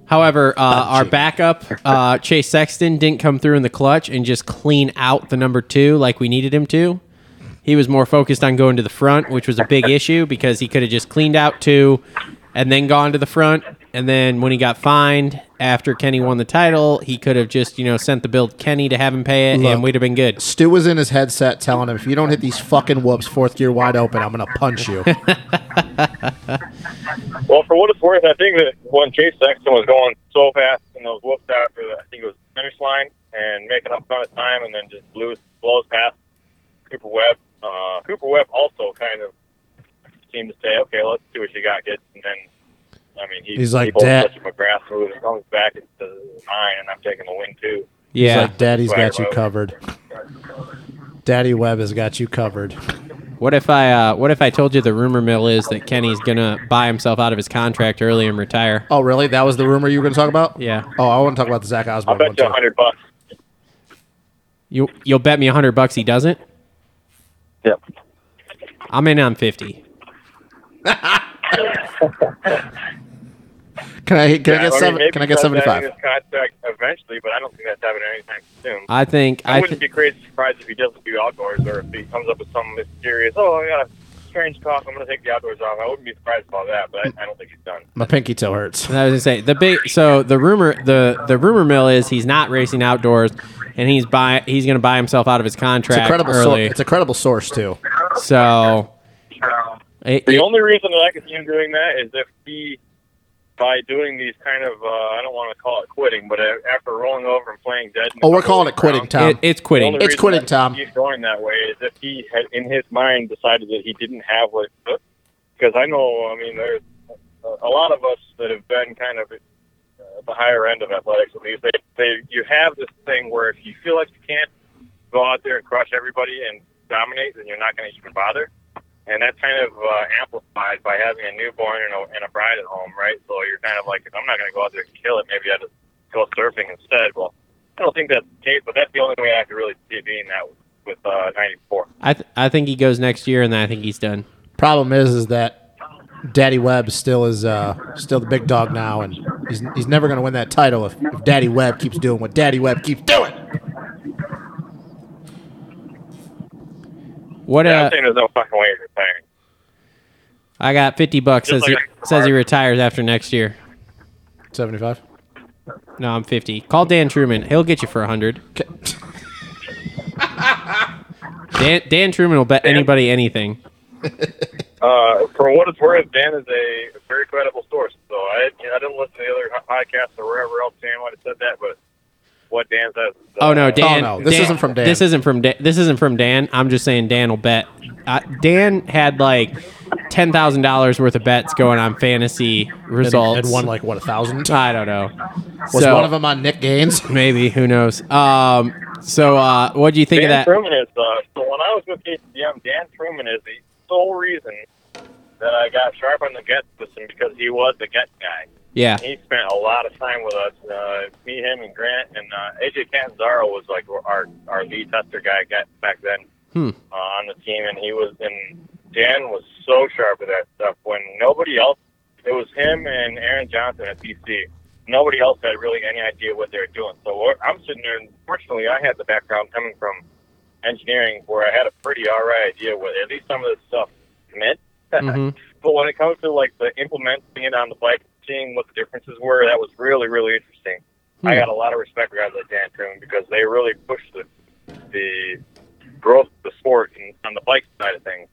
S1: However, uh,
S2: (laughs)
S1: our backup, uh, Chase Sexton, didn't come through in the clutch and just clean out the number two like we needed him to. He was more focused on going to the front, which was a big issue because he could have just cleaned out two and then gone to the front. And then when he got fined after Kenny won the title, he could have just, you know, sent the bill to Kenny to have him pay it and
S2: Look.
S1: we'd have been good.
S2: Stu was in his headset telling him, if you don't hit these fucking whoops fourth gear wide open, I'm going to punch
S1: (laughs)
S2: you.
S5: Well, for what it's worth, I think that when Chase Sexton was going so fast and those whoops after the, I think it was the finish line and making up on his time and then just blew blows past Cooper Webb. Uh, Cooper Webb also kind of seemed to say, "Okay, let's see what you got, kid." And then, I mean, he,
S2: He's like,
S5: he bolts
S2: "Dad."
S5: such a McGrath move and comes back and says, "Mine," and I'm taking the win too.
S2: He's
S1: Yeah.
S2: like, Daddy's got you covered. Daddy Webb has got you covered.
S1: What if I uh, what if I told you the rumor mill is that Kenny's gonna buy himself out of his contract early and retire?
S2: Oh, really? That was the rumor you were going to talk about?
S1: Yeah.
S2: Oh, I want to talk about the Zach Osborne
S5: I'll
S2: one,
S5: bet you
S2: too.
S5: a hundred bucks.
S1: You you'll bet me a hundred bucks he doesn't?
S5: Yep.
S1: I'm in on fifty.
S2: Can I, can I get,
S5: mean,
S2: seven,
S5: maybe
S2: can I get
S5: he does that
S2: 75?
S5: in his contract eventually, but I don't think that's happening anytime soon.
S1: I think
S5: I
S1: I
S5: wouldn't
S1: th-
S5: be crazy surprised if he doesn't do outdoors or if he comes up with some mysterious, oh, I got a strange cough, I'm going to take the outdoors off. I wouldn't be surprised about that, but I, I don't think he's done.
S2: My pinky toe hurts.
S1: I was gonna say the big so the rumor the the rumor mill is he's not racing outdoors and he's buy he's gonna buy himself out of his
S2: It's a
S1: contract
S2: credible, sor-
S1: early.
S2: it's a credible source, too.
S1: so it-
S5: The
S1: it-
S5: only reason that I could see him doing that is if he, by doing these kind of, uh, I don't want to call it quitting, but uh, after rolling over and playing dead. in
S2: Oh,
S5: the
S2: we're calling it
S5: middle
S2: quitting,
S5: of the round,
S2: Tom.
S1: it- it's
S5: the
S1: quitting.
S5: only
S2: It's
S5: reason
S2: quitting,
S5: that
S2: Tom.
S5: He's going that way is if he had, in his mind, decided that he didn't have what it took. Because I know, I mean, there's a a lot of us that have been kind of uh, the higher end of athletics. At least they, they, you have this thing where if you feel like you can't go out there and crush everybody and dominate, then you're not going to even bother. And that's kind of uh, amplified by having a newborn and a, and a bride at home, right? So you're kind of like, if I'm not going to go out there and kill it, maybe I just go surfing instead. Well, I don't think that's the case, but that's the only way I could really see it being that with uh, 94.
S1: I th- I think he goes next year and then I think he's done.
S2: Problem is, is that Daddy Webb still is uh, still the big dog now, and he's, he's never going to win that title if, if Daddy Webb keeps doing what Daddy Webb keeps doing.
S1: What
S5: Yeah, I'm
S1: uh,
S5: saying there's no fucking way of retiring.
S1: I got fifty bucks says
S5: Just
S1: he,
S5: like I-
S1: says he retires after next year.
S2: 75?
S1: No, I'm 50. Call Dan Truman. He'll get you for 100. (laughs) Dan, Dan Truman will bet anybody anything.
S5: Uh, for what it's worth, Dan is a very credible source. So I, you know, I didn't listen to the other podcasts or wherever else Dan might have said that, but what Dan says. uh,
S1: Oh no, Dan.
S2: no, this
S1: Dan-
S2: isn't from Dan.
S1: This isn't from Dan. This isn't from Dan. I'm just saying Dan will bet. Uh, Dan had like ten thousand dollars worth of bets going on fantasy results.
S2: And won like, what, a thousand?
S1: I don't know.
S2: Was
S1: So-
S2: one of them on Nick Gaines? (laughs)
S1: Maybe who knows? Um, So, uh, what do you think
S5: Dan
S1: of that?
S5: Truman is uh, so when I was with KCM, Dan Truman is the sole reason that I got sharp on the get system because he was the get guy.
S1: Yeah,
S5: He spent a lot of time with us. Uh, me, him, and Grant, and uh, AJ Catanzaro was like our our lead tester guy got back then
S1: Hmm.
S5: uh, on the team, and he was and Dan was so sharp with that stuff when nobody else. It was him and Aaron Johnson at BC. Nobody else had really any idea what they were doing. So we're- I'm sitting there. and Fortunately, I had the background coming from engineering where I had a pretty all right idea what at least some of this stuff meant.
S2: Mm-hmm.
S1: Mhm.
S5: But when it comes to like the implementing it on the bike, seeing what the differences were, that was really really interesting. I got a lot of respect for guys like Dan Truman because they really pushed the the growth of the sport and on the bike side of things.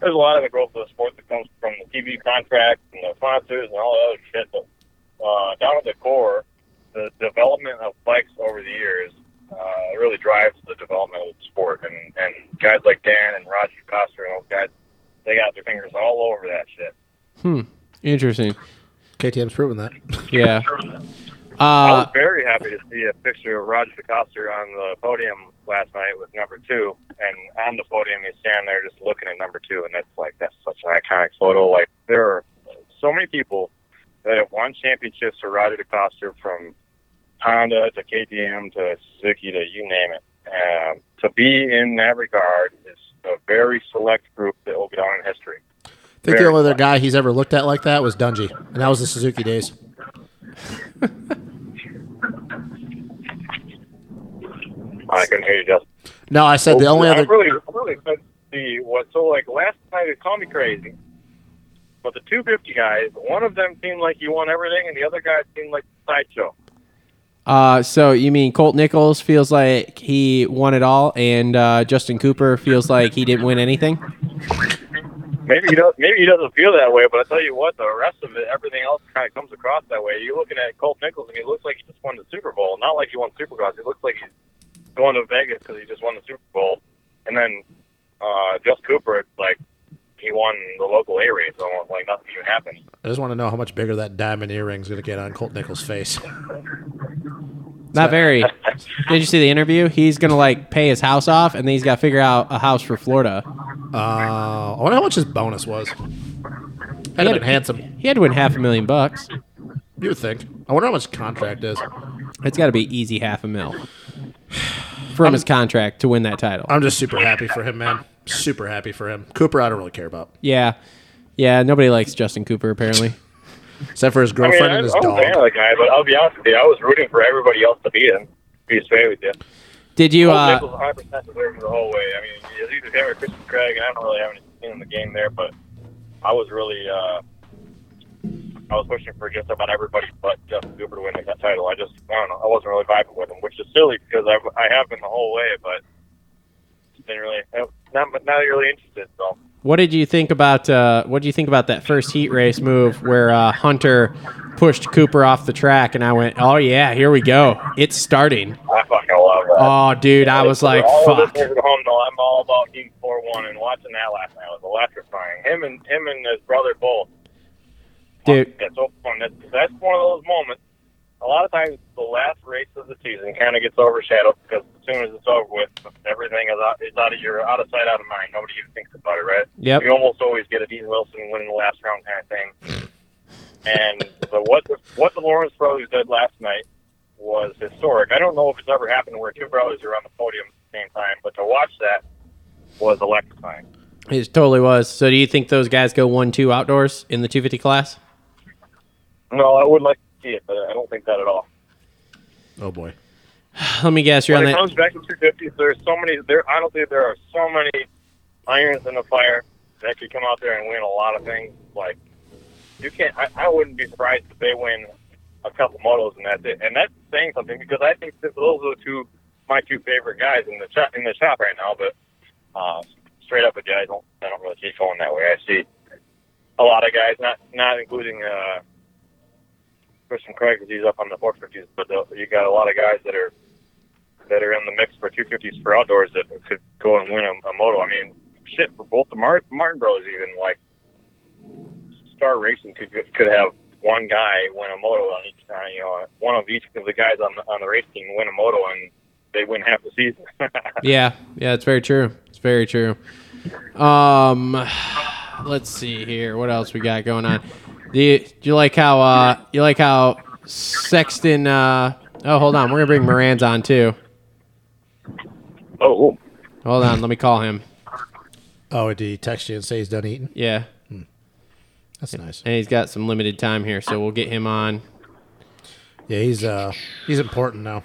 S5: There's a lot of the growth of the sport that comes from the TV contract and the sponsors and all that other shit. But uh, down at the core, the development of bikes over the years uh, really drives the development of the sport. And, and guys like Dan and Roger Coster and those guys, they got their fingers all over that shit.
S1: interesting.
S2: KTM's proven that.
S1: Yeah,
S5: I
S1: uh,
S5: was very happy to see a picture of Roger DeCoster on the podium last night with number two, and on the podium he's standing there just looking at number two, and that's like that's such an iconic photo. Like there are so many people that have won championships for Roger DeCoster from Honda to KTM to Suzuki to you name it. Um, to be in that regard is a very select group that will be down in history.
S2: I think
S5: Very
S2: the only other guy he's ever looked at like that was Dungy, and that was the Suzuki days.
S5: I couldn't hear you, Justin.
S2: No, I said the only
S5: I'm
S2: other.
S5: really, I'm really excited to see what. So, like last night, it called me crazy. But the 250 guys, one of them seemed like he won everything, and the other guy seemed like a sideshow.
S1: uh, so you mean Colt Nichols feels like he won it all, and uh, Justin Cooper feels like he didn't win anything?
S5: Maybe he does. Maybe he doesn't feel that way. But I tell you what, the rest of it, everything else, kind of comes across that way. You're looking at Colt Nichols, and he looks like he just won the Super Bowl. Not like he won Supercross. He looks like he's going to Vegas because he just won the Super Bowl. And then uh, Just Cooper, it's like he won the local A race, almost like nothing even happened.
S2: I just want to know how much bigger that diamond earring's going to get on Colt Nichols' face.
S1: Not very. Did you see the interview? He's gonna like pay his house off, and then he's got to figure out a house for Florida.
S2: Uh, I wonder how much his bonus was. Had
S1: Yeah.
S2: been handsome.
S1: He had to win half a million bucks.
S2: You would think. I wonder how much contract is.
S1: It's got to be easy half a mil from his contract to win that title.
S2: I'm just super happy for him, man. Super happy for him. Cooper, I don't really care about,
S1: yeah, yeah. Nobody likes Justin Cooper apparently.
S2: except for his
S5: I
S2: girlfriend
S5: mean,
S2: and his
S5: I, I'm a fan of
S2: dog.
S5: the guy, but I'll be honest with you, I was rooting for everybody else to beat him. to Be straight with you.
S1: Did you?
S5: Well,
S1: Uh,
S5: Nichols 100% deserved the whole way. I mean, it's either him or Christian Craig, and I don't really have any skin in the game there, but I was really, uh, I was pushing for just about everybody but Justin Cooper to win that title. I just, I don't know, I wasn't really vibing with him, which is silly because I, I have been the whole way, but just didn't really, eh, not, not really interested. So
S1: what did you think about? Uh, what did you think about that first heat race move where uh, Hunter pushed Cooper off the track, and I went, "Oh yeah, here we go. It's starting."
S5: I fucking love that.
S1: Oh, dude, I was like,
S5: all the
S1: "Fuck."
S5: listeners At home, though, I'm all about Geek 4-1 and watching that last night was electrifying. Him and him and his brother both.
S1: Dude.
S5: That's so fun. That's, that's one of those moments. A lot of times, the last race of the season kind of gets overshadowed because as soon as it's over with, everything is out, it's out of your out of sight, out of mind. Nobody even thinks about it, right?
S1: Yep.
S5: You almost always get a Dean Wilson winning the last round kind of thing. And so what the, what the Lawrence brothers did last night was historic. I don't know if it's ever happened where two brothers are on the podium at the same time, but to watch that was electrifying.
S1: It totally was. So, do you think those guys go one two outdoors in the two fifty class?
S5: No, I would like to see it, but I don't think that at all.
S2: Oh boy.
S1: Let me guess. You're on
S5: when it
S1: that.
S5: comes back to 250s, there's so many. There, honestly, there are so many irons in the fire that could come out there and win a lot of things. Like you can't. I, I wouldn't be surprised if they win a couple motos and that's it. And that's saying something because I think that those are the two my two favorite guys in the shop in the shop right now. But uh, straight up with you, I don't. I don't really see it going that way. I see a lot of guys, not not including. Uh, Christian Craig because he's up on the 450s, but the, you got a lot of guys that are that are in the mix for 250s for outdoors that could go and win a, a moto. I mean, shit, for both the Mar- Martin Bros, even like Star Racing could could have one guy win a moto on each, uh, you know, one of each of the guys on the on the race team win a moto and they win half the season. (laughs)
S1: Yeah, yeah, it's very true. It's very true. Um, let's see here. What else we got going on? Do you, do you like how uh, you like how Sexton? Uh, oh, hold on. We're gonna bring Moran's on too.
S5: oh,
S1: Hold on. Let me call him.
S2: Oh, did he text you and say he's done eating?
S1: Yeah,
S2: That's nice.
S1: and he's got some limited time here, so we'll get him on.
S2: Yeah, he's uh he's important now.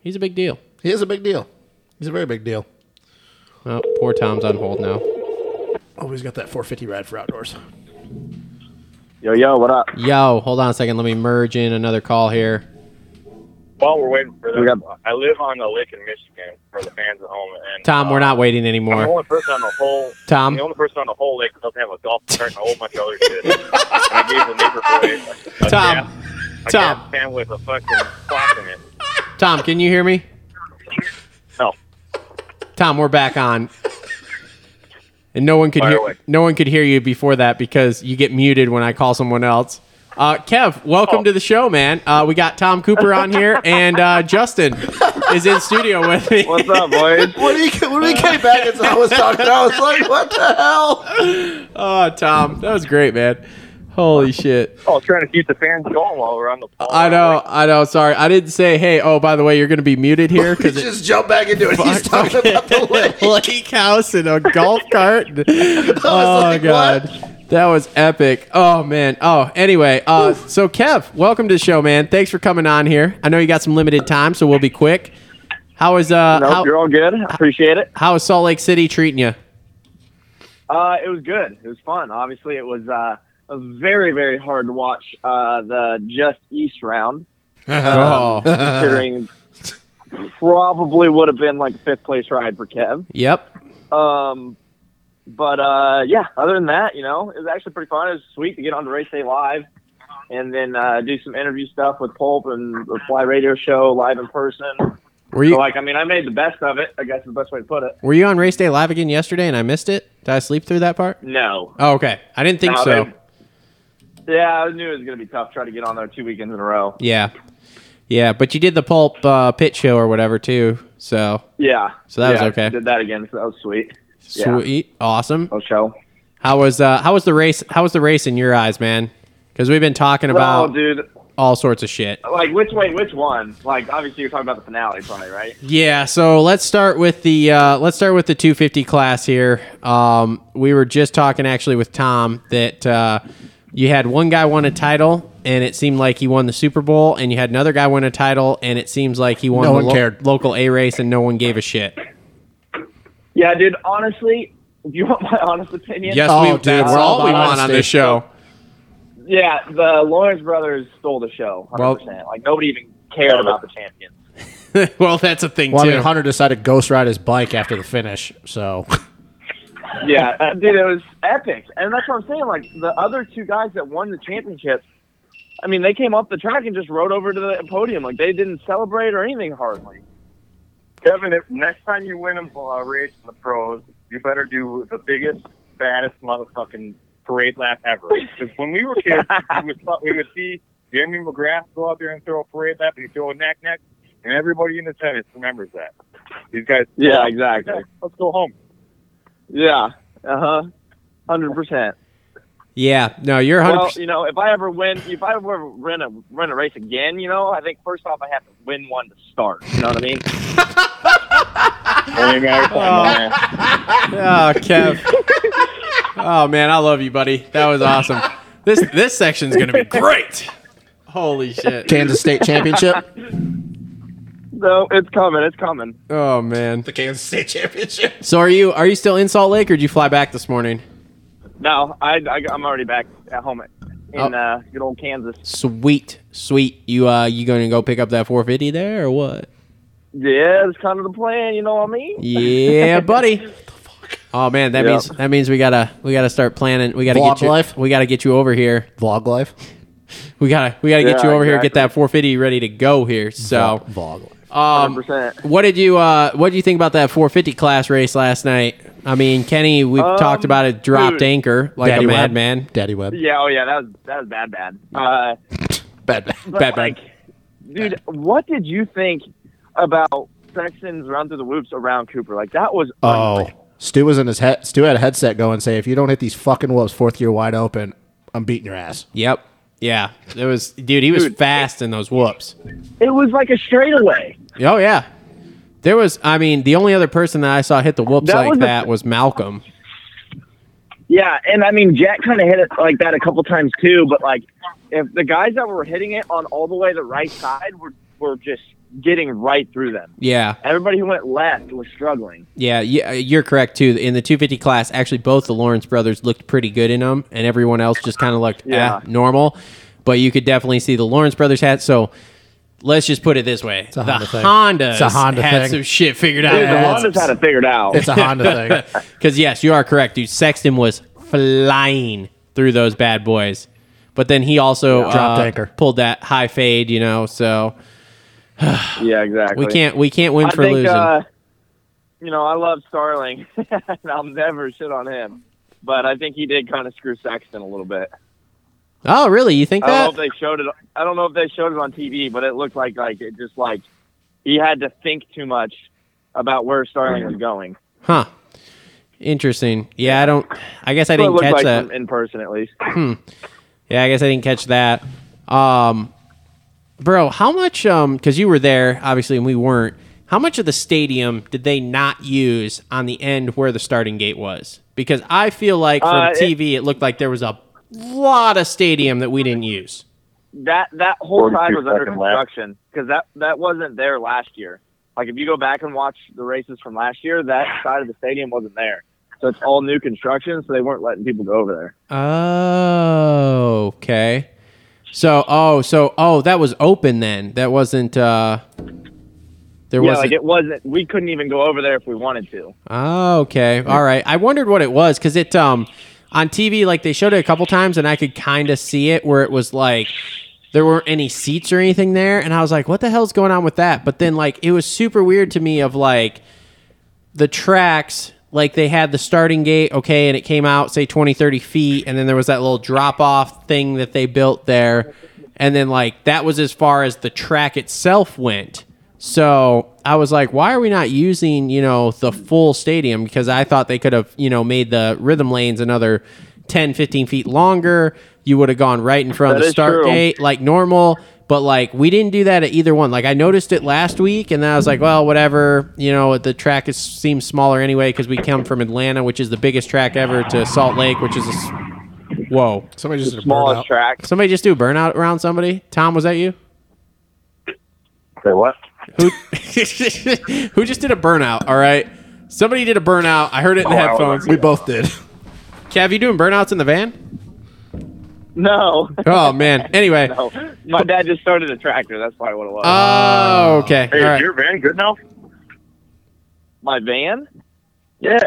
S1: He's a big deal.
S2: He is a big deal. He's a very big deal.
S1: Oh, poor Tom's on hold now.
S2: Oh, he's got that 450 ride for outdoors.
S5: yo, yo, what up?
S1: Yo, hold on a second. Let me merge in another call here.
S5: While we're waiting for them,
S6: We got-
S5: I live on the lake in Michigan for the fans at home. And uh,
S1: Tom, we're not waiting
S5: I'm the
S1: anymore.
S5: only person on the whole.
S1: Tom?
S5: I'm the only person on the whole lake that doesn't have a golf cart and a whole bunch of other shit. I gave the neighbor boy a, a
S1: Tom.
S5: gas- a
S1: Tom.
S5: gas can with a fucking clock in it.
S1: Tom, can you hear me?
S5: No.
S1: Tom, we're back on. And no one could
S5: Fire
S1: hear
S5: away.
S1: no one could hear you before that because you get muted when I call someone else. Uh, Kev, welcome to the show, man. Uh, we got Tom Cooper on here, and uh, Justin is in studio with me.
S6: What's up, boys?
S2: When he, when
S1: Uh,
S2: he came back and saw us
S1: (laughs)
S2: talking, I was like, what the hell?
S1: Oh, Tom, that was great, man. Holy shit!
S5: Oh, trying to keep the fans going while we're on the.
S1: I know, I know. Sorry, I didn't say. Hey, oh, by the way, you're going to be muted here
S2: He (laughs)
S1: because it's
S2: just jumped back into it. He's talking about (laughs) the lake.
S1: lake house and a golf
S2: (laughs)
S1: cart. oh
S2: like,
S1: god, that was epic. Oh man. Oh, anyway. Uh, so Kev, welcome to the show, man. Thanks for coming on here. I know you got some limited time, so we'll be quick. How is uh
S6: Nope,
S1: how,
S6: you're all good. I Appreciate it.
S1: how is Salt Lake City treating you?
S6: Uh, it was good. It was fun. Obviously, it was uh, it was very very hard to watch uh, the just east round,
S1: Oh,
S6: (laughs) considering probably would have been like a fifth place ride for Kev.
S1: Oh. yep.
S6: Um, but uh, yeah, other than that, you know, it was actually pretty fun. It was sweet to get on to Race Day Live and then uh, do some interview stuff with Pulp and the Fly Radio Show live in person.
S1: Were
S6: So,
S1: you
S6: like, I mean, I made the best of it. I guess is the best way to put it.
S1: were you on race day live again yesterday and I missed it? Did I sleep through that part?
S6: No.
S1: Oh, okay. I didn't think
S6: No,
S1: so.
S6: they- Yeah, I knew it was going to be tough. Try to get on there two weekends in a row.
S1: Yeah. Yeah, but you did the pulp uh, pit show or whatever too. So
S6: Yeah.
S1: So that was
S6: Yeah,
S1: okay.
S6: Did that again. So that was sweet. Yeah.
S1: sweet, awesome.
S6: Oh, show.
S1: How was uh, how was the race? How was the race in your eyes, man? Because we've been talking
S6: Well,
S1: about
S6: dude,
S1: all sorts of shit.
S6: like which way, which one? Like, obviously, you're talking about the finale, probably, right?
S1: Yeah. So let's start with the uh, let's start with the 250 class here. Um, we were just talking actually with Tom that uh, you had one guy won a title and it seemed like he won the Super Bowl, and you had another guy win a title and it seems like he won
S2: No
S1: the
S2: one cared.
S1: local A race and no one gave a shit.
S6: Yeah, dude. Honestly, if you want my (laughs) honest opinion,
S1: Yes,
S2: Oh,
S1: we,
S2: dude,
S1: that's
S2: we're all
S1: all we
S2: about
S1: want on
S2: honesty.
S1: this show. (laughs)
S6: yeah, the Lawrence brothers stole the show. 100%. like nobody even cared about the champions.
S1: well, that's a thing
S2: Well, I
S1: too.
S2: mean, Hunter decided to ghost ride his bike after the finish, so
S6: yeah, dude, it was epic, and that's what I'm saying. Like the other two guys that won the championship, I mean, they came off the track and just rode over to the podium. Like they didn't celebrate or anything hardly.
S5: Kevin, if next time you win a uh, race in the pros, you better do the biggest, baddest motherfucking parade lap ever. Because when (laughs) we were kids, we would, we would see Jamie McGrath go out there and throw a parade lap, and he'd throw a knack knack, and everybody in attendance remembers that. These guys,
S6: Yeah, exactly.
S5: yeah, let's go home.
S6: Yeah, uh huh, hundred percent.
S1: yeah. No, you're 100.
S6: Well, you know, if I ever win, if I ever win a run a race again, you know, I think first off I have to win one to start. You know what I mean?
S5: Only matter time, man.
S1: Oh, Kev. oh man, I love you, buddy. That was awesome. This this section's gonna be great. Holy shit.
S2: Kansas State (laughs) Championship.
S6: No, it's coming. It's coming.
S1: Oh man.
S2: the Kansas State Championship.
S1: So are you are you still in Salt Lake or did you fly back this morning?
S6: No, I, I I'm already back at home in
S1: Oh.
S6: uh, good old Kansas.
S1: Sweet, sweet. You uh you gonna go pick up that 450 there or what?
S6: Yeah, that's kind of the plan. You know what I mean?
S2: (laughs)
S1: Yeah, buddy. Oh man, that
S6: Yeah.
S1: means that means we gotta we gotta start planning. We gotta
S2: Vlog
S1: get you.
S2: life?
S1: We gotta get you over here.
S2: Vlog life.
S1: We gotta we gotta get
S6: Yeah,
S1: you over here. Get that 450 ready to go here. So
S2: vlog life.
S1: um,
S6: 100%.
S1: What did you uh, What did you think about that 450 class race last night? I mean, Kenny, we've
S6: Um,
S1: talked about it. Dropped
S6: dude.
S1: anchor like
S2: Daddy
S1: a
S2: Web.
S1: madman.
S2: Daddy Web.
S6: Yeah, oh yeah, that was that was bad, bad. Uh,
S2: Bad, bad.
S6: but, like, dude, what did you think about sections run through the whoops around Cooper. Like that was
S2: Oh, Stu was in his head. Stu had a headset going, say, if you don't hit these fucking whoops fourth gear wide open, I'm beating your ass.
S1: Yep. Yeah. It was dude, he was fast in those whoops.
S6: it was like a straightaway.
S1: Oh yeah. There was I mean, the only other person that I saw hit the whoops
S6: That
S1: like
S6: was a-
S1: that was Malcolm.
S6: Yeah, and I mean Jack kind of hit it like that a couple times too. But like, if the guys that were hitting it on all the way the right side were were just getting right through them.
S1: Yeah.
S6: Everybody who went left was struggling.
S1: Yeah, y- uh, you're correct too. In the 250 class, actually, both the Lawrence brothers looked pretty good in them, and everyone else just kind of looked
S6: Yeah.
S1: eh, normal. But you could definitely see the Lawrence brothers had. So let's just put it this way:
S2: a
S1: the
S2: Honda thing.
S1: Hondas
S2: It's a Honda
S1: had
S2: thing.
S1: some shit figured
S6: Dude, the
S2: Yeah,
S1: out.
S6: Hondas had it figured out.
S2: It's a
S1: (laughs)
S2: Honda thing.
S1: Because yes, you are correct, dude. Sexton was flying through those bad boys, but then he also
S2: Dropped
S1: uh,
S2: anchor.
S1: pulled that high fade. You know, so
S6: Oh, yeah, exactly.
S1: we can't we can't win
S6: I
S1: for
S6: think,
S1: losing.
S6: Uh, you know, I love Starling, (laughs) and I'll never shit on him. But I think he did kind of screw Sexton a little bit.
S1: oh, really? You think
S6: I don't
S1: that?
S6: know if they showed it. I don't know if they showed it on TV, but it looked like like it just like he had to think too much about where Starling was going.
S1: Huh. Interesting. Yeah, I don't. I guess I
S6: That's what it
S1: didn't catch
S6: looked like
S1: that.
S6: from- in person, at least.
S1: Yeah, I guess I didn't catch that. Um, bro, how much? Um, because you were there, obviously, and we weren't. How much of the stadium did they not use on the end where the starting gate was? Because I feel like from
S6: Uh, it-
S1: TV, it, looked like there was a lot of stadium that we didn't use.
S6: That that whole
S5: 42
S6: side was under
S5: second lap.
S6: construction because that that wasn't there last year. Like if you go back and watch the races from last year, that side of the stadium wasn't there. So it's all new construction, so they weren't letting people go over there.
S1: Oh, okay. So, oh, so, oh, that was open then. That wasn't. uh There
S6: Yeah,
S1: wasn't.
S6: like it wasn't. We couldn't even go over there if we wanted to.
S1: Oh, okay. All right. I wondered what it was because it um on TV like they showed it a couple times and I could kind of see it where it was like there weren't any seats or anything there and I was like, what the hell's going on with that? But then like it was super weird to me of like the tracks like they had the starting gate okay and it came out say 20 30 feet and then there was that little drop off thing that they built there and then like that was as far as the track itself went so i was like why are we not using you know the full stadium because i thought they could have you know made the rhythm lanes another 10 15 feet longer you would have gone right in front of
S6: That
S1: the
S6: is
S1: start
S6: true.
S1: gate eight, like normal but like we didn't do that at either one like i noticed it last week and then i was like well whatever you know the track is seems smaller anyway because we come from atlanta which is the biggest track ever to salt lake which is a s- whoa
S2: Somebody just did a burnout.
S6: Smallest track.
S1: somebody just do a burnout around somebody tom was that you
S5: Say what?
S1: who (laughs) who just did a burnout all right somebody did a burnout i heard it in the
S5: Oh, I was
S1: headphones
S2: We both did.
S1: kev you doing burnouts in the van
S6: No,
S1: oh man anyway
S6: no. My dad just started a tractor. That's probably what it was.
S1: oh okay all
S5: Hey, is
S1: right
S5: your van good now?
S6: My van?
S5: Yeah.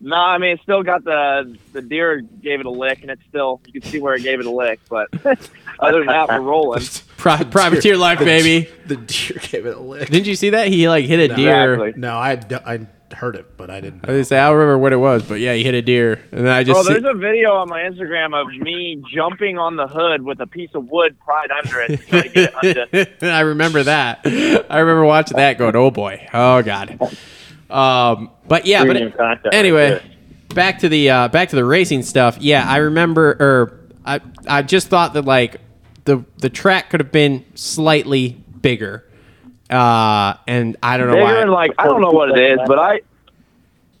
S6: No, I mean it's still got the the deer gave it a lick, and it's still you can see where it gave it a lick. But (laughs) other than that, we're
S1: (laughs)
S6: rolling.
S1: Pri- privateer life baby
S2: (laughs) The deer gave it a lick.
S1: didn't you see that he like hit a deer
S6: Exactly.
S2: No, I, d- I heard it, but I didn't.
S1: I was gonna say I don't remember what it was, but yeah, he hit a deer, and then I just
S6: Bro,
S1: see-
S6: Oh, there's a video on my Instagram of me jumping on the hood with a piece of wood pried under it to try to get it undone.
S1: I remember that. I remember watching that, going, "Oh boy, oh god." Um, but yeah, but
S5: Premium content right
S1: anyway,
S5: there.
S1: back to the uh, back to the racing stuff. Yeah, I remember, or I I just thought that like the the track could have been slightly bigger, uh, and (laughs) I don't know
S6: Bigger
S1: why.
S6: and like I don't know what it is, but I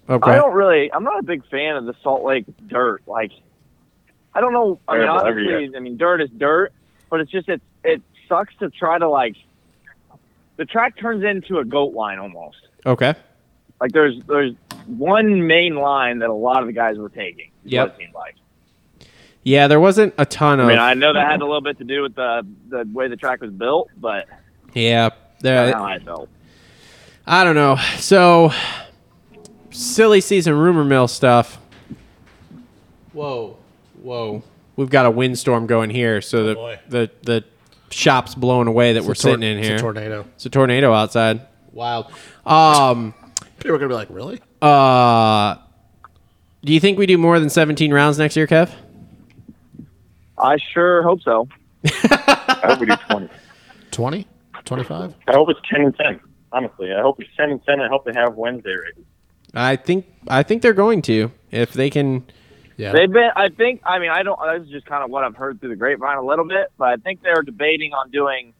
S1: Okay.
S6: I don't really. I'm not a big fan of the Salt Lake dirt. Like, I don't know. I mean,
S5: Terrible every
S6: honestly, I mean, dirt is dirt, but it's just it. It sucks to try to like. The track turns into a goat line almost.
S1: okay.
S6: Like there's there's one main line that a lot of the guys were taking. is what
S1: Yep.
S6: It seemed like.
S1: Yeah, there wasn't a ton of.
S6: I mean, I know that had a little bit to do with the the way the track was built, but
S1: yeah,
S6: I
S1: there.
S6: don't know how I felt.
S1: I don't know. So, silly season rumor mill stuff. Whoa, whoa! We've got a windstorm going here, so the
S2: boy.
S1: the the shop's blowing away that we're
S2: It's a tor-
S1: sitting in
S2: it's
S1: here.
S2: a tornado.
S1: It's a tornado outside.
S2: Wow.
S1: Um,
S2: People are going to be like, really?
S1: uh, do you think we do more than seventeen rounds next year, Kev?
S6: I sure hope so.
S5: (laughs) I hope we do 20.
S2: 20? 25?
S5: I hope it's 10 and 10. Honestly, I hope it's ten and ten. I hope they have Wednesday ready.
S1: I think I think they're going to if they can.
S6: They've been, I think, I mean, I don't, that's just kind of what I've heard through the grapevine a little bit, but I think they're debating on doing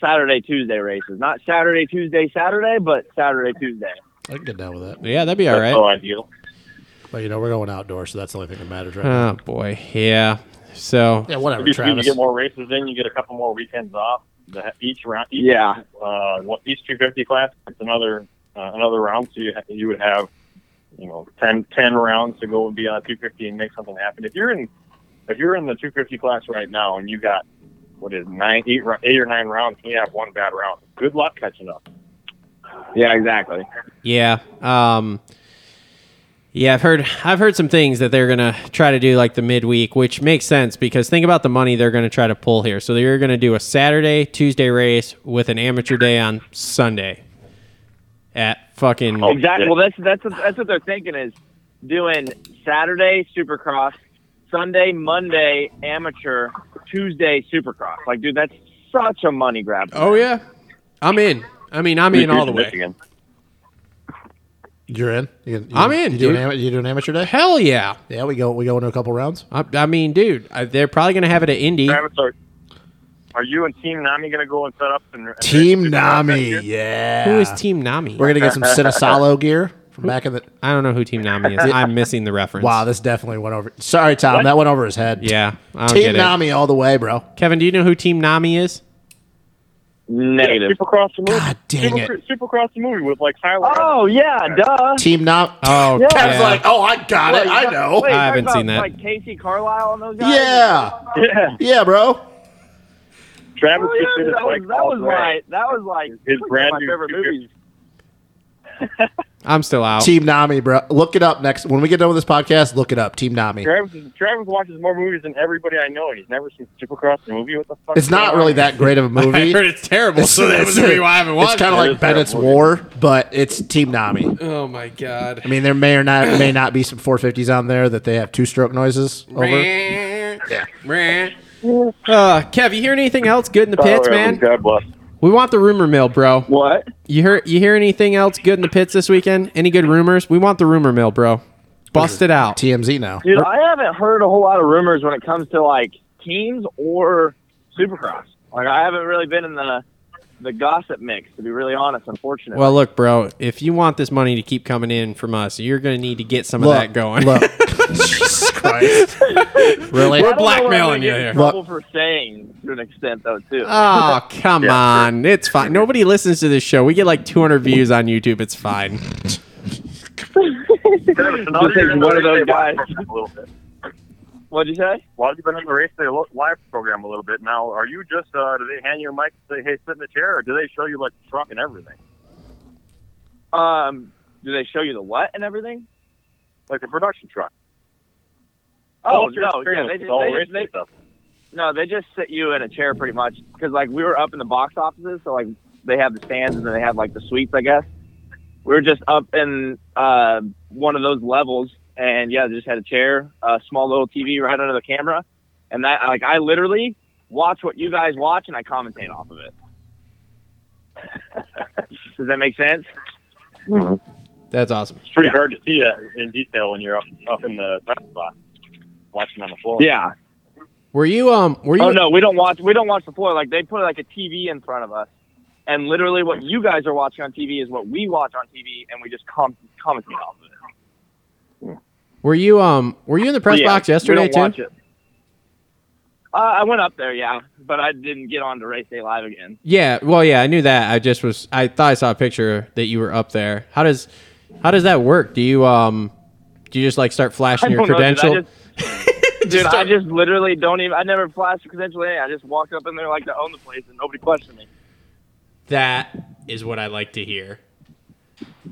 S6: Saturday, Tuesday races. Not Saturday, Tuesday, Saturday, but Saturday, Tuesday.
S2: I can get down with that.
S1: Yeah, that'd be all
S5: That's so
S1: right.
S5: ideal.
S2: But you know, we're going outdoors, so that's the only thing that matters, right?
S1: Oh boy, yeah. So
S2: yeah, whatever,
S5: If you
S2: Travis.
S5: get more races in, you get a couple more weekends off. The- Each round, each,
S6: Yeah.
S5: uh, what- each two fifty class, it's another uh, another round. So you ha- you would have, you know, 10, 10 rounds to go and be on two fifty and make something happen. If you're in if you're in the two fifty class right now and you got what is nine eight rou- eight or nine rounds, and you have one bad round. Good luck catching up.
S6: Yeah, exactly.
S1: Yeah. Um Yeah, I've heard I've heard some things that they're going to try to do like the midweek, which makes sense because think about the money they're going to try to pull here. So they're going to do a Saturday, Tuesday race with an amateur day on Sunday. At fucking
S6: exactly.
S5: shit.
S6: Well, that's that's what, that's what they're thinking is doing Saturday Supercross, Sunday, Monday amateur, Tuesday Supercross. Like, dude, that's such a money grab.
S1: Oh yeah. I'm in. I mean, I'm in all the way.
S5: Michigan.
S2: You're in. You, you,
S1: I'm in,
S2: You do, an,
S1: dude.
S2: ama- you do an amateur day?
S1: Hell yeah.
S2: Yeah, we go. We go into a couple
S1: (laughs)
S2: rounds.
S1: I, I mean, dude, I, they're probably going to have it at Indy.
S5: Travis, are, are you and Team Nami going to go and set up? And, and
S2: Team
S5: and-
S2: Nami. Yeah.
S1: Who is Team Nami?
S2: We're gonna get some Cinesalo gear from back
S1: (laughs)
S2: in the.
S1: I don't know who Team Nami is. I'm missing the reference.
S2: Wow, this definitely went over. Sorry, Tom. That went over his head.
S1: Yeah. I don't
S2: Team
S1: get it.
S2: Nami all the way, bro.
S1: Kevin, do you know who Team Nami is?
S6: Negative.
S5: Supercross the movie.
S2: God dang
S5: Super,
S2: it.
S5: Supercross the movie with like Tyler.
S6: Oh yeah, duh.
S2: Team Nami.
S1: (laughs) Oh,
S6: Yeah.
S2: (laughs) Kev's like, oh, I got it. I know.
S6: Wait, you're
S1: I haven't
S6: talking
S1: seen
S6: about,
S1: that.
S6: Like Casey Carlisle and those guys.
S2: Yeah.
S5: yeah.
S2: Yeah, bro.
S5: Travis
S6: Oh,
S5: just
S6: yeah,
S5: did it
S6: that
S5: like
S6: was, that
S5: all
S6: was
S5: the way.
S6: my that was like
S5: His
S6: one
S5: brand
S6: of my
S5: new
S6: favorite
S5: Super-
S6: movies.
S1: I'm still out.
S2: Team Nami, bro. Look it up next. When we get done with this podcast, look it up. Team Nami.
S5: Travis, Travis watches more movies than everybody I know. He's never seen Supercross the movie. What the fuck?
S2: It's not really that great of a movie.
S1: (laughs) I heard it's terrible, so that was the reason why I haven't watched
S2: It's kind
S1: it.
S2: of
S5: It
S2: like
S5: is
S2: Bennett's
S5: terrible.
S2: War, but it's Team Nami.
S1: Oh my god.
S2: I mean, there may or not may not be some 450s on there that they have two stroke noises over.
S1: yeah. Oh, Uh, Kev, you hear anything else good in the
S5: Tyler
S1: pits,
S5: Evans,
S1: man?
S5: God bless.
S1: We want the rumor mill, bro.
S6: What?
S1: You hear you hear anything else good in the pits this weekend? Any good rumors? We want the rumor mill, bro. Bust it out.
S2: TMZ now.
S6: Dude, I haven't heard a whole lot of rumors when it comes to like teams or Supercross. Like I haven't really been in the the gossip mix to be really honest. Unfortunately,
S1: Well, look, bro. If you want this money to keep coming in from us, you're gonna need to get some of that going. (laughs)
S2: Look. Jesus Christ. really?
S6: I don't know what I'm gonna
S1: blackmailing you
S6: get in
S1: here.
S6: Trouble for saying to an extent though too. (laughs)
S1: Oh, come on. It's fine. Nobody listens to this show. We get like 200 views on YouTube. It's fine.
S5: Travis, now
S6: Just
S5: you're
S6: take
S5: in the
S6: one of those
S5: race day
S6: guys.
S5: program A little bit.
S6: What'd you say?
S5: While you've been in the race day lo- live program a little bit now, are you just uh, do they hand you a mic and say hey sit in the chair or do they show you like the truck and everything?
S6: Um, do they show you the what and everything?
S5: Like the production truck.
S6: Oh,
S5: What's your
S6: no, yeah,
S5: experience
S6: they
S5: with
S6: just,
S5: all
S6: they,
S5: race
S6: just, they,
S5: day stuff?
S6: No, they just sit you in a chair pretty much because like we were up in the box offices, so like they have the stands and then they have like the suites, I guess. We were just up in uh, one of those levels, and yeah, they just had a chair, a small little TV right under the camera, and that like I literally watch what you guys watch and I commentate off of it. (laughs) Does that make sense?
S1: That's awesome.
S5: It's pretty hard to see that in detail when you're up, up in the top spot watching on the floor.
S6: Yeah.
S1: Were you um were you
S6: Oh no, we don't watch. We don't watch the floor. Like they put like a TV in front of us, and literally what you guys are watching on TV is what we watch on TV, and we just com- commentate off of it.
S1: were you um were you in the press
S6: Yeah,
S1: box
S6: we
S1: yesterday
S6: don't
S1: too?
S6: watch it. Uh, I went up there, yeah, but I didn't get on to race day live again.
S1: Yeah, well yeah, I knew that. I just was I thought I saw a picture that you were up there. How does how does that work? Do you um do you just like start
S6: (laughs)
S1: flashing
S6: I
S1: your
S6: don't know, dude, I
S1: credential? (laughs)
S6: just- Dude, I just literally don't even. I never flashed a credential. in it. I just walked up in there like to own the place, and nobody questioned me.
S1: That is what I like to hear.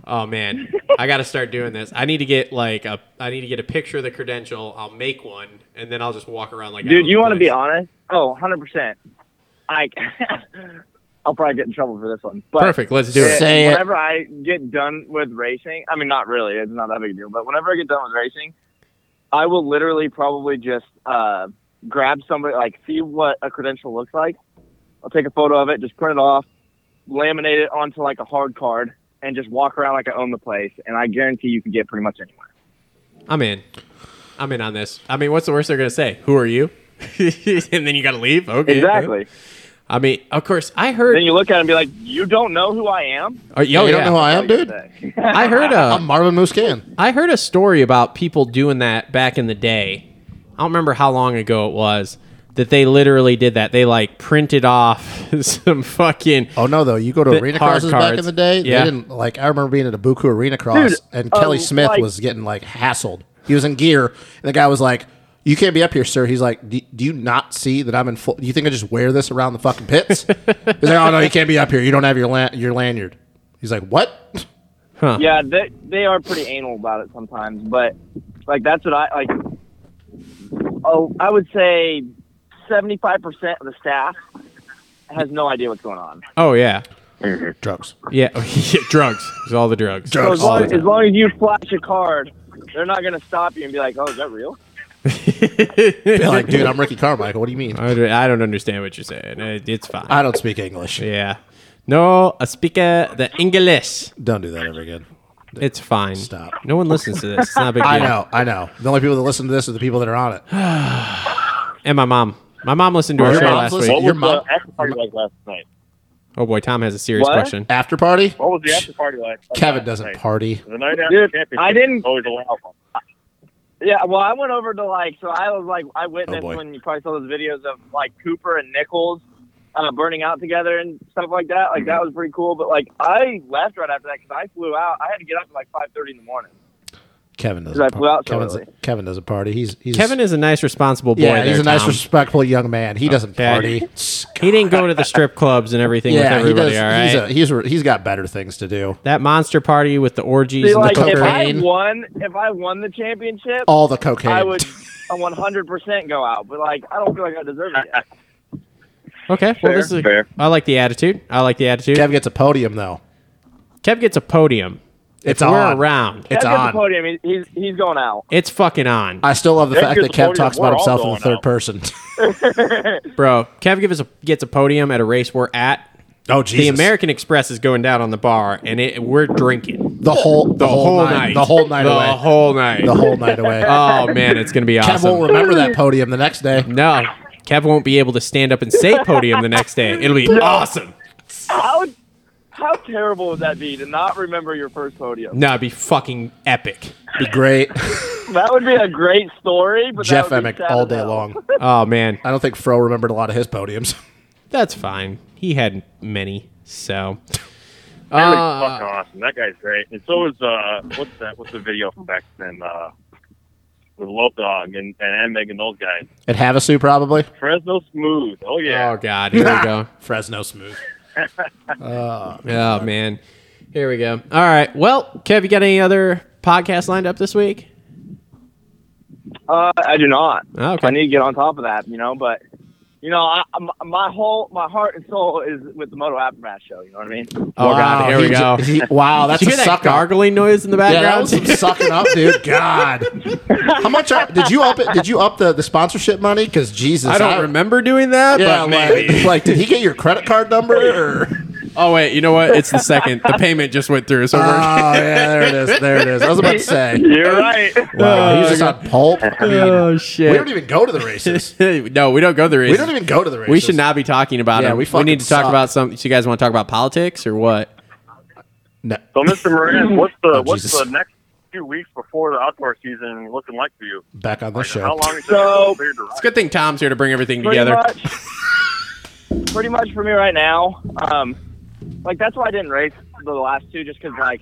S1: Oh man, I got to start doing this. I need to get like a I need to get a picture of the credential. I'll make one and then I'll just walk around like I own
S6: Dude,
S1: the
S6: you want to
S1: place.
S6: be honest? Oh, 100 percent. I, (laughs) I'll probably get in trouble for this one. But
S1: Perfect. Let's do it.
S2: Say it.
S6: whenever I get done with racing, I mean, not really, it's not that big a deal, but whenever I get done with racing, I will literally probably just uh, grab somebody, like, see what a credential looks like. I'll take a photo of it, just print it off, laminate it onto like a hard card and just walk around like I own the place, and I guarantee you can get pretty much anywhere.
S1: I'm in. I'm in on this. I mean, what's the worst they're gonna say? Who are you? (laughs) and then you gotta leave. Okay.
S6: Exactly.
S1: I mean, of course, I heard.
S6: Then you look at it and be like, "You don't know who I am."
S1: Oh,
S2: Yo,
S1: yeah.
S2: you don't know who I am, dude?
S1: I heard
S2: (laughs)
S1: uh,
S2: I'm
S1: a
S2: Marvin Muscan.
S1: I heard a story about people doing that back in the day. I don't remember how long ago it was that they literally did that. They like printed off (laughs) some fucking
S2: Oh no, though you go to
S1: The
S2: arena
S1: hard
S2: crosses back in
S1: cards.
S2: the day.
S1: Yeah.
S2: They didn't like. I remember being at a Buku arena cross,
S6: Dude,
S2: and
S6: uh,
S1: oh,
S2: Kelly Smith
S6: like-
S2: was getting like hassled. He was in gear, and the guy was like, "You can't be up here, sir." He's like, "Do, do you not see that I'm in full? Do you think I just wear this around the fucking (laughs) pits?" He's like, "Oh no, you can't be up here. You don't have your lan- your lanyard." He's like, "What?" (laughs)
S6: Yeah, they they are pretty anal about it sometimes, but like that's what I like. Oh, I would say seventy five percent of the staff has no idea what's going on.
S1: oh yeah
S2: Drugs.
S1: yeah, (laughs) yeah drugs. It was all the drugs.
S6: So as
S2: Drugs.
S6: long, as long as you flash a card, they're not going to stop you and be like, "Oh, is that real?"
S2: (laughs) They're like, dude, I'm Ricky Carmichael. What do you mean?
S1: (laughs) I don't- I don't understand what you're saying. It- It's fine.
S2: I don't speak English.
S1: yeah. No, I speak uh, the English.
S2: Don't do that ever again.
S1: It's fine.
S2: Stop.
S1: No one listens to this. It's not a big
S2: (laughs)
S1: deal.
S2: I know, I know. The only people that listen to this are the people that are on it.
S1: And my mom. My mom listened to our
S2: Your
S1: show
S2: mom's
S1: last
S2: listening?
S1: week.
S2: Your mom-
S5: the after party like last night?
S1: Oh boy, Tom has a serious
S6: What?
S1: question.
S2: After party,
S5: What was the after party like? like
S2: Kevin
S5: last
S2: doesn't
S5: night?
S2: party.
S5: The night after
S6: Dude,
S5: championship.
S6: I didn't-
S5: is always a wild one.
S6: Yeah, well, I went over to like, so I was like, I witnessed
S2: boy.
S6: when you probably saw those videos of like Cooper and Nichols uh, burning out together and stuff like that. Like that was pretty cool. But like, I left right after that because I flew out. I had to get up at like five thirty in the morning.
S2: Kevin doesn't.
S6: Because I flew
S2: par-
S6: out so
S2: Kevin's-
S6: early.
S2: Kevin doesn't party. He's he's
S1: Kevin is a nice, responsible boy.
S2: yeah. He's
S1: there,
S2: a nice,
S1: Tom.
S2: respectful young man. He doesn't
S1: Okay.
S2: party.
S1: He didn't go to the strip clubs and everything with
S2: yeah, he
S1: everybody.
S2: does.
S1: all right.
S2: He's, a, he's a- he's got better things to do.
S1: that monster party with the orgies
S6: See,
S1: and
S6: like
S1: the
S6: if
S1: cocaine.
S6: I
S2: cocaine.
S6: won, if I won the championship,
S2: All the cocaine.
S6: I would one hundred percent go out. But like, I don't feel like I deserve it. Yet.
S1: Okay. well, this is.
S5: fair.
S1: I like the attitude. I like the attitude. Kev,
S2: Kevin gets a podium though.
S1: gets a podium.
S2: It's
S1: We're
S2: on.
S1: around.
S2: It's
S6: Kev gets the
S2: on.
S6: podium. He's, he's he's going out.
S1: It's fucking on,
S2: I still love the
S5: Kev
S2: fact that
S5: gets a
S2: Kev
S5: podium.
S2: talks
S5: We're
S2: about
S5: all
S2: himself in the
S5: going
S2: third
S5: out.
S2: person.
S1: bro. Kev gives a gets a podium at a race we're at.
S2: oh Jesus!
S1: The American Express is going down on the bar, and it, we're drinking
S2: the whole the,
S1: the
S2: whole, night, the whole night
S1: the
S2: away,
S1: whole night.
S2: the whole night away.
S1: (laughs) oh man, it's gonna be
S2: Kev
S1: awesome.
S2: won't remember that podium the next day.
S1: No, Kev won't be able to stand up and say podium the next day.
S2: (laughs)
S1: It'll be awesome.
S6: How how terrible would that be to not remember your first podium?
S1: No, it'd be fucking epic.
S2: Be great.
S6: That would be a great story. But that
S2: Jeff
S6: would be
S2: Emick
S6: sad
S2: all
S6: as
S2: day
S6: hell.
S2: long.
S1: Oh man,
S2: I don't think Fro remembered a lot of his podiums.
S1: that's fine. He had many, so
S5: Really
S1: Uh,
S5: fucking awesome. That guy's great. And so is uh, what's that? What's the video from back then? Uh, with Low Dog and and Meg and those guys.
S2: At Havasu, probably.
S5: Fresno Smooth. Oh
S6: (laughs)
S5: yeah.
S1: oh god, here
S2: (laughs)
S1: we go.
S2: Fresno Smooth.
S1: Oh man, here we go. All right, well, Kev, you got any other podcasts lined up this week?
S6: Uh, I do not.
S1: Oh,
S6: I
S1: okay,
S6: need to get on top of that, you know. But you know, I, I'm- my whole my heart and soul is with the Moto Aftermath show. You know what I mean?
S1: oh god, here
S2: he
S1: we
S2: ju-
S1: go.
S2: he- wow, that's
S1: Did you
S2: a
S1: hear that
S2: sucker.
S1: gargling noise in the
S2: yeah, that
S1: background?
S2: was some sucking up, (laughs) dude. God, how much are, did you up? It, did you up the, the sponsorship money? Because Jesus,
S1: (laughs) I don't remember doing that,
S2: Yeah,
S1: but maybe.
S2: (laughs) like, like, did he get your credit card number? Or?
S1: Oh wait, you know what? It's the second. The payment just went through, so
S2: Oh
S1: we're
S2: (laughs) yeah, there it is. There it is. I was about to say. Oh,
S5: You're right.
S2: (laughs) Wow, he's just on pulp. I mean,
S1: (laughs) Oh
S2: we
S1: shit!
S2: don't even go to the races.
S1: (laughs) no, we don't go the races.
S2: We don't even go to the races.
S1: We should not be talking about
S2: Yeah,
S1: it.
S2: we
S1: We
S2: fucking
S1: need to talk
S2: suck.
S1: about something. So you guys want to talk about politics or what?
S2: No.
S5: So Mr. Moran, what's the
S2: Oh,
S5: what's
S2: Jesus.
S5: the next few weeks before the outdoor season looking like for you?
S2: back on the
S5: Like, How
S2: show.
S5: long is
S6: So-
S5: it cleared to ride?
S1: It's a good thing Tom's here to bring everything
S6: Pretty
S1: together.
S6: much. pretty much for me right now. Um, like that's why I didn't race the last two, just because like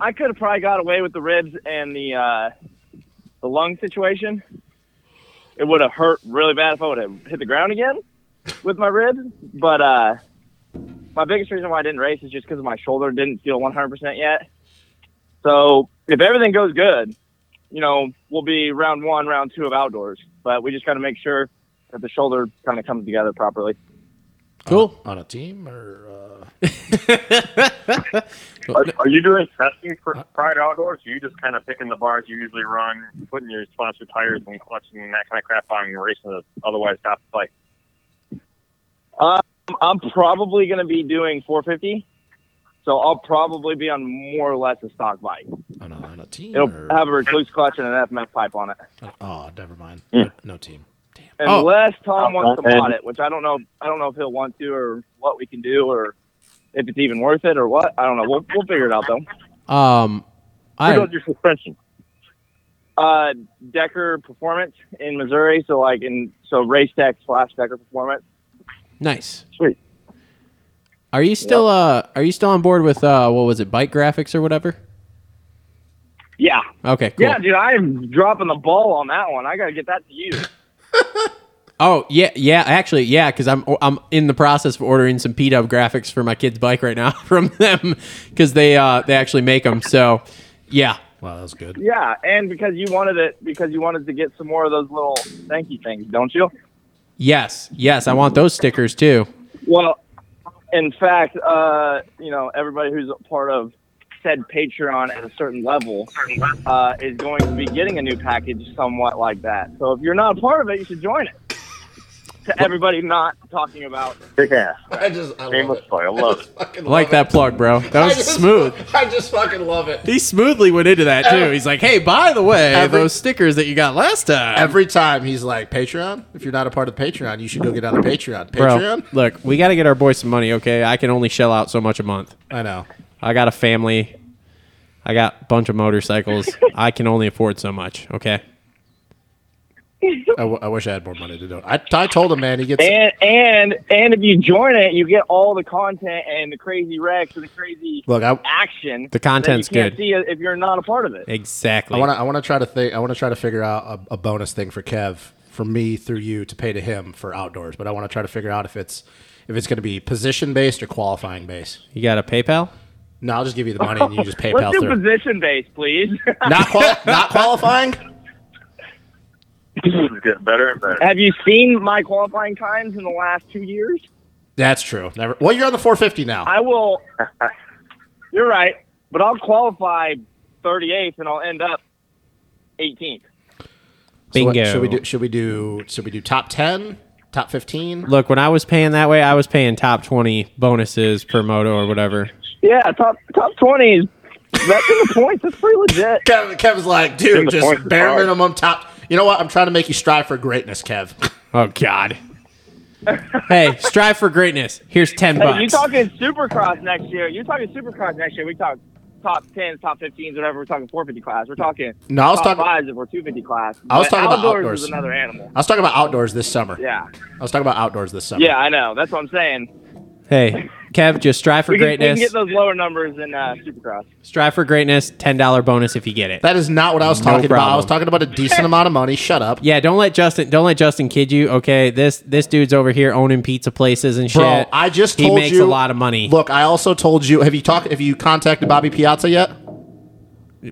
S6: I could have probably got away with the ribs and the uh, the lung situation. It would have hurt really bad if I would have hit the ground again with my ribs. But uh, my biggest reason why I didn't race is just because my shoulder didn't feel 100% yet. So if everything goes good, you know, we'll be round one, round two of outdoors. But we just got to make sure that the shoulder kind of comes together properly.
S1: Cool.
S2: on a team or uh,
S5: Are, are you doing testing for prior to outdoors? Are you just kind of picking the bars you usually run, putting your sponsored tires and clutch and that kind of crap on and racing to otherwise top the fight?
S6: I'm probably going to be doing 450, so I'll probably be on more or less a stock bike.
S2: On a, on a team?
S6: It'll
S2: Or,
S6: have a recluse clutch and an FMF pipe on it,
S2: oh, never mind. No team. Oh.
S6: unless Tom wants to
S5: Okay.
S6: mod it, which I don't know. I don't know if he'll want to or what we can do or if it's even worth it or what. I don't know. We'll we'll figure it out though.
S1: (laughs) Um,
S5: Who
S1: I
S5: does your suspension?
S6: uh, Decker Performance in Missouri. So like in so Race Tech slash Decker Performance.
S1: nice.
S5: Sweet.
S1: Are you still uh Are you still on board with uh what was it bike graphics or whatever?
S6: Yeah,
S1: Okay, cool.
S6: yeah, dude. I am dropping the ball on that one. I gotta get that to you.
S1: Oh yeah, yeah. Actually, yeah, because I'm I'm in the process of ordering some P Dub graphics for my kid's bike right now (laughs) from them because they uh they actually make them. So yeah,
S2: Wow, that was good.
S6: Yeah, and because you wanted it, because you wanted to get some more of those little thank you things, don't you?
S1: yes, yes. I want those stickers too.
S6: Well, in fact, uh, you know, everybody who's a part of said Patreon at a certain level uh, is going to be getting a new package somewhat like that. So if you're not a part of it, you should join it. To everybody not talking about
S5: Kick ass.
S7: (laughs) I just (laughs) I love
S5: Shameless
S7: it.
S5: plug. I love it.
S7: Fucking
S1: I like
S7: love
S1: that plug, bro. That
S7: it. I
S1: was
S7: just-
S1: smooth.
S7: (laughs) I just fucking love it.
S1: He smoothly went into that too. He's like, "Hey, by the way,
S2: Every-
S1: those stickers that you got last time."
S2: Every time he's like, Patreon? If you're not a part of Patreon, you should go get on a Patreon.
S1: Bro,
S2: Patreon?
S1: look, we got to get our boys some money, okay? I can only shell out so much a month.
S2: I know.
S1: I got a family. I got a bunch
S6: (laughs)
S1: of motorcycles. I can only afford so much, okay?
S2: I, w- I wish I had more money to do it. I, I told him, man, he gets.
S6: And and and if you join it, you get all the content and the crazy wrecks and the crazy
S2: Look, I,
S6: action.
S1: The content's
S6: that you can't
S1: good.
S6: See it if you're not a part of it.
S1: Exactly.
S2: I want to. I want to try to think. I want to try to figure out a, a bonus thing for Kev, from me through you to pay to him for outdoors. But I want to try to figure out if it's if it's going to be position based or qualifying based.
S1: you got a PayPal?
S2: No, I'll just give you the money and you just
S1: (laughs)
S2: PayPal
S6: Let's do
S2: through.
S6: position based, please. (laughs)
S2: Not quali- not qualifying.
S5: This is getting better and better.
S6: Have you seen my qualifying times in the last two years?
S2: That's true. Never. Well, you're on the 450 now.
S6: I will. (laughs) You're right, but I'll qualify 38th and I'll end up 18th.
S2: So what-
S1: Bingo.
S2: should we do? Should we do? Should we do top 10, top 15?
S1: Look, when I was paying that way, I was paying top 20 bonuses per moto or whatever.
S6: Yeah, top top 20s. That's in the points. That's pretty legit.
S2: Kev, Kev's like,
S5: Then
S2: dude,
S5: the
S2: just
S5: points are
S2: bare
S5: hard.
S2: minimum top. You know what? I'm trying to make you strive for greatness, Kev.
S1: Oh, God. hey, strive for greatness. Here's 10
S6: Hey,
S1: bucks.
S6: you talking Supercross next year? You talking Supercross next year? We talk top tens, top fifteens, whatever. We're talking 450 class. We're talking
S2: No, I was
S6: top
S2: talking. I
S6: fives if we're 250 class.
S2: I was
S6: But
S2: talking about
S6: outdoors
S2: outdoors.
S6: is another animal.
S2: was talking about outdoors this summer.
S6: Yeah,
S2: I was talking about outdoors this summer.
S6: yeah, I know. That's what I'm saying.
S1: hey, Kev, just strive for
S6: We can, we can
S1: greatness.
S6: get those lower numbers in uh, Supercross.
S1: strive for greatness. $10 bonus if you get it.
S2: That is not what I was talking about. I was talking about a
S1: (laughs)
S2: decent amount of money. Shut up.
S1: yeah, don't let Justin don't let Justin kid you. Okay, this this dude's over here owning pizza places and shit.
S2: Bro, I just
S1: he
S2: told
S1: makes
S2: you-
S1: a lot of money.
S2: Look, I also told you. Have you talked? Have you contacted Bobby Piazza yet?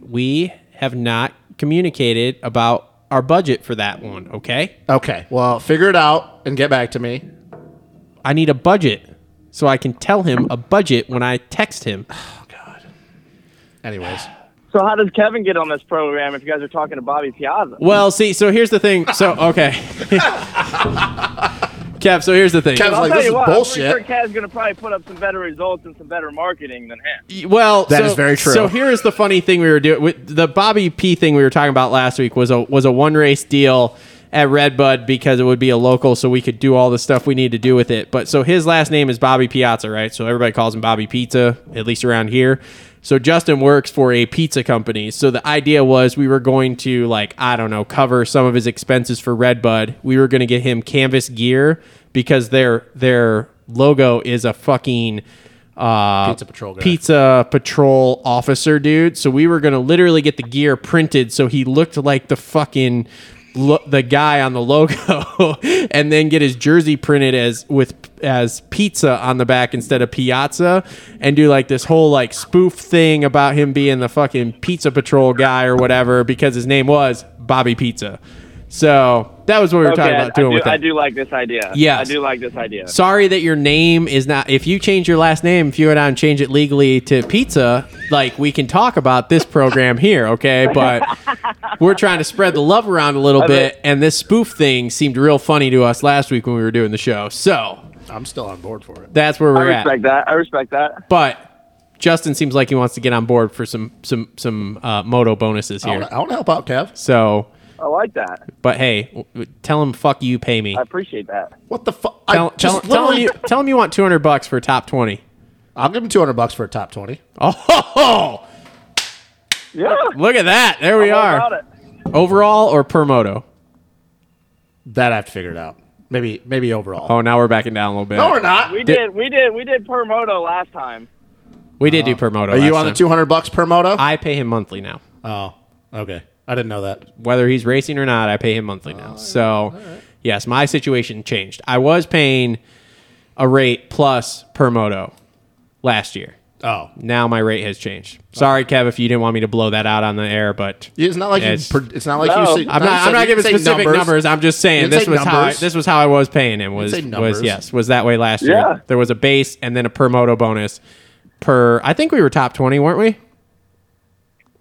S1: we have not communicated about our budget for that one. Okay,
S2: Okay. Well, figure it out and get back to me.
S1: I need a budget so I can tell him a budget when I text him.
S2: Anyways,
S6: So how does Kevin get on this program if you guys are talking to Bobby Piazza?
S1: Well, see, so here's the thing. So okay, (laughs) Kev. So here's the thing.
S2: Kev's
S6: I'll
S2: like,
S6: tell
S2: this
S6: you
S2: is
S6: what, I'm
S2: bullshit.
S6: pretty sure Kev's gonna probably put up some better results and some better marketing than him.
S1: Well, that is
S2: is very true.
S1: So here is the funny thing we were doing with the Bobby P thing we were talking about last week was a was a one race deal at Redbud because it would be a local, so we could do all the stuff we need to do with it. But so his last name is Bobby Piazza, right? So everybody calls him Bobby Pizza, at least around here. So Justin works for a pizza company. So the idea was we were going to like I don't know cover some of his expenses for Redbud. We were going to get him canvas gear because their their logo is a fucking uh,
S2: Pizza Patrol guy.
S1: pizza patrol officer dude. So we were gonna literally get the gear printed so he looked like the fucking lo- the guy on the logo, (laughs) and then get his jersey printed as with as pizza on the back instead of piazza, and do like this whole like spoof thing about him being the fucking pizza patrol guy or whatever because his name was Bobby Pizza. So that was what we were talking
S6: I-
S1: about doing
S6: I, do,
S1: with it.
S6: I do like this idea.
S1: Yes.
S6: I do like this idea.
S1: sorry that your name is not if you change your last name if you and i change it legally to pizza like we can talk about this program here okay but we're trying to spread the love around a little bit and this spoof thing seemed real funny to us last week when we were doing the show so
S2: I I'm still on board for it.
S1: That's where
S6: I
S1: we're at.
S6: respect that. I respect that.
S1: But Justin seems like he wants to get on board for some some some uh, moto bonuses
S2: I
S1: here.
S2: want to help out, Kev.
S1: So,
S6: I like that.
S1: but hey, w- w- tell him fuck you, pay me.
S6: I appreciate that.
S2: What the fuck?
S1: Tell, tell, tell him you tell him you want two hundred bucks for top twenty.
S2: I'll give him 200 bucks for a top 20.
S1: Oh, ho, ho.
S6: Yeah.
S1: look at that! There we
S6: I'm all
S1: are.
S6: about it.
S1: Overall or per moto?
S2: That I have to figure it out. Maybe maybe overall.
S1: Oh, now we're backing down a little bit.
S2: no, we're not.
S6: We
S1: Did-
S6: did. We did. We did per moto last time.
S1: We did do per moto.
S2: Are you
S1: last
S2: on the
S1: time.
S2: 200 bucks per moto?
S1: I pay him monthly now.
S2: oh, okay. I didn't know that.
S1: whether he's racing or not, I pay him monthly now.
S2: Oh,
S1: so, yes, my situation changed. I was paying a rate plus per moto last year.
S2: Oh,
S1: Now my rate has changed. Sorry, Kev, if you didn't want me to blow that out on the air, but
S2: it's not like
S1: It's-
S2: you. pr- It's not like
S6: No.
S2: you. Say,
S1: I'm not.
S2: you
S1: I'm
S2: said-
S1: not
S2: you
S1: giving
S2: say
S1: specific numbers. I'm just saying
S2: didn't
S1: this
S2: say
S1: was how I,
S2: numbers.
S1: this was how I was paying him. Was
S2: say
S1: was
S2: numbers.
S1: yes was that way last year.
S6: Yeah.
S1: There was a base and then a per moto bonus per. I think we were top twenty, weren't we?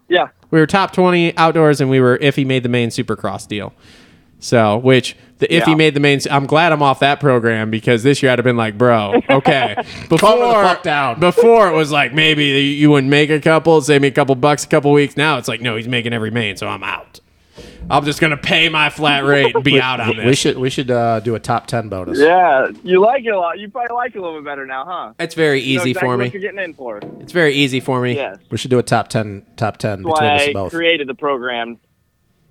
S6: Yeah.
S1: we were top 20 outdoors and we were if he made the main supercross deal so which the if he
S6: Yeah.
S1: made the main i'm glad i'm off that program because this year i'd have been like bro
S2: (laughs)
S1: okay
S2: Calm the
S1: before
S2: fuck down.
S1: before it was like maybe you wouldn't make a couple save me a couple bucks a couple weeks now it's like no he's making every main so i'm out i'm just gonna pay my flat rate and be out on
S2: We
S1: this
S2: should we should uh, do a top 10 bonus.
S6: Yeah. You like it a lot. You probably like it a little bit better now, huh?
S1: it's very
S6: You know
S1: easy
S6: exactly
S1: for
S6: What
S1: me
S6: you're getting in for.
S1: it's very easy for me
S6: Yes.
S2: We should do a top 10 top 10
S6: That's
S2: between us
S6: why
S2: and
S6: I
S2: both.
S6: created the program.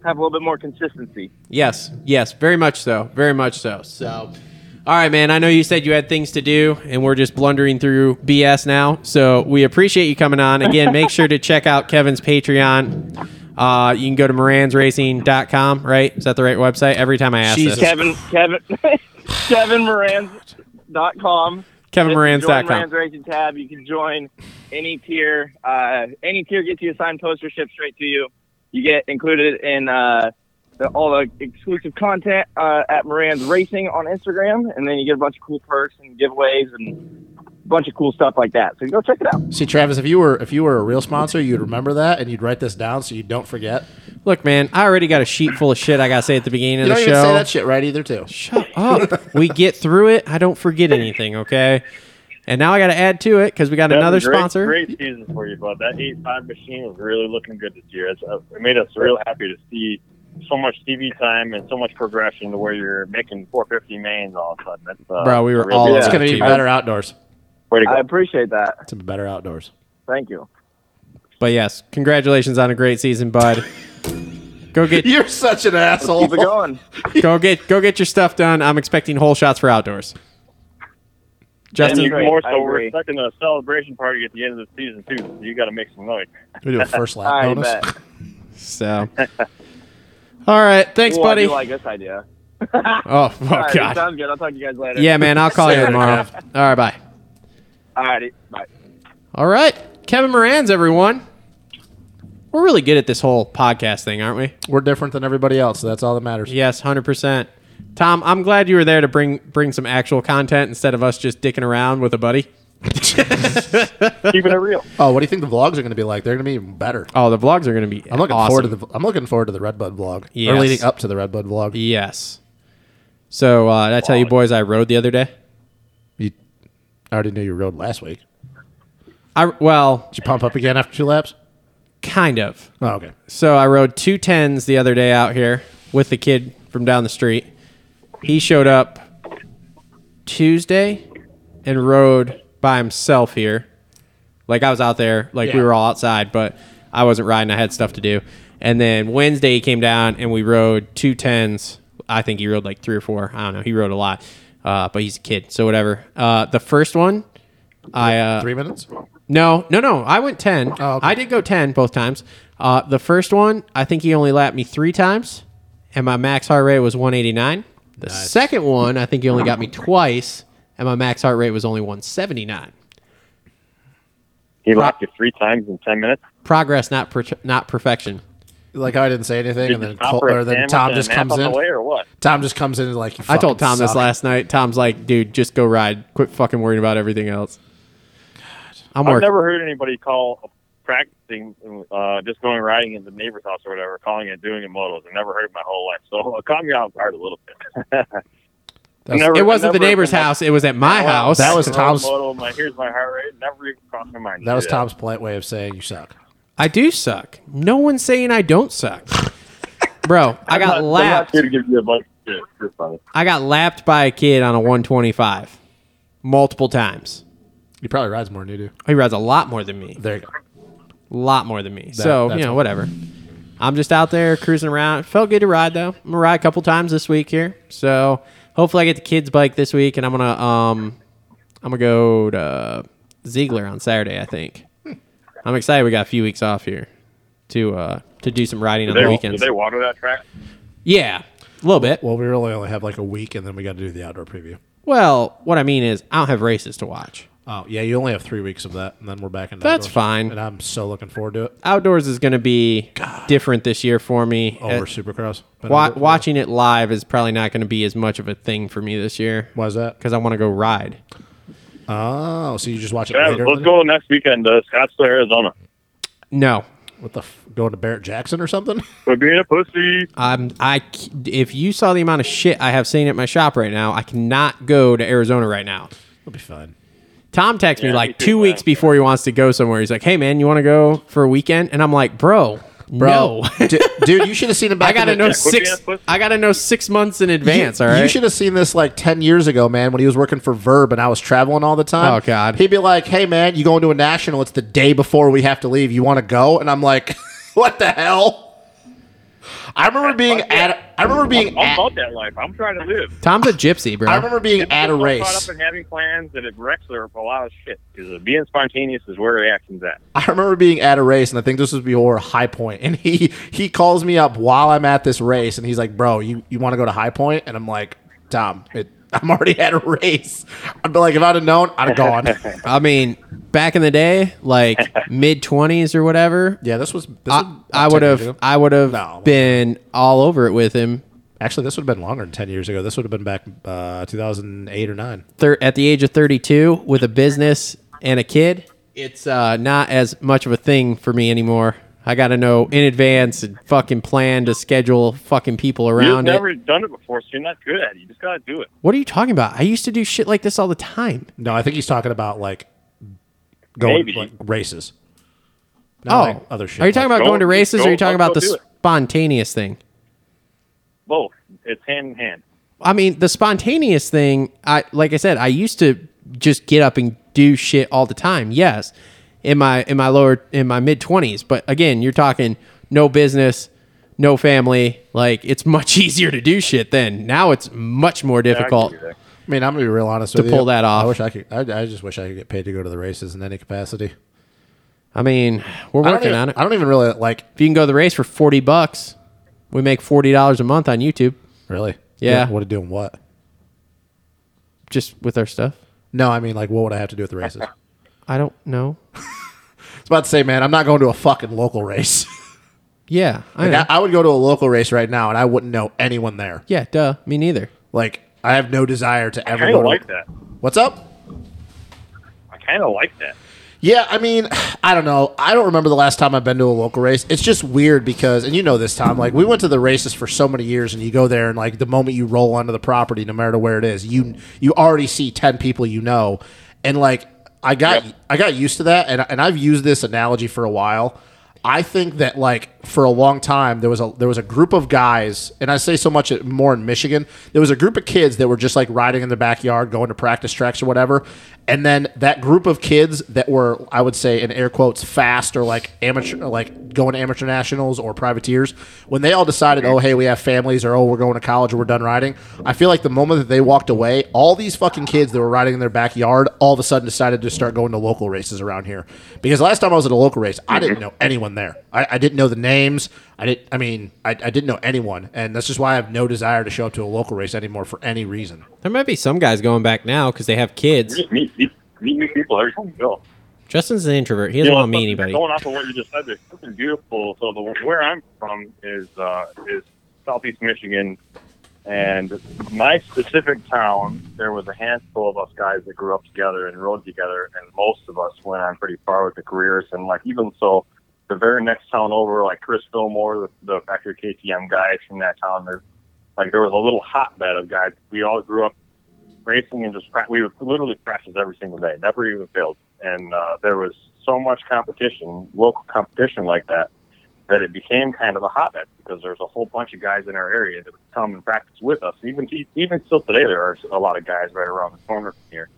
S6: Have a little bit more consistency.
S1: Yes, yes, very much so, very much so. So, all right, man. I know you said you had things to do, and we're just blundering through BS now. So we appreciate you coming on again. Make sure to check out Kevin's Patreon. Uh, you can go to moransracing.com, right? Is that the right website? Every time I ask
S2: Jesus.
S1: this,
S2: (sighs)
S6: Kevin. Kevin. (laughs) Kevin Moran's dot com. Just join Moran's
S1: kevinmorans.com.
S6: Racing tab. You can join any tier. Uh, any tier gets you a signed poster shipped straight to you. You get included in uh, the, all the exclusive content uh, at Moran's Racing on Instagram, and then you get a bunch of cool perks and giveaways and a bunch of cool stuff like that. So go check it out.
S2: See, Travis, if you were if you were a real sponsor, you'd remember that and you'd write this down so you don't forget.
S1: Look, man, I already got a sheet full of shit I got to say at the beginning
S2: You
S1: of
S2: don't
S1: the
S2: even
S1: show.
S2: say
S1: (laughs)
S2: that shit right either, too.
S1: Shut up. we get through it. I don't forget anything, okay? And now I got to add to it because we got
S5: That's
S1: another
S5: a great,
S1: sponsor.
S5: Great season for you, bud. That eight five machine was really looking good this year. It's, uh, it made us real happy to see so much TV time and so much progression to where you're making 450 mains all of a sudden. That's, uh,
S1: Bro, we were
S5: a real
S1: all
S5: good
S2: It's
S1: Yeah.
S2: gonna be
S1: Yeah.
S2: better outdoors.
S5: way to
S6: I
S5: go.
S6: appreciate that.
S2: It's gonna be better outdoors.
S6: Thank you.
S1: But yes, congratulations on a great season, bud. go
S2: (laughs)
S1: get
S2: You're such an asshole.
S6: Keep it going.
S1: go get go get your stuff done. I'm expecting whole shots for outdoors.
S5: and
S1: Justin,
S5: you, more so,
S6: I
S5: we're
S6: agree.
S5: expecting a celebration party at the end of the season too. So you got to make some noise.
S2: we do a first lap
S6: (laughs)
S2: (laughs)
S6: I
S2: bonus.
S6: bet. (laughs)
S1: so all right, thanks,
S6: Ooh, I
S1: buddy.
S6: do like this idea.
S1: oh, oh
S6: All right,
S1: god,
S6: Sounds good. I'll talk to you guys later.
S1: yeah, man. I'll
S6: (laughs)
S1: call you tomorrow. All right, bye.
S6: All righty. Bye.
S1: All right, Kevin Moran's everyone. We're really good at this whole podcast thing, aren't we?
S2: We're different than everybody else, so that's all that matters.
S1: Yes, hundred percent. Tom, I'm glad you were there to bring bring some actual content instead of us just dicking around with a buddy.
S5: Keeping it real.
S2: Oh, what do you think the vlogs are gonna be like? They're gonna be even better.
S1: Oh, the vlogs are going to be.
S2: I'm looking
S1: awesome.
S2: forward to the I'm looking forward to the Redbud vlog.
S1: Yes.
S2: Or leading up to the Redbud vlog.
S1: Yes. So uh, did I tell you boys I rode the other day?
S2: You I already knew you rode last week.
S1: I well,
S2: Did you pump up again after two laps?
S1: kind of.
S2: Oh, okay.
S1: So I rode two tens the other day out here with the kid from down the street. He showed up Tuesday and rode by himself here. Like I was out there, like we
S2: Yeah.
S1: were all outside, but I wasn't riding. I had stuff to do. And then Wednesday he came down and we rode two tens. I think he rode like three or four. I don't know. He rode a lot, uh, but he's a kid, so whatever. Uh, the first one, I uh,
S2: Three minutes?
S1: no, no, no. I went 10.
S2: Oh, okay.
S1: I did go 10 both times. Uh, the first one, I think he only lapped me three times, and my max heart rate was 189. The second one, I think he only got me twice, and my max heart rate was only 179.
S5: He lapped you three times in ten minutes.
S1: Progress, not per- not perfection.
S2: Like how I didn't say anything,
S5: Did
S2: and
S5: you
S2: then
S5: stop
S2: Col-
S5: for a
S2: or then
S5: sandwich
S2: Tom
S5: and a
S2: just
S5: nap
S2: comes
S5: on
S2: in.
S5: the way or what?
S2: Tom just comes in and like you
S1: I told
S2: fucking
S1: Tom this
S2: suck.
S1: last night. Tom's like, dude, just go ride. Quit fucking worrying about everything else. I'm
S5: I've
S1: working.
S5: never heard anybody call practicing, uh, just going riding in the neighbor's house or (laughs) whatever, calling it doing it motos. I never heard it my whole life. So uh, calm your heart a little bit.
S2: That's-
S5: Never-
S3: it wasn't the
S5: never
S3: neighbor's
S5: been like-
S3: house. It was at my
S5: Wow.
S3: house.
S2: That
S5: (laughs)
S2: was
S5: Role
S2: Tom's-
S5: model, my- here's my heart rate. Never even crossed my mind. to
S2: That
S5: do
S2: was Tom's polite way of saying you suck.
S1: I do suck. No one's saying I don't
S5: (laughs)
S1: suck. Bro, I got
S5: I'm not-
S1: lapped.
S5: I'm not here to give you a bunch of shit. You're funny.
S1: I got lapped by a kid on a 125 multiple times.
S2: He probably rides more than you do.
S1: He rides a lot more than me.
S2: There you go.
S1: A lot more than me. so,
S2: that's
S1: you know, whatever. I'm just out there cruising around. Felt good to ride though. I'm gonna ride a couple times this week here. So hopefully I get the kids bike this week and I'm gonna um I'm gonna go to Ziegler on Saturday, I think. I'm excited we got a few weeks off here to uh to do some riding on
S5: Did
S1: the
S5: they, did
S1: weekends.
S5: they water that track?
S1: Yeah. A little bit.
S2: Well, we really only have like a week, and then we got to do the outdoor preview.
S1: Well, what I mean is I don't have races to watch.
S2: Oh yeah, you only have three weeks of that, and then we're back in.
S1: That's fine.
S2: and I'm so looking forward to it.
S1: Outdoors is gonna be different this year for me.
S2: Over
S1: Uh,
S2: Oh, Supercross. Been
S1: wa-
S2: over-
S1: watching it live is probably not going to be as much of a thing for me this year.
S2: Why is that?
S1: because I want to go ride.
S2: Oh, so you just watch it
S5: Yeah,
S2: later?
S5: let's go next weekend to Scottsdale, Arizona.
S1: No,
S2: What the f- going to Barrett Jackson or something? (laughs)
S5: For being a pussy.
S1: I'm. I. c- If you saw the amount of shit I have seen at my shop right now, I cannot go to Arizona right now.
S2: It'll be fun.
S1: Tom texts me
S5: Yeah,
S1: like
S5: me too,
S1: two
S5: man.
S1: weeks before he wants to go somewhere. He's like, "Hey man, you want to go for a weekend?" And I'm like, "Bro, no."
S2: Du- dude, you should have seen it back.
S1: (laughs) I gotta
S2: in the-
S1: know
S5: Yeah, quit being
S1: six.
S5: a pussy.
S1: I gotta know six months in
S2: You-
S1: advance. all right.
S2: You should have seen this like 10 years ago, man, when he was working for Verb and I was traveling all the time.
S1: Oh, God.
S2: He'd be like, hey, man, you going to a national. It's the day before we have to leave. You want to go? And I'm like, (laughs) what the hell? I remember being at. I remember being
S5: I'm
S2: at.
S5: about that life. I'm trying to live.
S1: Tom's a gypsy, bro.
S2: I remember being at a
S5: People get so Caught
S2: race.
S5: up in having plans that it wrecks their a lot of shit. Because being spontaneous is where reactions at.
S2: (laughs) I remember being at a race, and I think this was before High Point, and he he calls me up while I'm at this race, and he's like, "Bro, you you want to go to High Point?" And I'm like, "Tom, it, (laughs) I'm already at a race." I'd be like, "If I'd have known, I'd have gone."
S1: (laughs) I mean, back in the day,
S5: (laughs)
S1: like mid twenties or whatever,
S2: yeah, this was. This
S1: I,
S2: was
S1: I
S2: 10
S1: would
S2: years
S1: have
S2: ago.
S1: I would have
S2: No.
S1: been all over it with him
S2: Actually, this would have been longer than ten years ago. This would have been back uh, 2008 or nine.
S1: thir- at the age of 32 with a business and a kid. It's uh, not as much of a thing for me anymore. I got to know in advance and fucking plan to schedule fucking people
S5: You've
S1: around
S5: never
S1: it.
S5: done it before, so you're not good at it. You just gotta do it.
S1: What are you talking about? I used to do shit like this all the time.
S2: No, I think he's talking about like going
S5: Maybe.
S2: like, races.
S1: oh,
S2: Not like other shit.
S1: Are you talking about
S5: Go-
S1: going to races or are
S5: go-
S1: you talking
S5: I'll
S1: about the
S5: go do it.
S1: spontaneous thing?
S5: Both. It's hand in hand.
S1: I mean, the spontaneous thing, I like I said, I used to just get up and do shit all the time. Yes. In my in my lower in my mid 20s, but again, you're talking no business, no family, like it's much (laughs) easier to do shit then. Now it's much more difficult.
S5: I can do that.
S2: I mean, I'm gonna be real honest
S1: To
S2: with you.
S1: pull that off.
S2: I wish I could. I, I just wish I could get paid to go to the races in any capacity.
S1: I mean, we're
S2: I don't
S1: working
S2: even-
S1: on it.
S2: I don't even really like
S1: If you can go to the race for 40 bucks, we make $40 a month on YouTube
S2: really.
S1: Yeah.
S2: What are doing what?
S1: just with our stuff.
S2: No, I mean like what would I have to do with the races? I
S1: I don't know.
S2: was about to say, man, I'm not going to a fucking local race. (laughs)
S1: Yeah, I
S2: Like,
S1: know.
S2: I, I would go to a local race right now and I wouldn't know anyone there.
S1: yeah, duh. Me neither.
S2: Like I have no desire to
S5: I
S2: ever
S5: kind
S2: go
S5: of
S2: to-
S5: like that.
S2: What's up?
S5: I kind of like that.
S2: Yeah, I mean, (sighs) I don't know. I don't remember the last time I've been to a local race. It's just weird because, and you know this, Tom. Like we went to the races for so many years, and you go there, and like the moment you roll onto the property, no matter where it is, you you already see ten people you know, and like I got I got used to that, and and I've used this analogy for a while. I think that like for a long time there was a there was a group of guys, and I say so much more in Michigan. There was a group of kids that were just like riding in the backyard, going to practice tracks or whatever. And then that group of kids that were, I would say, in air quotes, fast or like amateur, or, like going to amateur nationals or privateers, when they all decided, oh hey, we have families, or oh we're going to college, or we're done riding. I feel like the moment that they walked away, all these fucking kids that were riding in their backyard all of a sudden decided to start going to local races around here. Because last time I was at a local race, I didn't know anyone there. I, I didn't know the names. I didn't. I mean, I, I didn't know anyone, and that's just why I have no desire to show up to a local race anymore for any reason.
S1: There might be some guys going back now because they have kids.
S5: Meet, meet, meet, meet new people every time you go.
S1: Justin's an introvert. He doesn't want to meet
S5: something-
S1: anybody.
S5: Going off of what you just said, there's something beautiful. So the, where I'm from is uh, is southeast Michigan, and my specific town, there was a handful of us guys that grew up together and rode together, and most of us went on pretty far with the careers. And like even so, the very next town over, like Chris Fillmore, the, the actual KTM guys from that town, there, like there was a little hotbed of guys. We all grew up racing and just pra- we would literally practice every single day, never even failed. And uh, there was so much competition, local competition like that, that it became kind of a hotbed because there's a whole bunch of guys in our area that would come and practice with us. Even e, even still today, there are a lot of guys right around the corner from here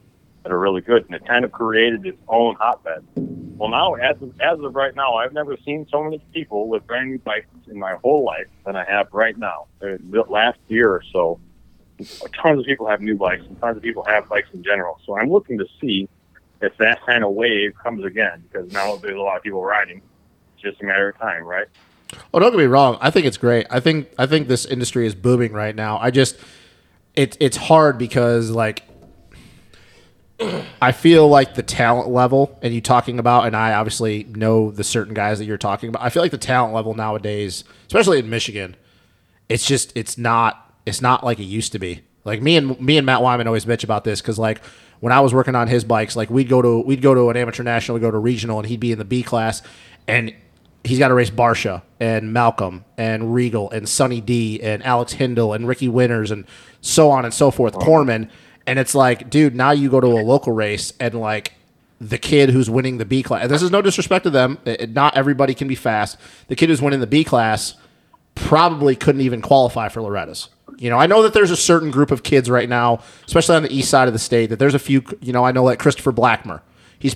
S5: that are really good, and it kind of created its own hotbed. Well, now as of, as of right now, I've never seen so many people with brand new bikes in my whole life than I have right now. Uh, The last year or so, tons of people have new bikes, and tons of people have bikes in general. So I'm looking to see if that kind of wave comes again because now there's a lot of people riding. It's just a matter of time, right?
S2: Oh, don't get me wrong. I think it's great. I think I think this industry is booming right now. I just it, it's hard because like I feel like the talent level and you talking about and I obviously know the certain guys that you're talking about. I feel like the talent level nowadays, especially in Michigan, it's just it's not it's not like it used to be. Like me and me and Matt Wyman always bitch about this because like when I was working on his bikes, like we'd go to we'd go to an amateur national, we'd go to regional, and he'd be in the B class, and he's got to race Barsha and Malcolm and Regal and Sonny D and Alex Hindle and Ricky Winters and so on and so forth, Corman, and it's like, dude, now you go to a local race and like the kid who's winning the B class. and This is no disrespect to them. it- it- not everybody can be fast. The kid who's winning the B class probably couldn't even qualify for Loretta's. You know, I know that there's a certain group of kids right now, especially on the east side of the state, that there's a few. You know, I know like Christopher Blackmer, he's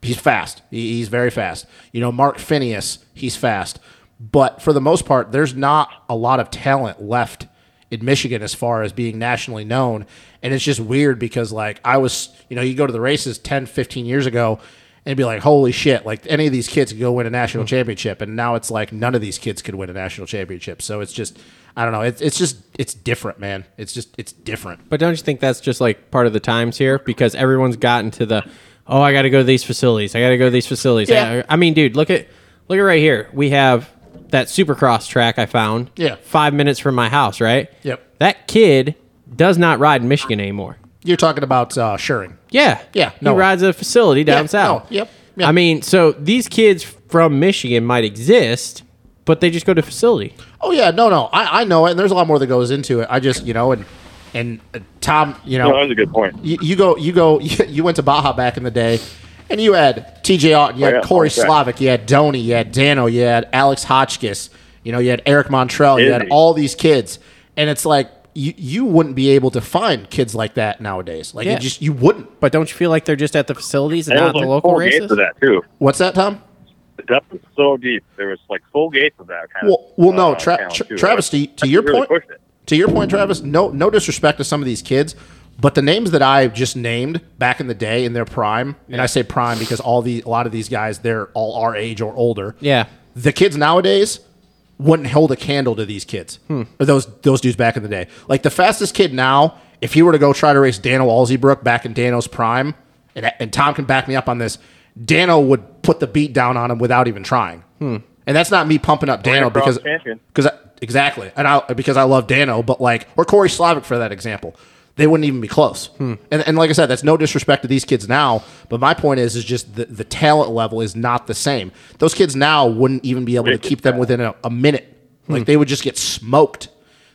S2: he's fast, He- he's very fast. You know, Mark Phineas, he's fast, but for the most part, there's not a lot of talent left in Michigan as far as being nationally known. And it's just weird because like I was, you know, you go to the races 10, 15 years ago and be like, holy shit, like any of these kids could go win a
S5: Mm-hmm.
S2: national championship. And now it's like none of these kids could win a national championship. So it's just, I don't know. It's, it's just, it's different, man. It's just, it's different.
S1: But don't you think that's just like part of the times here? Because everyone's gotten to the, oh, I got to go to these facilities. I got to go to these facilities.
S2: Yeah.
S1: I, I mean, dude, look at look at right here. We have that Supercross track I found.
S2: Yeah.
S1: Five minutes from my house, right?
S2: Yep.
S1: That kid does not ride in Michigan anymore.
S2: You're talking about uh, Shuring.
S1: Yeah.
S2: Yeah,
S1: He
S2: no.
S1: rides at a facility down
S2: Yeah,
S1: south.
S2: no, yep, yep.
S1: I mean, so these kids from Michigan might exist, but they just go to facility.
S2: Oh yeah. No, no, I, I know it. And there's a lot more that goes into it. I just, you know, and, and uh, Tom, you know,
S5: No, that was a good point.
S2: you, you go you go (laughs) you went to Baja back in the day and you had TJ Otten, you
S5: Oh,
S2: had
S5: yeah,
S2: Corey
S5: okay.
S2: Slavic, you had Donny, you had Dano, you had Alex Hotchkiss, you know, you had Eric Montrell, you had
S5: Izzy.
S2: all these kids. And it's like you, you wouldn't be able to find kids like that nowadays. Like
S1: Yeah.
S2: you just you wouldn't.
S1: But don't you feel like they're just at the facilities and
S5: And it
S1: not
S5: was
S1: at the
S5: like
S1: local
S5: full
S1: races?
S5: gates of that too.
S2: What's that, Tom?
S5: The depth was so deep. There was like full gates of that kind
S2: Well,
S5: of.
S2: well no,
S5: uh,
S2: Tra-
S5: talent,
S2: Tra-
S5: too.
S2: Travis, to, to
S5: They
S2: your
S5: really
S2: point,
S5: pushed it.
S2: to your point, Travis, no, no disrespect to some of these kids, but the names that I just named back in the day in their prime, and I say prime because all the a lot of these guys they're all our age or older.
S1: Yeah.
S2: the kids nowadays wouldn't hold a candle to these kids or those those dudes back in the day. Like the fastest kid now, if he were to go try to race Dano Alzebrook back in Dano's prime, and and Tom can back me up on this, Dano would put the beat down on him without even trying. And that's not me pumping up Dano
S5: Grand Cross
S2: because
S5: champion.
S2: because I- exactly, and I because I love Dano, but like or Corey Slavic for that example, they wouldn't even be close. And, and like I said, that's no disrespect to these kids now, but my point is is just the, the talent level is not the same. Those kids now wouldn't even be able to keep them within a, a minute. Like they would just get smoked.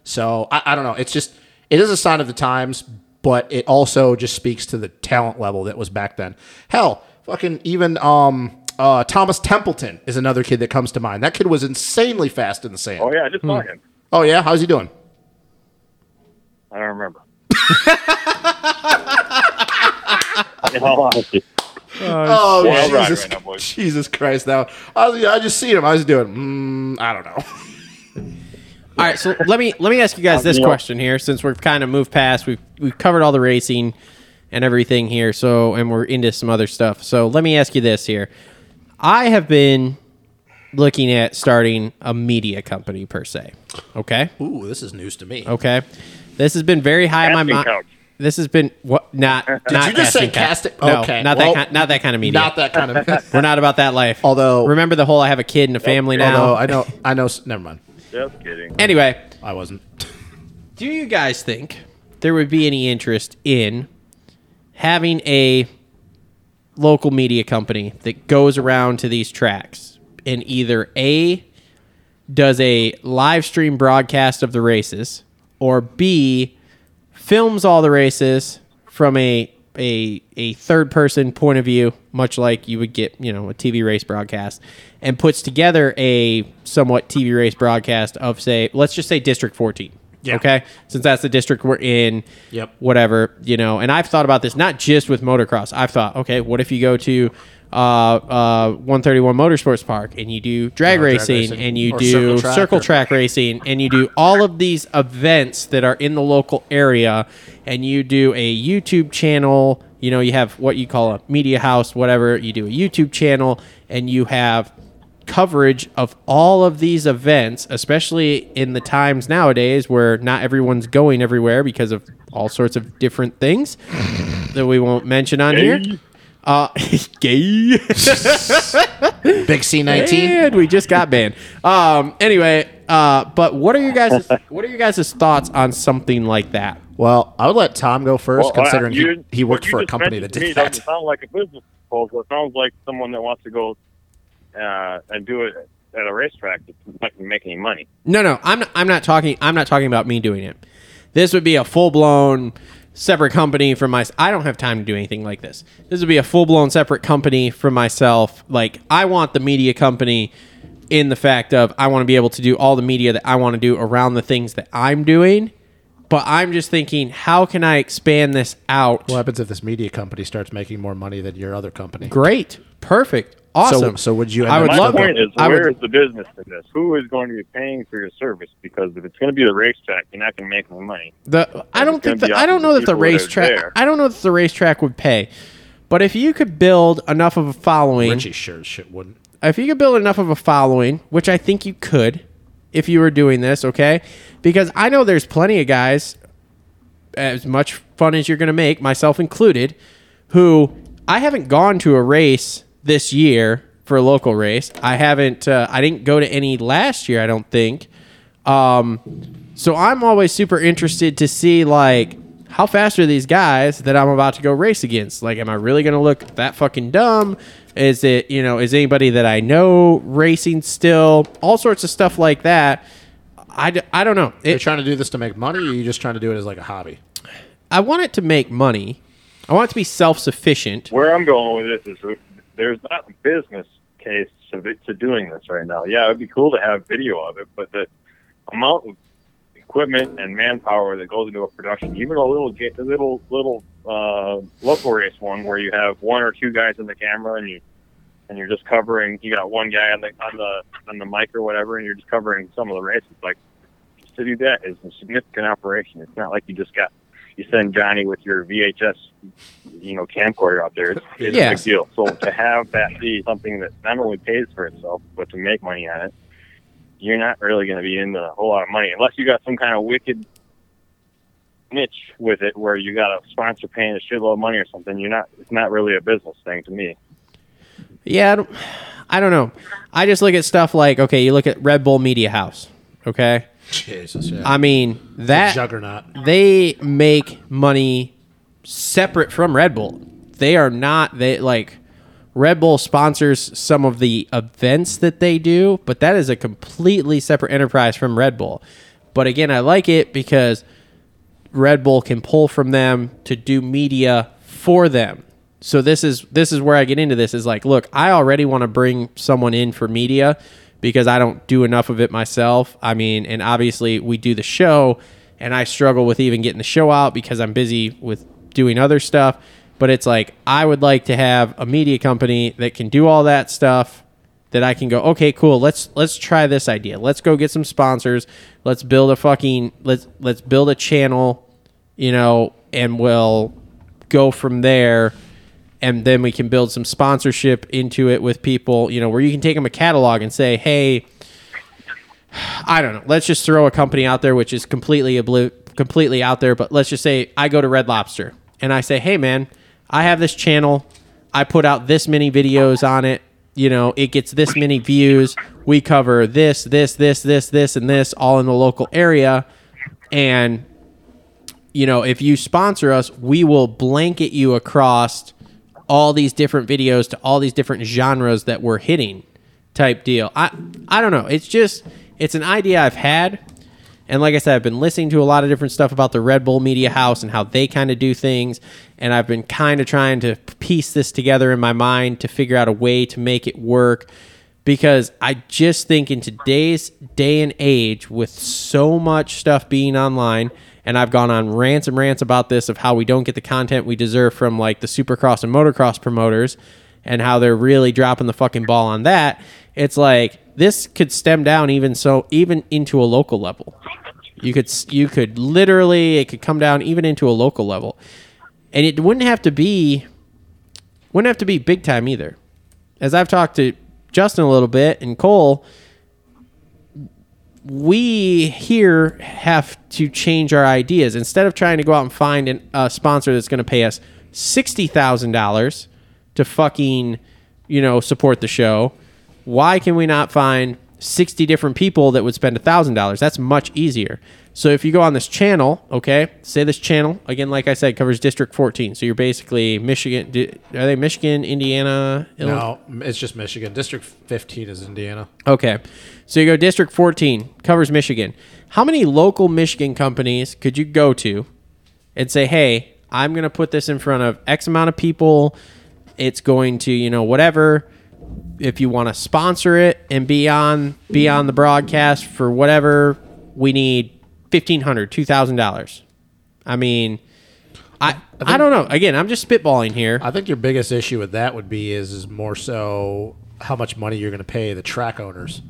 S2: So I, I don't know. It's just it is a sign of the times, but it also just speaks to the talent level that was back then. Hell, fucking even um uh, Thomas Templeton is another kid that comes to mind. That kid was insanely fast in the sand.
S5: Oh yeah, I just saw
S1: Hmm.
S5: him.
S2: Oh, yeah? how's he doing?
S5: I
S2: (laughs)
S5: don't remember. (laughs) In all honesty.
S2: Oh,
S5: Wild ride
S2: Jesus,
S5: right now, boys.
S2: Jesus Christ! Now I, was, I just seen him. I was doing. Mm, I don't know.
S1: (laughs) All right, so let me let me ask you guys this
S5: Yeah.
S1: question here, since we've kind of moved past, we've we've covered all the racing and everything here, so and we're into some other stuff. So let me ask you this here: I have been looking at starting a media company per se. Okay,
S2: Ooh, this is news to me.
S1: okay, this has been very high in my
S5: Casting
S1: mind.
S5: couch.
S1: This has been what not not
S2: you just say
S1: couch.
S2: casting-
S1: No,
S2: okay,
S1: not
S2: well,
S1: that kind, not that kind of media.
S2: Not that
S1: (laughs)
S2: kind of.
S1: We're not about that life.
S2: Although-
S1: remember the whole I have a kid and a family now.
S2: although I know, I know. s- Never mind.
S5: Just kidding.
S1: anyway,
S2: I wasn't.
S1: Do you guys think there would be any interest in having a local media company that goes around to these tracks and either A does a live stream broadcast of the races or B films all the races, from a a a third person point of view, much like you would get, you know, a TV race broadcast, and puts together a somewhat TV race broadcast of say, let's just say District 14.
S2: Yeah.
S1: Okay. Since that's the district we're in.
S2: Yep.
S1: Whatever, you know. And I've thought about this not just with motocross. I've thought, okay, what if you go to uh, uh, 131 Motorsports Park and you do drag, racing,
S2: Uh, racing.
S1: and you
S2: Or
S1: do
S2: circle track
S1: circle
S2: or-
S1: track racing and you do all of these events that are in the local area and you do a YouTube channel, you know, you have what you call a media house, whatever, you do a YouTube channel and you have coverage of all of these events, especially in the times nowadays where not everyone's going everywhere because of all sorts of different things that we won't mention on here. Uh, (laughs) gay.
S2: Big C nineteen.
S1: And we just got banned. Um. Anyway, uh, but what are your guys? what are your guys' thoughts on something like that?
S2: Well, I would let Tom go first,
S5: Well,
S2: considering
S5: I- you-
S2: he, he worked
S5: what you
S2: for a
S5: just
S2: company that
S5: mentioned to me
S2: did that.
S5: Doesn't sound like a business proposal. It sounds like someone that wants to go uh, and do it at a racetrack that's not going to make any money.
S1: No, no, I'm not, I'm not talking. I'm not talking about me doing it. This would be a full blown separate company from my. I don't have time to do anything like this. This would be a full blown separate company from myself. Like I want the media company in the fact of I want to be able to do all the media that I want to do around the things that I'm doing. But I'm just thinking, how can I expand this out?
S2: What happens if this media company starts making more money than your other company?
S1: Great. Perfect. Awesome.
S2: so would you end
S1: I
S2: up
S1: would
S5: My
S2: still
S1: love
S2: going-
S5: point is,
S1: I
S5: where
S1: would,
S5: is the business in this? Who is going to be paying for your service? Because if it's going to be the racetrack, you're not going to make any money.
S1: the I don't think
S5: gonna be
S1: that
S5: up
S1: I don't
S5: to the
S1: know that the
S5: people that are
S1: racetrack
S5: there.
S1: I don't know that the racetrack would pay. But if you could build enough of a following,
S2: Richie sure as shit wouldn't.
S1: if you could build enough of a following, which I think you could if you were doing this, okay? Because I know there's plenty of guys, as much fun as you're going to make, myself included, who I haven't gone to a race this year for a local race. I haven't, uh, I didn't go to any last year, I don't think. Um, so I'm always super interested to see, like, how fast are these guys that I'm about to go race against? Like, am I really going to look that fucking dumb? Is it, you know, is anybody that I know racing still? All sorts of stuff like that. I, d- I don't know.
S2: Are you
S1: It,
S2: trying to do this to make money, or are you just trying to do it as like a hobby?
S1: I want it to make money. I want it to be self sufficient.
S5: Where I'm going with this is there's not a business case to, be- to doing this right now. Yeah, it would be cool to have video of it, but the amount of equipment and manpower that goes into a production, even a little ga- a little little uh, local race one where you have one or two guys in the camera and you and you're just covering. You got one guy on the on the on the mic or whatever, and you're just covering some of the races. Like to do that is a significant operation. It's not like you just got you send Johnny with your VHS, you know, camcorder out there. It's, it's
S1: Yeah.
S5: a big deal. So to have that be something that not only pays for itself, but to make money on it, you're not really going to be into a whole lot of money unless you got some kind of wicked niche with it where you got a sponsor paying a shitload of money or something. You're not. It's not really a business thing to me.
S1: Yeah, I don't, I don't know. I just look at stuff like, okay, you look at Red Bull Media House, okay?
S2: Jesus, yeah.
S1: I mean, that.
S2: Juggernaut.
S1: they make money separate from Red Bull. They are not they like Red Bull sponsors some of the events that they do, but that is a completely separate enterprise from Red Bull. But again, I like it because Red Bull can pull from them to do media for them. So this is this is where I get into this is like, look, I already want to bring someone in for media because I don't do enough of it myself. I mean, and obviously we do the show and I struggle with even getting the show out because I'm busy with doing other stuff, but it's like I would like to have a media company that can do all that stuff that I can go, okay, cool. Let's let's try this idea. Let's go get some sponsors. Let's build a fucking let's let's build a channel, you know, and we'll go from there. And then we can build some sponsorship into it with people, you know, where you can take them a catalog and say, hey, (sighs) I don't know. Let's just throw a company out there which is completely obli- completely out there, but let's just say I go to Red Lobster and I say, "Hey man, I have this channel. I put out this many videos on it. You know, it gets this many views. We cover this, this, this, this, this and this all in the local area and you know, if you sponsor us, we will blanket you across all these different videos to all these different genres that we're hitting type deal. I I don't know. It's just it's an idea I've had And like I said, I've been listening to a lot of different stuff about the Red Bull Media House and how they kind of do things. And I've been kind of trying to piece this together in my mind to figure out a way to make it work because I just think in today's day and age, with so much stuff being online, and I've gone on rants and rants about this of how we don't get the content we deserve from like the supercross and motocross promoters and how they're really dropping the fucking ball on that. It's like this could stem down even so, even into a local level. You could, s- you could literally, it could come down even into a local level. And it wouldn't have to be, wouldn't have to be big time either as I've talked to Justin a little bit and Cole, we here have to change our ideas. Instead of trying to go out and find an, a sponsor that's going to pay us $60,000 to fucking, you know, support the show, why can we not find 60 different people that would spend $1,000? That's much easier. So if you go on this channel, okay, say this channel, again, like I said, covers District 14. So you're basically Michigan, di- are they Michigan, Indiana, Illinois?
S2: No, it's just Michigan. District 15 is Indiana.
S1: Okay. So you go District 14, covers Michigan. How many local Michigan companies could you go to and say, hey, I'm going to put this in front of X amount of people? It's going to, you know, whatever. If you want to sponsor it and be on, be on the broadcast for whatever, we need $1,500, $2,000. I mean, I, I, don't know. Again, I'm just spitballing here.
S2: I think your biggest issue with that would be is, is more so how much money you're going to pay the track owners.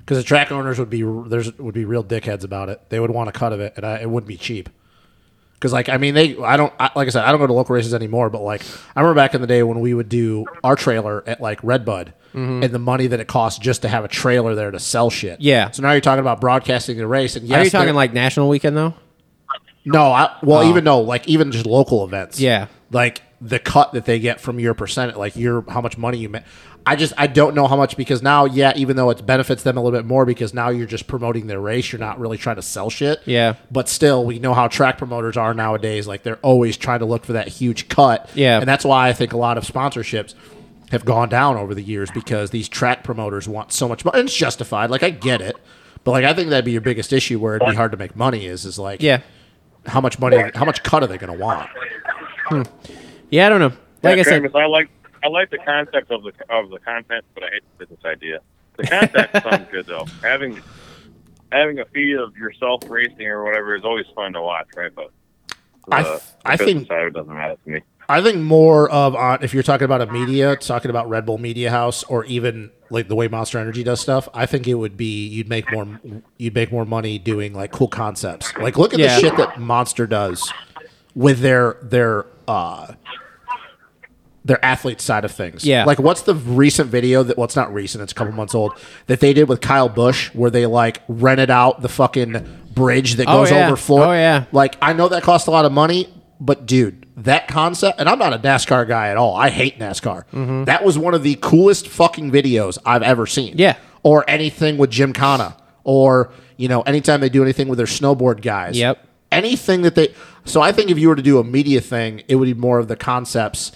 S2: Because the track owners would be there's would be real dickheads about it. They would want a cut of it, and I, it wouldn't be cheap. Because like I mean they I don't I, like I said I don't go to local races anymore. But like I remember back in the day when we would do our trailer at like Redbud,
S1: Mm-hmm.
S2: and the money that it cost just to have a trailer there to sell shit.
S1: Yeah.
S2: So now you're talking about broadcasting the race, and yes,
S1: Are you talking
S2: there-
S1: like national weekend, though?
S2: no, I, well, even no, like even just local events.
S1: Yeah.
S2: like the cut that they get from your percent, like your how much money you make. I just I don't know how much because now, yeah, even though it benefits them a little bit more because now you're just promoting their race, you're not really trying to sell shit.
S1: Yeah.
S2: but still, we know how track promoters are nowadays. Like they're always trying to look for that huge cut.
S1: Yeah.
S2: and that's why I think a lot of sponsorships have gone down over the years because these track promoters want so much money. And it's justified. Like I get it, but like I think that'd be your biggest issue where it'd be hard to make money is is like
S1: Yeah.
S2: how much money, how much cut are they going to want?
S1: Yeah, I don't know. Like I said,
S5: Travis, I like I like the concept of the of the content, but I hate the business idea. The
S2: (laughs)
S5: concept sounds good though. Having having a feed of yourself racing or whatever is always fun to watch, right? But
S2: I
S5: the-
S2: th- I
S5: the
S2: think-
S5: business side of it doesn't matter to me.
S2: I think more of on if you're talking about a media, talking about Red Bull Media House, or even like the way Monster Energy does stuff. I think it would be you'd make more you'd make more money doing like cool concepts. Like look at
S1: Yeah.
S2: the shit that Monster does with their their uh their athlete side of things.
S1: Yeah.
S2: Like what's the recent video that well it's not recent, it's a couple months old, that they did with Kyle Bush where they like rented out the fucking bridge that
S1: Oh,
S2: goes
S1: yeah.
S2: over Florida.
S1: Oh, yeah.
S2: Like I know that costs a lot of money, but dude, that concept and I'm not a NASCAR guy at all. I hate NASCAR.
S1: Mm-hmm.
S2: That was one of the coolest fucking videos I've ever seen.
S1: Yeah.
S2: Or anything with Jim Kana. Or, you know, anytime they do anything with their snowboard guys.
S1: Yep.
S2: Anything that they so I think if you were to do a media thing, it would be more of the concepts.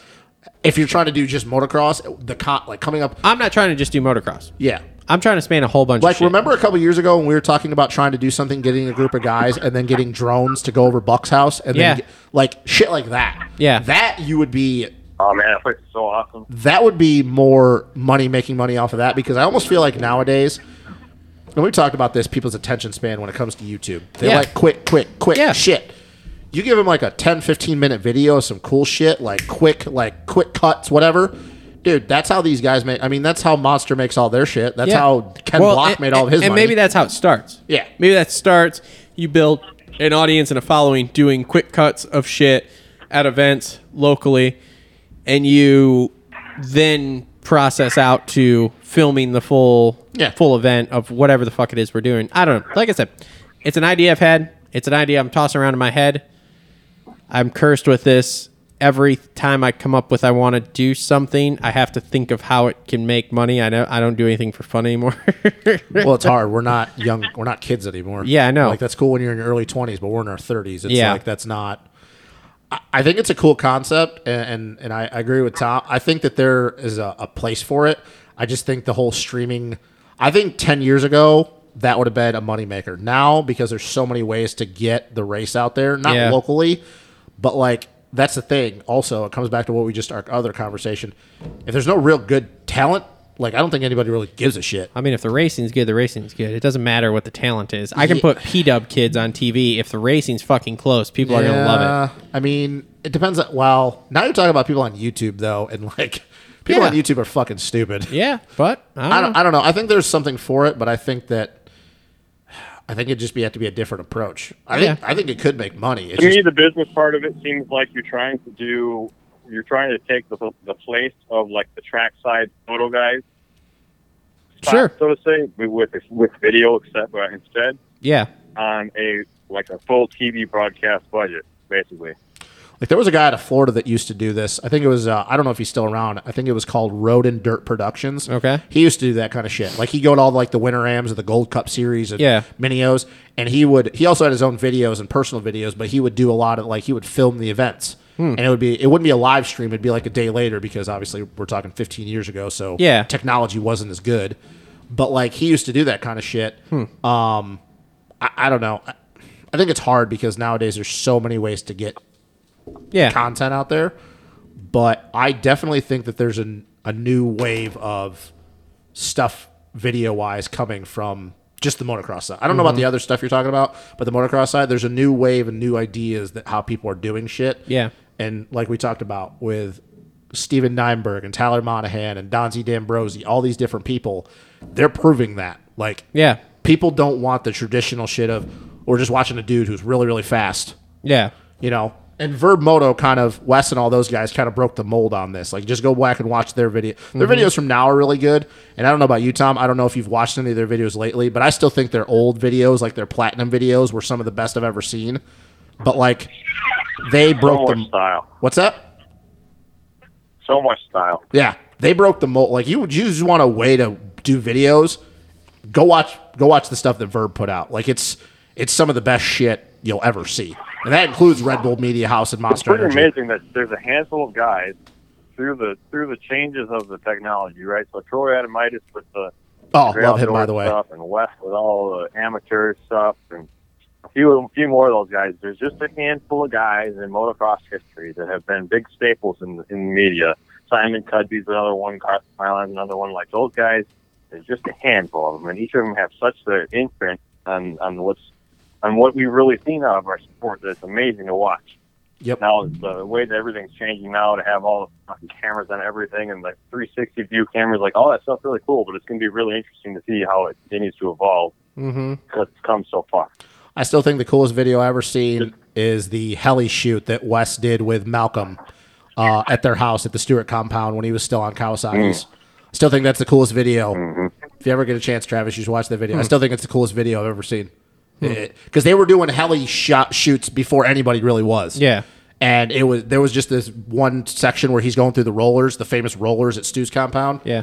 S2: If you're trying to do just motocross, the con like coming up
S1: I'm not trying to just do motocross.
S2: yeah.
S1: I'm trying to span a whole bunch of
S2: Like
S1: shit.
S2: remember a couple years ago when we were talking about trying to do something, getting a group of guys, and then getting drones to go over Buck's house, and
S1: Yeah.
S2: then get- like shit like that.
S1: Yeah.
S2: that you would be
S5: Oh man, that place is so awesome.
S2: that would be more money making money off of that because I almost feel like nowadays, and we've talked about this, people's attention span when it comes to YouTube, they
S1: Yeah.
S2: like quick, quick, quick
S1: Yeah.
S2: shit. You give them like a 10, 15 minute video of some cool shit, like quick, like quick cuts, whatever. Dude, that's how these guys make. I mean, that's how Monster makes all their shit. That's
S1: Yeah.
S2: how Ken
S1: Well,
S2: Block
S1: and-
S2: made all of his
S1: And
S2: money.
S1: maybe that's how it starts.
S2: Yeah.
S1: Maybe that starts. You build an audience and a following doing quick cuts of shit at events locally, and you then process out to filming the full
S2: Yeah.
S1: full event of whatever the fuck it is we're doing. I don't know. Like I said, it's an idea I've had. It's an idea I'm tossing around in my head. I'm cursed with this. Every time I come up with I want to do something, I have to think of how it can make money. I know I don't do anything for fun anymore. (laughs)
S2: well, it's hard. We're not young. We're not kids anymore.
S1: Yeah, I know.
S2: Like that's cool when you're in your early twenties, but we're in our thirties. It's
S1: Yeah.
S2: like that's not. I, I think it's a cool concept, and and, and I, I agree with Tom. I think that there is a, a place for it. I just think the whole streaming. I think ten years ago, that would have been a moneymaker. Now, because there's so many ways to get the race out there, not
S1: Yeah.
S2: locally, but like that's the thing. Also, it comes back to what we just our other conversation. If there's no real good talent, like I don't think anybody really gives a shit.
S1: I mean, if the racing's good, the racing's good. It doesn't matter what the talent is. I can
S2: Ye-
S1: put P Dub kids on TV. If the racing's fucking close, people are gonna love it.
S2: Yeah, I mean, it depends. On, well, now you're talking about people on YouTube though, and like people
S1: Yeah.
S2: on YouTube are fucking stupid.
S1: Yeah, but I don't,
S2: I
S1: know.
S2: don't, I don't know. I think there's something for it, but I think that I think it just be have to be a different approach. I think I think it could make money. It's
S5: to me,
S2: just,
S5: the business part of it seems like you're trying to do, you're trying to take the, the place of like the trackside photo guys, spot,
S1: Sure.
S5: so to say, with with video except uh, instead
S1: Yeah,
S5: on a like a full TV broadcast budget, basically.
S2: like there was a guy out of Florida that used to do this. I think it was uh, I don't know if he's still around. I think it was called Road and Dirt Productions.
S1: Okay.
S2: he used to do that kind of shit. Like he go to all like the Winter Rams or the Gold Cup series and
S1: Yeah.
S2: minios, and he would he also had his own videos and personal videos, but he would do a lot of like he would film the events.
S1: Hmm.
S2: And it would be it wouldn't be a live stream, it'd be like a day later because obviously we're talking 15 years ago, so
S1: Yeah.
S2: technology wasn't as good. But like he used to do that kind of shit.
S1: Hmm.
S2: Um, I, I don't know. I, I think it's hard because nowadays there's so many ways to get
S1: yeah.
S2: content out there. But I definitely think that there's an, a new wave of stuff video wise coming from just the motocross side. I don't know
S1: Mm-hmm.
S2: about the other stuff you're talking about, but the motocross side, there's a new wave and new ideas that how people are doing shit.
S1: Yeah.
S2: And like we talked about with Steven Neinberg and Tyler Monahan and Donzi D'Ambrosi, all these different people, they're proving that. Like
S1: yeah,
S2: people don't want the traditional shit of we're just watching a dude who's really, really fast
S1: yeah,
S2: you know. And Verb Moto kind of Wes and all those guys kind of broke the mold on this. Like, just go back and watch their video. Their
S5: Mm-hmm.
S2: videos from now are really good. And I don't know about you, Tom. I don't know if you've watched any of their videos lately, but I still think their old videos, like their platinum videos, were some of the best I've ever seen. But like, they broke
S5: So
S2: the
S5: much style,
S2: what's up?
S5: so much style.
S2: Yeah, they broke the mold. Like, you, you just want a way to do videos. Go watch, go watch the stuff that Verb put out. Like, it's it's some of the best shit you'll ever see, and that includes Red Bull Media House and
S5: It's
S2: Monster
S5: pretty
S2: Energy.
S5: amazing that there's a handful of guys through the through the changes of the technology, right? So Troy Adamitis with the
S2: Oh,
S5: Grail
S2: love him by
S5: Door
S2: the way.
S5: Stuff and West with all the amateur stuff and a few a few more of those guys. There's just a handful of guys in motocross history that have been big staples in in the media. Simon Cudby's another one. Carson Mylan's another one. Like those guys, there's just a handful of them, and each of them have such their imprint on on what's on what we've really seen out of our sport that it's amazing to watch.
S2: Yep.
S5: Now the way that everything's changing now to have all the fucking cameras on everything and like 360 view cameras, like all that stuff's really cool. But it's going to be really interesting to see how it continues to evolve
S1: mm-hmm.
S5: because it's come so far.
S2: I still think the coolest video I ever seen is the heli shoot that Wes did with Malcolm uh, at their house at the Stewart compound when he was still on
S1: Mm.
S2: Kawasaki's. I Still think that's the coolest video.
S1: Mm-hmm.
S2: If you ever get a chance, Travis, you should watch that video.
S1: Mm.
S2: I still think it's the coolest video I've ever seen because they were doing heli shot shoots before anybody really was.
S1: Yeah.
S2: and it was there was just this one section where he's going through the rollers, the famous rollers at Stu's compound.
S1: yeah.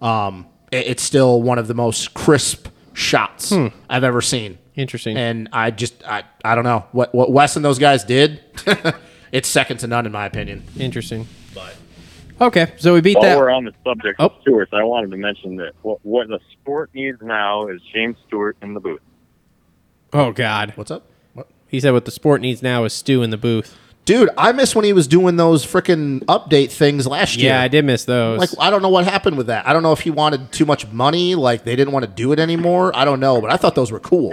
S2: um, it- it's still one of the most crisp shots
S1: Hmm.
S2: I've ever seen.
S1: Interesting.
S2: And I just I, I don't know what what Wes and those guys did. (laughs) it's second to none in my opinion.
S1: Interesting. okay, so we beat
S5: While
S1: that.
S5: we're on the subject of
S1: Oh.
S5: Stewart's, I wanted to mention that what, what the sport needs now is James Stewart in the booth.
S1: Oh God,
S2: What's up? What?
S1: he said what the sport needs now is stew in the booth.
S2: Dude, I miss when he was doing those freaking update things last year.
S1: Yeah, I did miss those.
S2: Like I don't know what happened with that. I don't know if he wanted too much money, like they didn't want to do it anymore. I don't know, but I thought those were cool.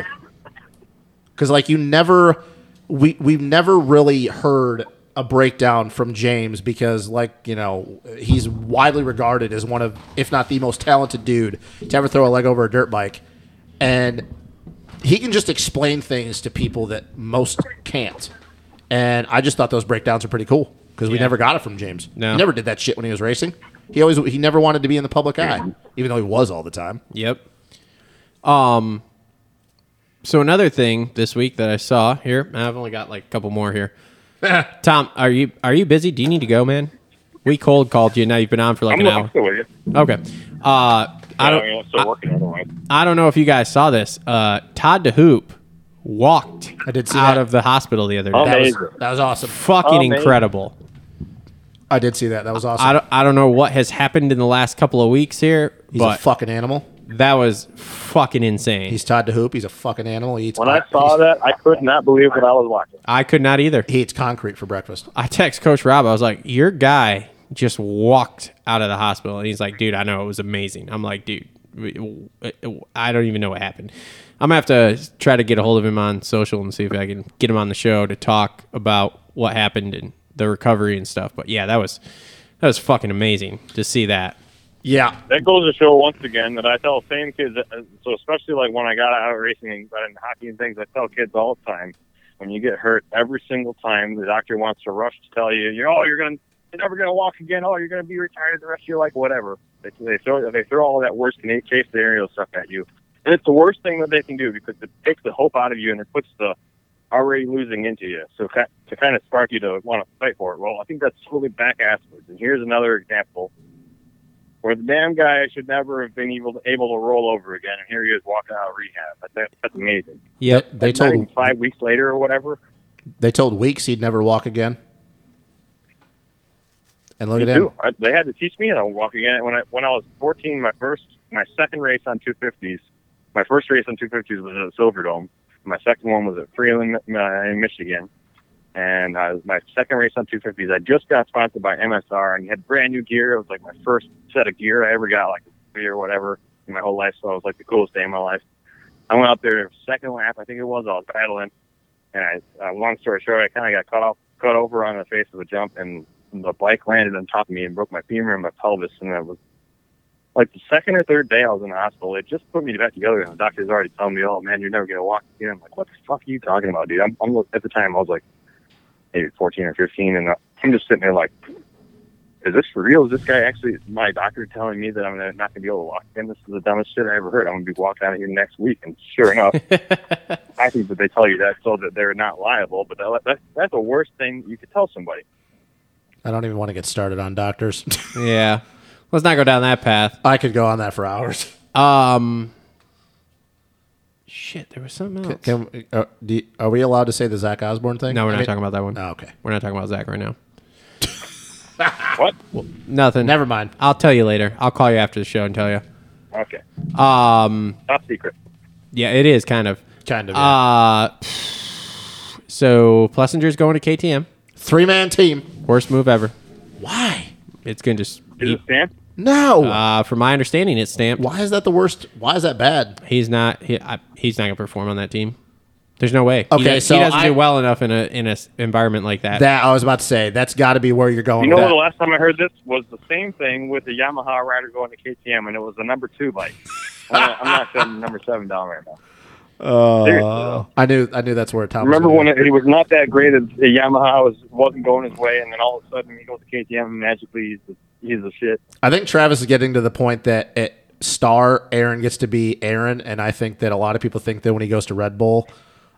S2: Cuz like you never we we've never really heard a breakdown from James because like, you know, he's widely regarded as one of if not the most talented dude to ever throw a leg over a dirt bike and he can just explain things to people that most can't. And I just thought those breakdowns are pretty cool because we never got it from James.
S1: No.
S2: He never did that shit when he was racing. He always he never wanted to be in the public eye, even though he was all the time.
S1: Yep. Um. So another thing this week that I saw here, and I've only got like a couple more here. Tom, are you are you busy? Do you need to go, man? We cold called you. Now you've been on for like an hour.
S5: still with you.
S1: Okay. Uh, I
S5: I mean,
S1: don't.
S5: I'm still working otherwise.
S1: I don't know if you guys saw this. Uh, Todd DeHoop walked
S2: I did see
S1: out
S2: that.
S1: of the hospital the other day.
S2: That was,
S5: Amazing.
S2: that was awesome.
S1: Fucking
S2: Oh,
S5: amazing.
S1: incredible.
S2: I did see that. That was awesome.
S1: I don't, I don't know what has happened in the last couple of weeks here,
S2: He's
S1: but
S2: a fucking animal.
S1: That was fucking insane.
S2: He's tied to hoop. He's a fucking animal. He eats.
S5: When I
S2: con-
S5: saw that, I could not believe what I was watching.
S1: I could not either.
S2: he eats concrete for breakfast.
S1: I text Coach Rob. I was like, "Your guy just walked out of the hospital," and he's like, "Dude, I know it was amazing." I'm like, "Dude, w- w- I don't even know what happened." I'm gonna have to try to get a hold of him on social and see if I can get him on the show to talk about what happened and the recovery and stuff. But yeah, that was that was fucking amazing to see that.
S2: Yeah,
S5: That goes to show once again that I tell same kids, that, uh, so especially like when I got out of racing and got in hockey and things, I tell kids all the time, when you get hurt, every single time the doctor wants to rush to tell you, you're oh you're gonna you're never gonna walk again, oh you're gonna be retired the rest of your life, whatever. They, they throw they throw all that worst case scenario stuff at you, and it's the worst thing that they can do because it takes the hope out of you and it puts the already losing into you. So ki- to kind of spark you to want to fight for it. Well, I think that's totally back asswards. And here's another example where the damn guy should never have been able to, able to roll over again, and here he is walking out of rehab. But that, that's amazing.
S1: Yep.
S2: they
S5: Not even
S2: told
S5: five weeks later or whatever.
S2: they told Weeks he'd never walk again. And look
S5: Me
S2: at him.
S5: too. I, they had to teach me how to walk again. When I when I was 14, my first my second race on 250s, my first race on 250s was at Silverdome. My second one was at Freeland uh, in Michigan, and I, my second race on 250s, I just got sponsored by MSR and had brand new gear. It was like my first set of gear I ever got, like three or whatever, in my whole life. So it was like the coolest day of my life. I went out there second lap, I think it was. I was battling, and I uh, long story short, I kind of got cut off, cut over on the face of a jump, and the bike landed on top of me and broke my femur and my pelvis, and that was like the second or third day I was in the hospital. It just put me back together, and the doctor's already telling me, "Oh man, you're never gonna walk again." I'm like, "What the fuck are you talking about, dude?" I'm, I'm at the time I was like maybe 14 or 15, and I'm just sitting there like, "Is this for real? Is this guy actually my doctor telling me that I'm gonna- not gonna be able to walk again? This is the dumbest shit I ever heard. I'm gonna be walking out of here next week." And sure enough, I think that they tell you that so that they're not liable, but that, that, that's the worst thing you could tell somebody.
S2: I don't even want to get started on doctors. (laughs)
S1: Yeah. Let's not go down that path.
S2: I could go on that for hours.
S1: Um. Shit, there was something else.
S2: Can, uh, do you- are we allowed to say the Zach Osborne thing?
S1: no, we're
S2: I
S1: not
S2: mean-
S1: talking about that one.
S2: Oh, okay.
S1: We're not talking about Zach right now.
S5: What?
S1: Nothing.
S2: Never mind.
S1: I'll tell you later. I'll call you after the show and tell you.
S5: Okay.
S1: Um,
S5: Top secret.
S1: yeah, it is kind of.
S2: Kind of. yeah.
S1: Uh, so Plessinger's going to KTM.
S2: Three man team.
S1: Worst move ever.
S2: Why?
S1: It's gonna just.
S5: Is it Stan?
S2: No.
S1: Uh, from my understanding, it's stamped.
S2: why is that the worst? Why is that bad?
S1: He's not. He, I, he's not gonna perform on that team. There's no way.
S2: Okay,
S1: he, does-
S2: so
S1: he doesn't
S2: I-
S1: do well enough in a in a s- environment like that.
S2: That I was about to say. That's got to be where you're going.
S5: You know,
S2: with
S5: the
S2: that.
S5: last time I heard this was the same thing with the Yamaha rider going to KTM, and it was the number two bike. I'm not- I'm not shutting the number seven down right now. Seriously, though.
S2: I knew. I knew that's where Tom.
S5: Remember
S2: was
S5: when it, it was not that great? that The Yamaha was wasn't going his way, and then all of a sudden he goes to KTM, and magically he's the, he's the shit.
S2: I think Travis is getting to the point that at star Aaron gets to be Aaron, and I think that a lot of people think that when he goes to Red Bull,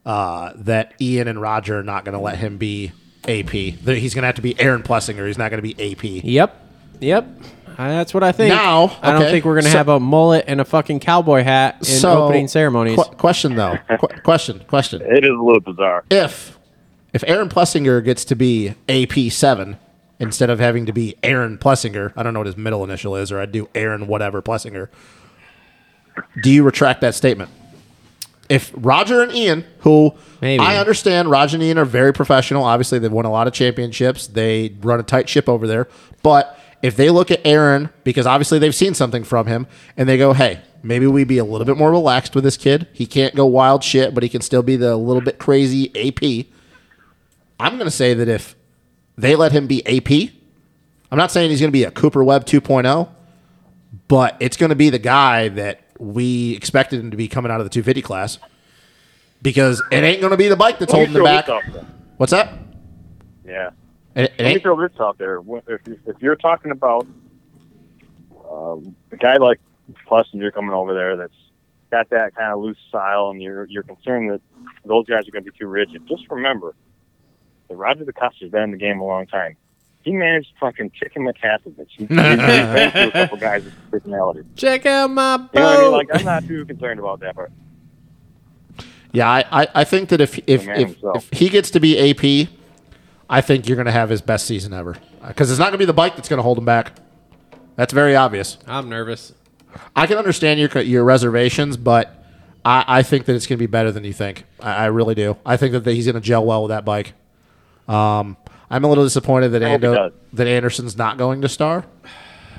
S2: uh, that Ian and Roger are not going to let him be AP. That he's going to have to be Aaron Plessinger. He's not going to be AP.
S1: Yep. Yep. Uh, that's what I think.
S2: Now-
S1: I don't
S2: okay.
S1: think we're going to
S2: So-
S1: have a mullet and a fucking cowboy hat in opening ceremonies.
S2: qu- question though. Qu- question. Question.
S5: It is a little bizarre.
S2: If if Aaron Plessinger gets to be AP seven instead of having to be Aaron Plessinger, I don't know what his middle initial is, or I'd do Aaron whatever Plessinger. Do you retract that statement? If Roger and Ian, who
S1: Maybe.
S2: I understand, Roger and Ian are very professional. Obviously, they've won a lot of championships. They run a tight ship over there. But if they look at Aaron, because obviously they've seen something from him, and they go, "Hey, maybe we be a little bit more relaxed with this kid. He can't go wild shit, but he can still be the little bit crazy AP." I'm going to say that if they let him be AP, I'm not saying he's going to be a Cooper Webb 2.0, but it's going to be the guy that we expected him to be coming out of the 250 class because it ain't going to be the bike that's
S5: Let
S2: holding
S5: me
S2: him
S5: throw
S2: back.
S5: this out there.
S2: What's up?
S5: Yeah.
S2: It, it
S5: Let me
S2: ain't,
S5: throw this out there. Wh- If, you- if you're talking about um, a guy like Plessinger coming over there that's got that kind of loose style and you're, you're concerned that those guys are going to be too rigid, just remember that Roger DeCosta's been in the game a long time. He managed fucking Chicken
S2: (laughs)
S5: McCaffrey. He's he's been through a couple guys with personality.
S1: Check out my boat.
S5: You know what I
S2: Oh.
S5: mean? Like, I'm not too concerned about that part.
S2: yeah, I, I, I think that if if,
S5: The man
S2: if
S5: himself.
S2: if he gets to be AP, I think you're going to have his best season ever because it's not going to be the bike that's going to hold him back. That's very obvious.
S1: I'm nervous.
S2: I can understand your your reservations, but I, I think that it's going to be better than you think. I, I really do. I think that, that he's going to gel well with that bike. Um, I'm a little disappointed that
S5: I hope he
S2: Ando,
S5: does.
S2: that Anderson's not going to star,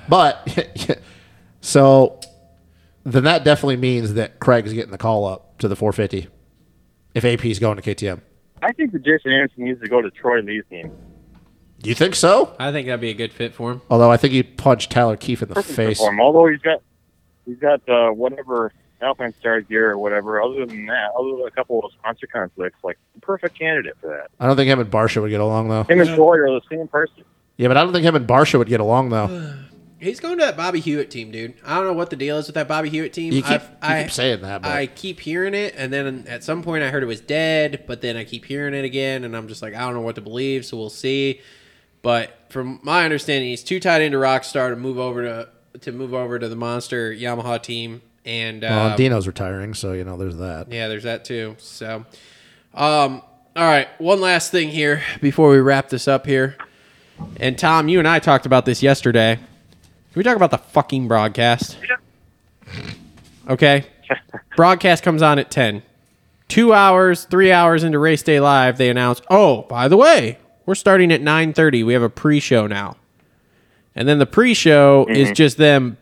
S2: but (laughs) so then that definitely means that Craig's getting the call up to the 450 if AP's going to KTM.
S5: I think that Jason Anderson needs to go to Troy Lee's team.
S2: Do you think so?
S1: I think that'd be a good fit for him.
S2: Although I think he punched Tyler Keefe in the
S5: Perfect
S2: face.
S5: for him. Although he's got he's got uh, whatever Alpine Star gear or whatever. Other than that, other than a couple of sponsor conflicts, like perfect candidate for that.
S2: I don't think him and Barsha would get along though.
S5: Him and Troy are the same person.
S2: Yeah, but I don't think him and Barsha would get along though.
S1: He's going to that Bobby Hewitt team, dude. I don't know what the deal is with that Bobby Hewitt team.
S2: You keep,
S1: Uh, I've-
S2: you keep saying that, but
S1: I keep hearing it, and then at some point I heard it was dead, but then I keep hearing it again, and I'm just like, I don't know what to believe, so we'll see. But from my understanding, he's too tied into Rockstar to move over to to move over to the Monster Yamaha team, and uh,
S2: well, Dino's retiring, so you know there's that.
S1: yeah, there's that too. So, um, all right, one last thing here before we wrap this up here, and Tom, you and I talked about this yesterday. Can we talk about the fucking broadcast? Okay, broadcast comes on at ten. Two hours, three hours into race day live, they announce, "Oh, by the way, we're starting at nine thirty. We have a pre-show now." And then the pre-show
S5: Mm-hmm.
S1: is just them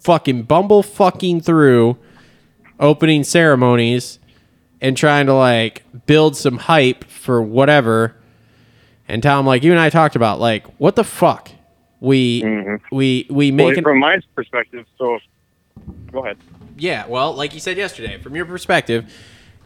S1: fucking bumble fucking through opening ceremonies and trying to like build some hype for whatever. And Tom, like you and I talked about, like what the fuck we we we
S5: Mm-hmm. Well,
S1: make an
S5: from my perspective, so go ahead.
S1: yeah, well, like you said yesterday, from your perspective,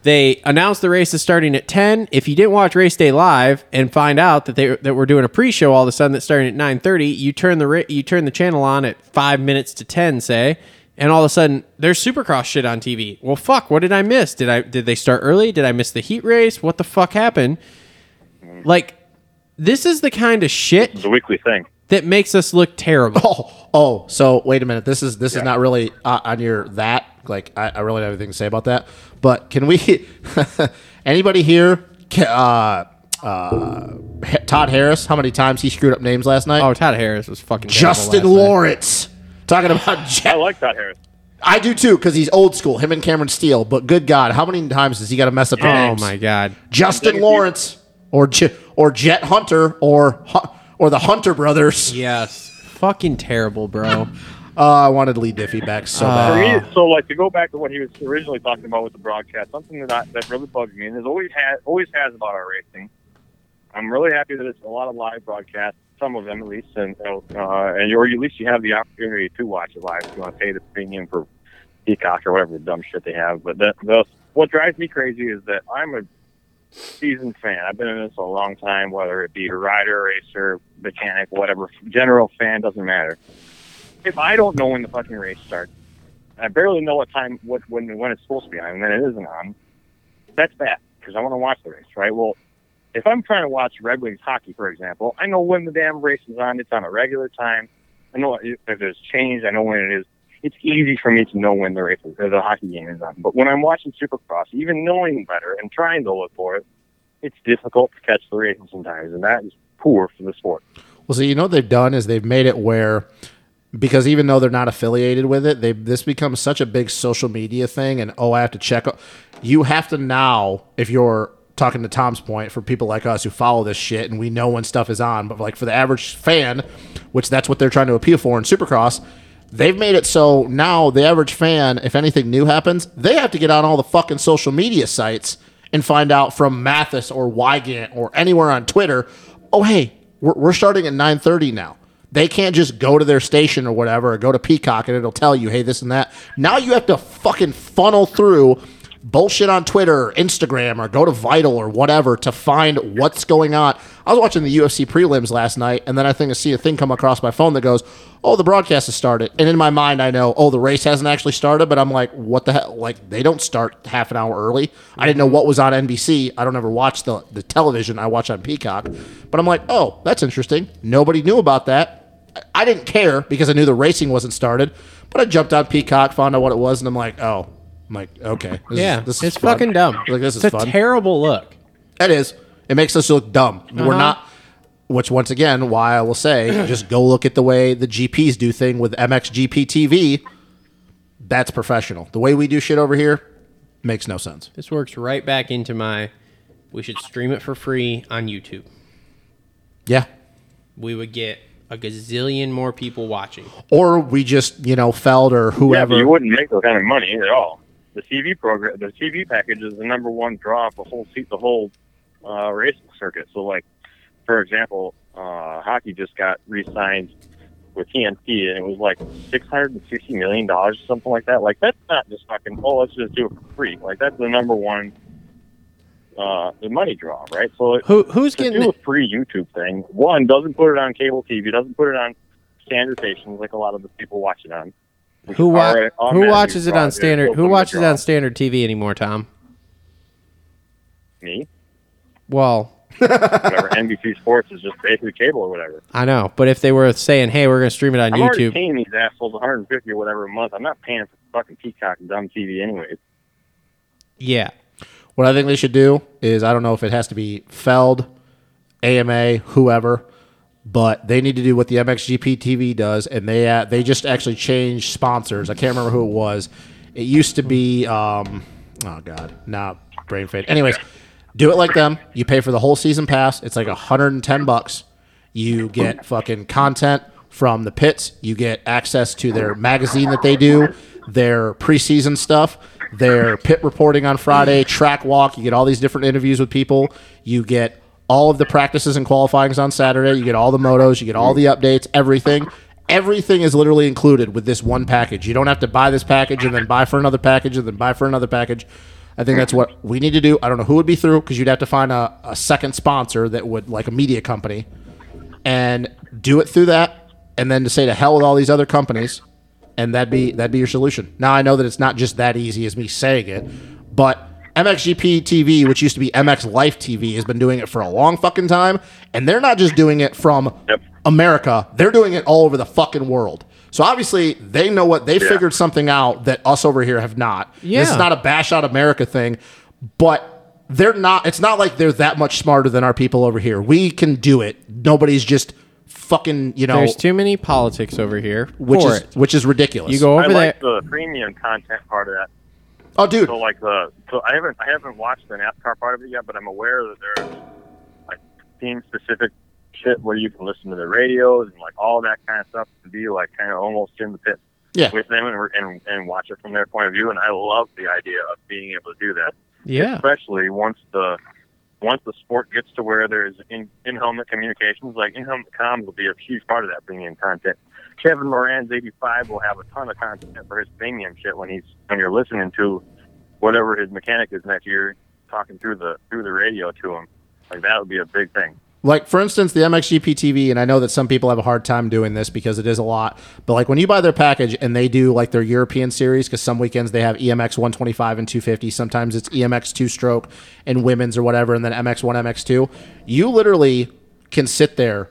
S1: they announced the race is starting at 10. If you didn't watch race day live and find out that they that we're doing a pre-show all of a sudden that's starting at 9:30, you turn the ra- you turn the channel on at 5 minutes to 10, say, and all of a sudden there's Supercross shit on TV. Well, fuck, what did I miss? Did I did they start early? Did I miss the heat race? What the fuck happened? Like this is the kind of shit
S5: It's a weekly thing.
S1: that makes us look terrible.
S2: Oh, oh. So wait a minute. This is this is not really uh, on your that. Like I, I really don't have anything to say about that. But can we? (laughs) anybody here? ca- Uh, uh, Ha- Todd Harris. How many times he screwed up names last night?
S1: Oh, Todd Harris was fucking terrible
S2: Justin
S1: last night.
S2: Lawrence. Talking
S1: (laughs)
S2: about
S5: I
S2: Jack.
S5: like Todd Harris.
S2: I do too because he's old school. Him and Cameron Steele. But good God, how many times has he got to mess up? their
S1: Oh
S2: names?
S1: my god.
S2: Justin Lawrence or J- or Jet Hunter or Hu- or the Hunter brothers.
S1: Yes. Fucking terrible, bro.
S2: Oh, I wanted Lee Diffie back so
S5: For
S2: bad.
S5: me, it's so like to go back to what he was originally talking about with the broadcast, something that I, that really bugs me and has always had always has about our racing. I'm really happy that it's a lot of live broadcasts, some of them at least, and uh, and or at least you have the opportunity to watch it live if you want to pay the premium for Peacock or whatever dumb shit they have. But that, the, what drives me crazy is that I'm a seasoned fan. I've been in this a long time, whether it be a rider, racer, mechanic, whatever, general fan doesn't matter. If I don't know when the fucking race starts. I barely know what time what when when it's supposed to be on, and then it isn't on. That's bad because I want to watch the race, right? Well, if I'm trying to watch Red Wings hockey, for example, I know when the damn race is on. It's on a regular time. I know if there's change. I know when it is. It's easy for me to know when the race is, or the hockey game is on. But when I'm watching Supercross, even knowing better and trying to look for it, it's difficult to catch the racing sometimes, and that is poor for the sport.
S2: Well, so you know what they've done is they've made it where because even though they're not affiliated with it, they this becomes such a big social media thing. And oh, I have to check. o- You have to now, if you're talking to Tom's point, for people like us who follow this shit and we know when stuff is on, but like for the average fan, which that's what they're trying to appeal for in Supercross. They've made it so now the average fan, if anything new happens, they have to get on all the fucking social media sites and find out from Mathis or Wygant or anywhere on Twitter, oh hey, we're, we're starting at 9:30 now. They can't just go to their station or whatever, or go to Peacock and it'll tell you, hey, this and that. Now you have to fucking funnel through bullshit on Twitter or Instagram or go to Vital or whatever to find what's going on. I was watching the UFC prelims last night and then I think I see a thing come across my phone that goes, oh, the broadcast has started. And in my mind, I know, oh, the race hasn't actually started, but I'm like, what the hell? Like, they don't start half an hour early. I didn't know what was on NBC. I don't ever watch the, the television. I watch on Peacock. But I'm like, oh, that's interesting. Nobody knew about that. I- I didn't care because I knew the racing wasn't started, but I jumped on Peacock, found out what it was, and I'm like, oh, I'm like, okay. This
S1: Yeah,
S2: is, this is
S1: it's
S2: fun.
S1: fucking dumb.
S2: Like, this is
S1: it's a
S2: fun.
S1: terrible look.
S2: It is. It makes us look dumb. We're
S1: Uh-huh.
S2: not. Which once (clears throat) again, why I will say, just go look at the way the GPs do thing with MXGP TV. That's professional. The way we do shit over here makes no sense.
S1: This works right back into my. We should stream it for free on YouTube.
S2: Yeah.
S1: We would get a gazillion more people watching.
S2: Or we just, you know, Feld or
S5: Yeah,
S2: whoever.
S5: but you wouldn't make that kind of money at all. The TV program, the TV package is the number one draw for whole seat, the whole uh, racing circuit. So, like for example, uh, hockey just got re-signed with TNT, and it was like six hundred and sixty million dollars or something like that. Like that's not just fucking. Oh, let's just do it for free. Like that's the number one. Uh, the money draw, right? So it,
S1: Who who's
S5: to
S1: getting
S5: do a free YouTube thing, one doesn't put it on cable TV, doesn't put it on standard stations like a lot of the people watch it on. which
S1: who wa-
S5: are
S1: who
S5: automatically
S1: watches it
S5: draw
S1: on
S5: their
S1: standard? Who
S5: local
S1: watches it
S5: draw.
S1: on standard TV anymore, Tom?
S5: me?
S1: Well,
S5: Whatever NBC Sports is just basically cable or whatever.
S1: I know, but if they were saying, "Hey, we're going to stream it on
S5: I'm already
S1: YouTube,"
S5: paying these assholes 150 or whatever a month. I'm not paying for fucking Peacock and dumb TV anyways.
S1: yeah,
S2: What I think they should do is I don't know if it has to be Feld, AMA, whoever, but they need to do what the MXGP TV does, and they uh, they just actually changed sponsors. I can't remember who it was. It used to be um, oh god, nah, brain fade. Anyways, do it like them. You pay for the whole season pass. It's like 110 bucks. You get fucking content from the pits. You get access to their magazine that they do, their preseason stuff, their pit reporting on Friday, track walk. You get all these different interviews with people. You get all of the practices and qualifyings on Saturday. You get all the motos. You get all the updates, everything. Everything is literally included with this one package. You don't have to buy this package and then buy for another package and then buy for another package. I think that's what we need to do. I don't know who would be through because you'd have to find a, a second sponsor that would, like a media company, and do it through that, and then to say to hell with all these other companies, and that'd be that'd be your solution. Now I know that it's not just that easy as me saying it, but MXGP TV, which used to be MX Life TV, has been doing it for a long fucking time, and they're not just doing it from
S5: Yep.
S2: America; they're doing it all over the fucking world. So obviously they know what they figured something out that us over here have not. This
S1: Yeah.
S2: is not a bash out America thing, but they're not it's not like they're that much smarter than our people over here. We can do it. Nobody's just fucking, you know,
S1: there's too many politics over here.
S2: which
S1: for
S2: is
S1: it.
S2: which is ridiculous.
S1: you go
S5: I
S1: over there.
S5: like the premium content part of that.
S2: Oh dude,
S5: So like the so I haven't I haven't watched the NASCAR part of it yet, but I'm aware that there's like team specific shit where you can listen to the radios and like all that kind of stuff and be like kind of almost in the pit
S2: Yeah.
S5: with them and, and and watch it from their point of view. And I love the idea of being able to do that,
S1: yeah,
S5: especially once the once the sport gets to where there's in in helmet communications, like in helmet comms will be a huge part of that premium content. Kevin Moran's 85 will have a ton of content for his premium shit when he's when you're listening to whatever his mechanic is next year talking through the through the radio to him. Like that would be a big thing.
S2: like for instance the MXGP TV and I know that some people have a hard time doing this because it is a lot but like when you buy their package and they do like their European series because some weekends they have E EMX 125 and 250 sometimes it's EMX two stroke and women's or whatever and then MX1 MX2 you literally can sit there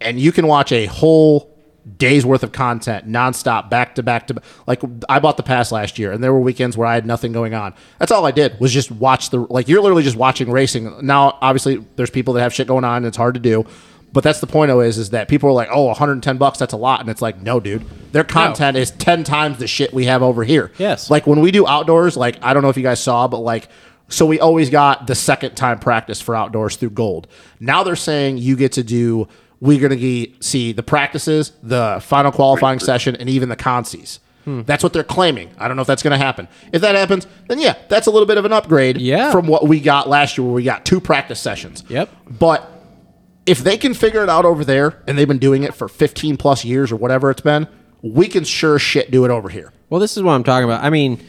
S2: and you can watch a whole day's worth of content nonstop, back to back to back. like. I bought the pass last year, and there were weekends where I had nothing going on. That's all I did was just watch the like. You're literally just watching racing. Now, obviously, there's people that have shit going on, and it's hard to do. But that's the point. though, is is that people are like, oh, 110 bucks, that's a lot, and it's like, no, dude, their content is 10 times the shit we have over here.
S1: Yes.
S2: like when we do outdoors, like I don't know if you guys saw, but like so we always got the second time practice for outdoors through gold. Now they're saying you get to do we're going to ge- see the practices, the final qualifying session, and even the consies.
S1: Hmm.
S2: That's what they're claiming. I don't know if that's going to happen. If that happens, then yeah, that's a little bit of an upgrade
S1: Yeah.
S2: from what we got last year, where we got two practice sessions.
S1: Yep.
S2: But if they can figure it out over there, and they've been doing it for 15 plus years or whatever it's been, we can sure shit do it over here.
S1: Well, this is what I'm talking about. I mean,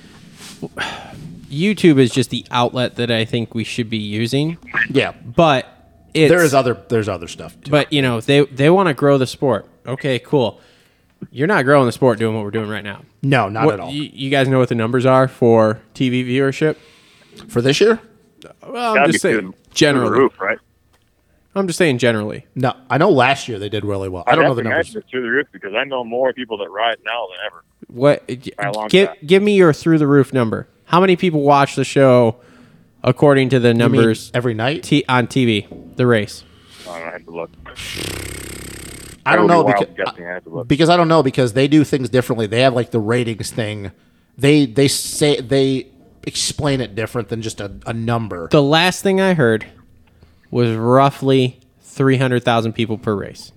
S1: YouTube is just the outlet that I think we should be using,
S2: Yeah,
S1: but it's,
S2: there is other there's other stuff. Too.
S1: But you know, they they want to grow the sport. Okay, cool. You're not growing the sport doing what we're doing right now.
S2: No, not
S1: What-
S2: at all.
S1: You, you guys know what the numbers are for TV viewership?
S2: for this year?
S1: Well, I'm
S5: Gotta
S1: just
S5: be
S1: saying
S5: through- Through the
S1: generally.
S5: roof, right?
S1: I'm just saying generally.
S2: No, I know last year they did really well. I don't know the numbers.
S5: Through the roof because I know more people that ride now than ever.
S1: What?
S5: a long
S1: Give
S5: shot.
S1: give me your through the roof number. How many people watch the show according to the
S2: I mean,
S1: numbers
S2: every night.
S1: t- on TV? The race.
S5: I don't have to look.
S2: I don't
S5: That
S2: know
S5: would be
S2: because
S5: wild to guess the answer, but-
S2: because I don't know because they do things differently. They have like the ratings thing. They they say they explain it different than just a, a number.
S1: The last thing I heard was roughly 300,000 people per race.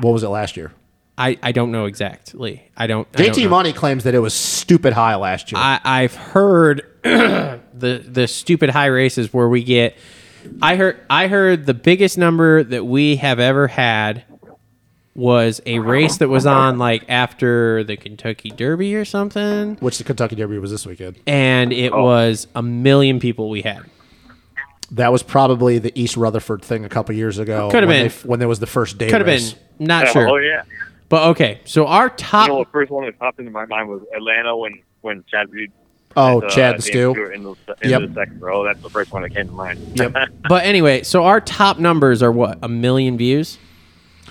S2: What was it last year?
S1: I, I don't know exactly. I don't. I don't
S2: JT
S1: know.
S2: Money claims that it was stupid high last year.
S1: I, I've heard (clears throat) the the stupid high races where we get. I heard I heard the biggest number that we have ever had was a race that was on like after the Kentucky Derby or something,
S2: which the Kentucky Derby was this weekend.
S1: and it
S5: Oh.
S1: was a million people we had.
S2: That was probably the East Rutherford thing a couple years ago.
S1: Could've
S2: when
S1: been.
S2: they- when there was the first day.
S1: Could have been
S2: race.
S1: not
S5: Oh
S1: sure,
S5: yeah.
S1: but okay. So our top
S5: You know, the first one that popped into my mind was Atlanta when when Chad Reed.
S2: Oh,
S5: uh,
S2: Chad and
S5: Dan
S2: Stu.
S5: Stewart in the, in
S2: Yep.
S5: the second row. That's the first one that came to mind.
S2: Yep.
S1: But anyway, so our top numbers are what a million views.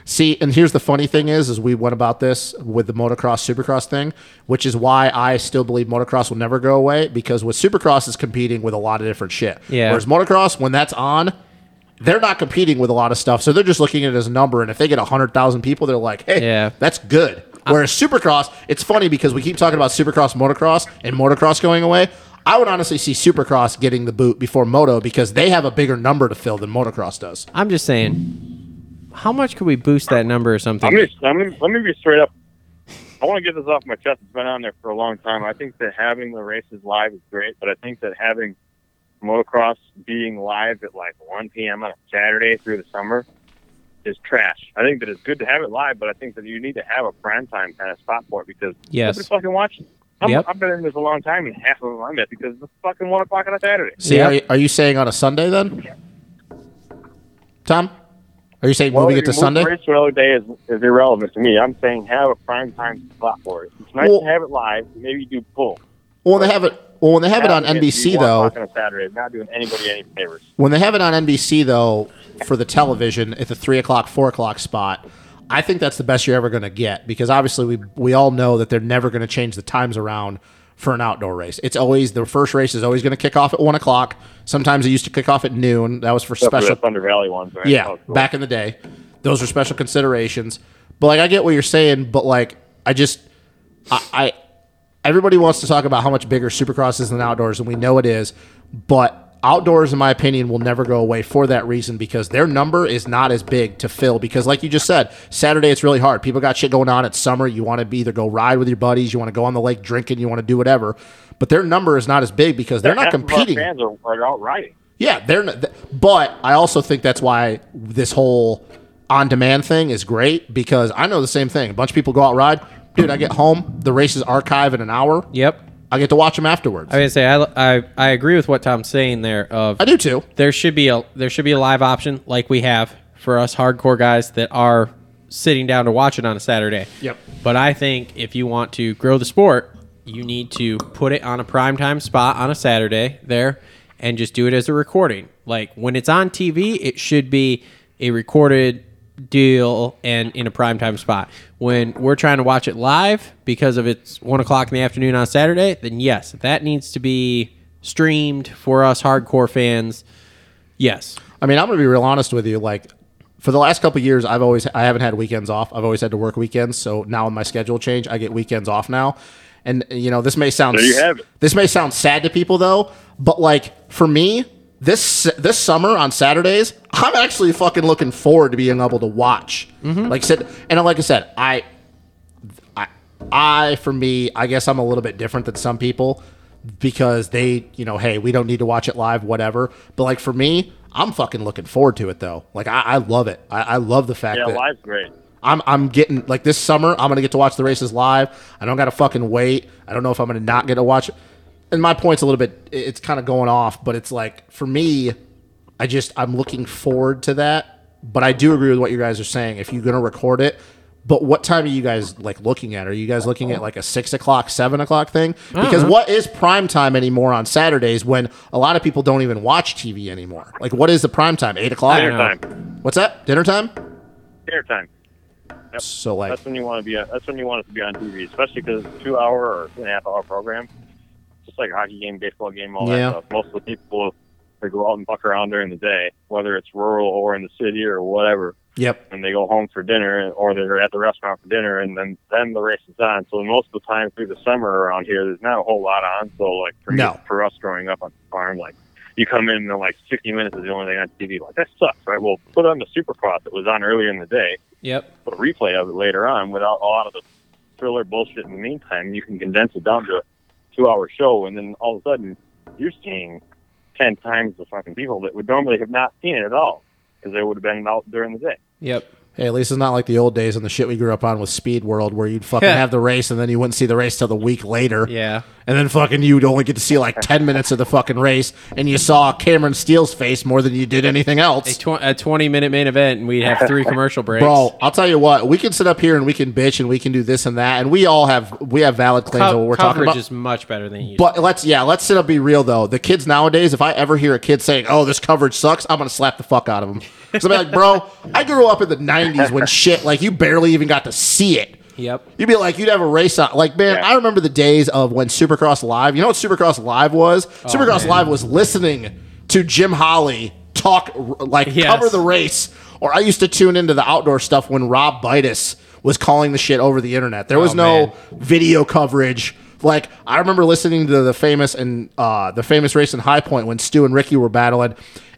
S2: See, and here's the funny thing is, is we went about this with the motocross supercross thing, which is why I still believe motocross will never go away because with supercross is competing with a lot of different shit.
S1: Yeah.
S2: Whereas motocross, when that's on, they're not competing with a lot of stuff, so they're just looking at it as a number. And if they get hundred thousand people, they're like, hey,
S1: Yeah.
S2: that's good. Whereas supercross, it's funny because we keep talking about supercross, motocross, and motocross going away. I would honestly see supercross getting the boot before moto because they have a bigger number to fill than motocross does.
S1: I'm just saying, how much could we boost that number or something?
S5: I'm gonna, I'm gonna, let me be straight up. I want to get this off my chest. It's been on there for a long time. I think that having the races live is great, but I think that having motocross being live at like 1 p.m. on a Saturday through the summer is trash. I think that it's good to have it live, but I think that you need to have a prime time kind of spot for it because
S1: Yes.
S5: nobody's fucking watching. I'm,
S1: Yep.
S5: I've been in this a long time, and half of them I missed because it's fucking one o'clock on a Saturday.
S2: See,
S1: Yep.
S2: are, you, are you saying on a Sunday then? Tom, are you saying moving
S5: if
S2: it to
S5: you move
S2: Sunday?
S5: The race to another day is, is irrelevant to me. I'm saying have a prime time spot for it. It's nice
S2: Well-
S5: to have it live. Maybe you do both.
S2: Well, when they have it. Well, when they have it on
S5: Having
S2: NBC
S5: be one
S2: though,
S5: o'clock On a Saturday, not doing anybody any favors.
S2: when they have it on NBC though for the television at the three o'clock, four o'clock spot, I think that's the best you're ever going to get because obviously we we all know that they're never going to change the times around for an outdoor race. It's always the first race is always going to kick off at one o'clock. Sometimes it used to kick off at noon. That was for
S5: Except for
S2: special
S5: the Thunder Valley ones. Right?
S2: Yeah,
S5: That was cool.
S2: back in the day, those were special considerations. But like, I get what you're saying, but like, I just, I, I everybody wants to talk about how much bigger Supercross is than outdoors, and we know it is. But outdoors, in my opinion, will never go away for that reason because their number is not as big to fill. Because like you just said, Saturday it's really hard. People got shit going on. It's summer. You want to be either go ride with your buddies, you want to go on the lake drinking, you want to do whatever. But their number is not as big because they're not
S5: Half of our
S2: competing.
S5: Fans are, are out riding.
S2: Yeah, they're. Not, th- but I also think that's why this whole on-demand thing is great because I know the same thing. A bunch of people go out ride, dude. I get home, the race is archived in an hour.
S1: Yep.
S2: I get to watch them afterwards.
S1: I was gonna say I, I I agree with what Tom's saying there. Of
S2: I do too.
S1: there should be a there should be a live option like we have for us hardcore guys that are sitting down to watch it on a Saturday.
S2: Yep.
S1: But I think if you want to grow the sport, you need to put it on a primetime spot on a Saturday there and just do it as a recording. Like when it's on TV, it should be a recorded deal and in a primetime spot. When we're trying to watch it live because of it's one o'clock in the afternoon on Saturday, then yes, that needs to be streamed for us hardcore fans. Yes.
S2: I mean, I'm gonna be real honest with you. Like, for the last couple of years, I've always I haven't had weekends off. I've always had to work weekends. So now with my schedule change, I get weekends off now. And you know, this may sound
S5: There you have it.
S2: this may sound sad to people though, but like for me, this this summer on Saturdays, I'm actually fucking looking forward to being able to watch.
S5: Mm-hmm.
S2: Like I said, and like I said, I I, for me, I guess I'm a little bit different than some people because they, you know, hey, we don't need to watch it live, whatever. But like for me, I'm fucking looking forward to it though. Like I, I love it. I, I love the fact
S5: Yeah,
S2: that
S5: live's great.
S2: I'm I'm getting like this summer. I'm gonna get to watch the races live. I don't gotta fucking wait. I don't know if I'm gonna not get to watch. And my point's a little bit. it- It's kind of going off, but it's like for me, I just I'm looking forward to that. But I do agree with what you guys are saying. If you're gonna record it, but what time are you guys like looking at? Are you guys looking at like a six o'clock, seven o'clock thing? Because what is prime time anymore on Saturdays when a lot of people don't even watch TV anymore? Like what is the prime time? Eight o'clock.
S5: Dinner time.
S2: What's that? Dinner time.
S5: Dinner time.
S2: So like
S5: That's when you want to be. On, that's when you want it to be on TV, especially because it's a two-hour or two and a half-hour program. Just like a hockey game, baseball game, all
S2: Yeah.
S5: that stuff. Most of the people to go out and buck around during the day, whether it's rural or in the city or whatever.
S2: Yep.
S5: And they go home for dinner, or they're at the restaurant for dinner, and then then the race is on. So most of the time through the summer around here, there's not a whole lot on. So like for,
S2: No.
S5: for us growing up on the farm, like you come in and like 60 minutes is the only thing on TV. Like that sucks, right? Well, put on the Supercross that was on earlier in the day,
S1: Yep.
S5: put a replay of it later on without a lot of the thriller bullshit in the meantime. You can condense it down to a two hour show, and then all of a sudden, you're seeing 10 times the fucking people that would normally have not seen it at all because they would have been out during the day.
S1: Yep.
S2: Hey, at least it's not like the old days and the shit we grew up on with Speed World, where you'd fucking
S1: Yeah.
S2: have the race and then you wouldn't see the race till the week later.
S1: Yeah.
S2: And then fucking you'd only get to see like 10 minutes of the fucking race and you saw Cameron Steele's face more than you did anything
S1: A,
S2: else.
S1: tw- a 20 minute main event, and we'd have three commercial breaks.
S2: Bro, I'll tell you what, we can sit up here and we can bitch and we can do this and that and we all have we have valid claims
S1: Co-
S2: of what we're talking
S1: coverage
S2: about.
S1: is much better than you.
S2: But let's yeah, let's sit up be real though. The kids nowadays, if I ever hear a kid saying, "Oh, this coverage sucks," I'm gonna slap the fuck out of them. Because I'm like, bro, I grew up in the '90s
S1: (laughs)
S2: when shit like you barely even got to see it.
S1: Yep.
S2: You'd be like, you'd have a race on. Like, man, I remember the days of when Supercross Live. You know what Supercross Live
S1: Oh,
S2: was? Supercross Live was listening to Jim Holly talk, r- like
S1: Yes.
S2: cover the race. Or I used to tune into the outdoor stuff when Rob Bitus was calling the shit over the internet. There was no
S1: Oh, man.
S2: video coverage. Like I remember listening to the famous and uh, the famous race in High Point when Stu and Ricky were battling,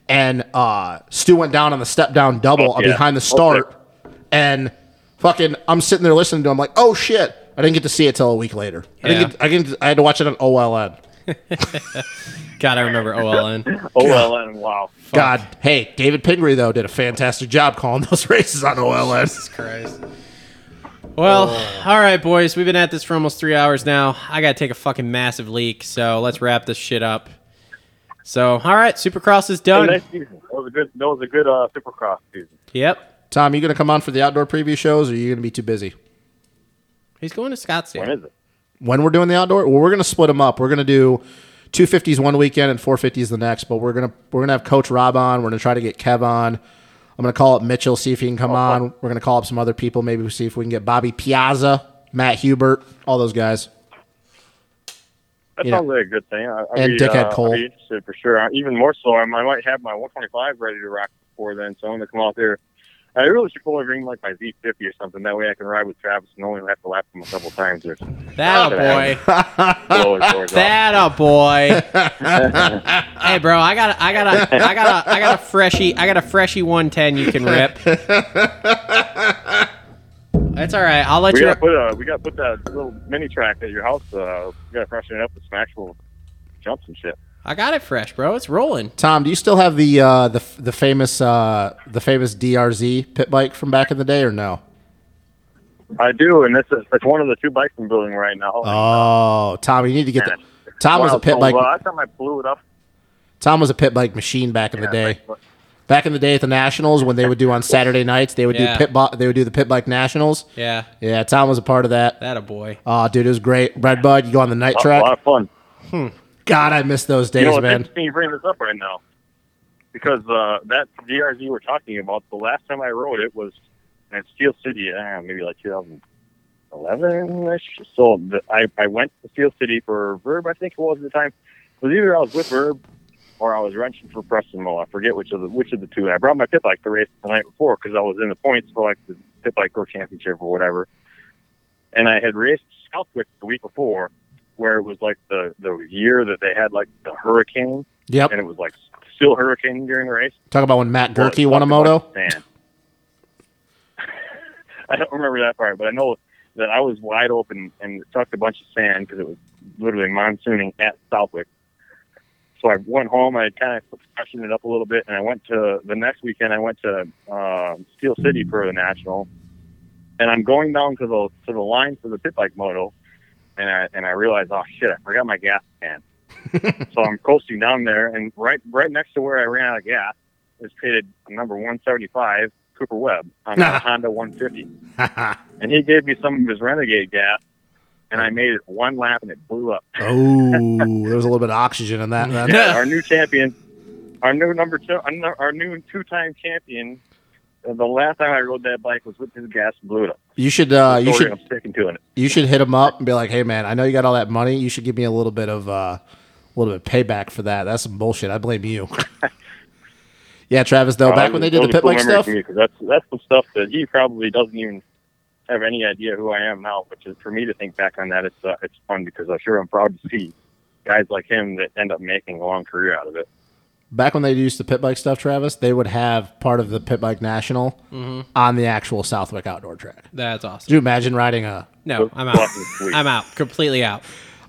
S2: and uh, Stu went down on the step down double uh,
S5: Oh, yeah.
S2: behind the
S5: Okay.
S2: start, and fucking I'm sitting there listening to him like, oh shit, I didn't get to see it till a week later. I
S1: Yeah.
S2: didn't. Get, I didn't. I had to watch it on OLN.
S1: God, I remember
S5: (laughs)
S1: OLN.
S5: OLN, Oh, wow.
S2: God, hey, David Pingree though did a fantastic job calling (laughs) those races on OLN.
S1: Jesus Christ. Well,
S5: Oh.
S1: all right, boys. We've been at this for almost three hours now. I got to take a fucking massive leak, so let's wrap this shit up. So, all right, Supercross is
S5: That was
S1: done.
S5: a nice season. That was a good, that was a good uh, Supercross season.
S1: Yep.
S2: Tom, you gonna come on for the outdoor preview shows, or are you gonna be too busy?
S1: He's going to
S5: When
S1: Scottsdale.
S5: is it?
S2: when we're doing the outdoor well we're going to split them up we're going to do 250s one weekend and 450s the next but we're going to we're going to have coach rob on we're going to try to get kev on i'm going to call up mitchell see if he can come on we're going to call up some other people maybe we'll see if we can get bobby piazza matt hubert all those guys
S5: That
S2: You know.
S5: sounds like a good thing. I, I'd
S2: And
S5: be,
S2: Dickhead
S5: uh,
S2: Cole.
S5: I'd be interested for sure. I, even more so, I, might- I might have my 125 ready to rock before then, so I'm going to come out there. I really should probably bring like my Z50 or something. That way I can ride with Travis and only have to lap him a couple times or
S2: (laughs)
S1: That a boy.
S5: blow his doors off.
S1: That a
S5: (laughs)
S1: boy. hey, bro, I got, a, I got, a, I got, a, I got a freshie, I got a freshie 110 you can
S5: (laughs)
S1: rip. That's all right. I'll let
S5: We
S1: you.
S5: gotta put uh, we gotta put that little mini track at your house. Uh, we gotta freshen it up with some actual jumps and shit.
S1: I got it fresh, bro. It's rolling.
S2: tom do you still have the uh the, the famous uh the famous drz pit bike from back in the day or no
S5: I do, and it's it's one of the two bikes I'm building right now.
S2: oh tom you need to get the tom was a
S5: Wow,
S2: pit
S5: so,
S2: bike
S5: Well, last time I blew it up.
S2: tom was a pit bike machine back in the day back in the day at the nationals when they would do on Saturday nights, they would
S1: Yeah.
S2: do pit bo- they would do the pit bike nationals.
S1: Yeah,
S2: Yeah, Tom was a part of that.
S1: that a boy.
S2: Oh, dude, it was great. Red Bud, you go on the night
S5: A
S2: track.
S5: lot of fun.
S2: God, I miss those days,
S5: you know, it's
S2: man.
S5: interesting you bring this up right now because uh, that DRZ we're talking about, the last time I rode it was at Steel City, uh, maybe like 2011 ish. So the, I, I went to Steel City for Verb, I think it was at the time. It was either I was with Verb or I was wrenching for Preston Mill. I forget which of the which of the two. And I brought my pit bike to race the night before because I was in the points for like the pit bike go championship or whatever. And I had raced Southwick the week before, where it was like the the year that they had like the hurricane,
S2: Yep.
S5: and it was like still hurricane during the race.
S2: Talk about when Matt
S5: Well,
S2: Gurkey
S5: it
S2: won a
S5: sucked a
S2: moto.
S5: bunch of sand. (laughs) I don't remember that part, but I know that I was wide open and sucked a bunch of sand because it was literally monsooning at Southwick. So I went home. I kind of freshened it up a little bit, and I went to the next weekend. I went to uh, Steel City for the national, and I'm going down to the to the line for the pit bike moto, and I and I realized, oh shit, I forgot my gas can. so I'm coasting down there, and right right next to where I ran out of gas is pitted number 175 Cooper Webb on a Honda 150 and he gave me some of his renegade gas, and I made it one lap and it blew up.
S2: (laughs) oh, there was a little bit of oxygen in that. Then.
S5: (laughs) Yeah, our new champion, our new number two, our nu- our new two-time champion. uh, The last time I rode that bike was with his gas and blew it up.
S2: You should uh, you
S5: Story,
S2: should
S5: I'm sticking to it.
S2: you should hit him up and be like, hey man, I know you got all that money. You should give me a little bit of uh, a little bit of payback for that. That's some bullshit. I blame you. yeah, Travis. Though back when they did the pit bike stuff,
S5: because that's that's some stuff that he probably doesn't even have any idea who I am now. Which is for me to think back on that, it's uh, it's fun because I sure am proud to see guys like him that end up making a long career out of it.
S2: back when they used the pit bike stuff, Travis, they would have part of the pit bike national
S1: Mhm.
S2: on the actual Southwick outdoor track.
S1: That's awesome.
S2: Do you imagine riding a?
S1: No, I'm out. I'm out. Completely out.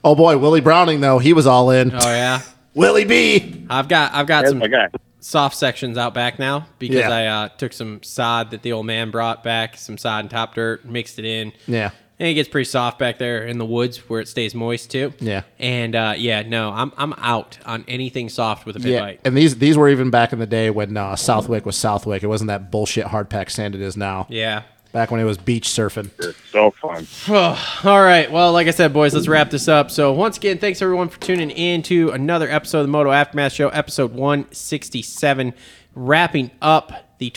S2: Oh boy, Willie Browning though he was all in.
S1: Oh yeah.
S2: Willie B.
S1: I've got I've got
S5: That's
S1: some
S5: my guy.
S1: soft sections out back now because
S2: Yeah.
S1: I uh, took some sod that the old man brought back, some sod and top dirt, mixed it in.
S2: Yeah.
S1: And it gets pretty soft back there in the woods where it stays moist too.
S2: Yeah.
S1: And uh, yeah, no, I'm I'm out on anything soft with a pit
S2: Yeah,
S1: bike.
S2: and these these were even back in the day when uh, Southwick was Southwick. It wasn't that bullshit hard pack sand it is now.
S1: Yeah.
S2: Back when it was beach surfing.
S5: It's so fun.
S1: All right. Well, like I said, boys, let's wrap this up. So, once again, thanks everyone for tuning in to another episode of the Moto Aftermath Show, episode 167, wrapping up the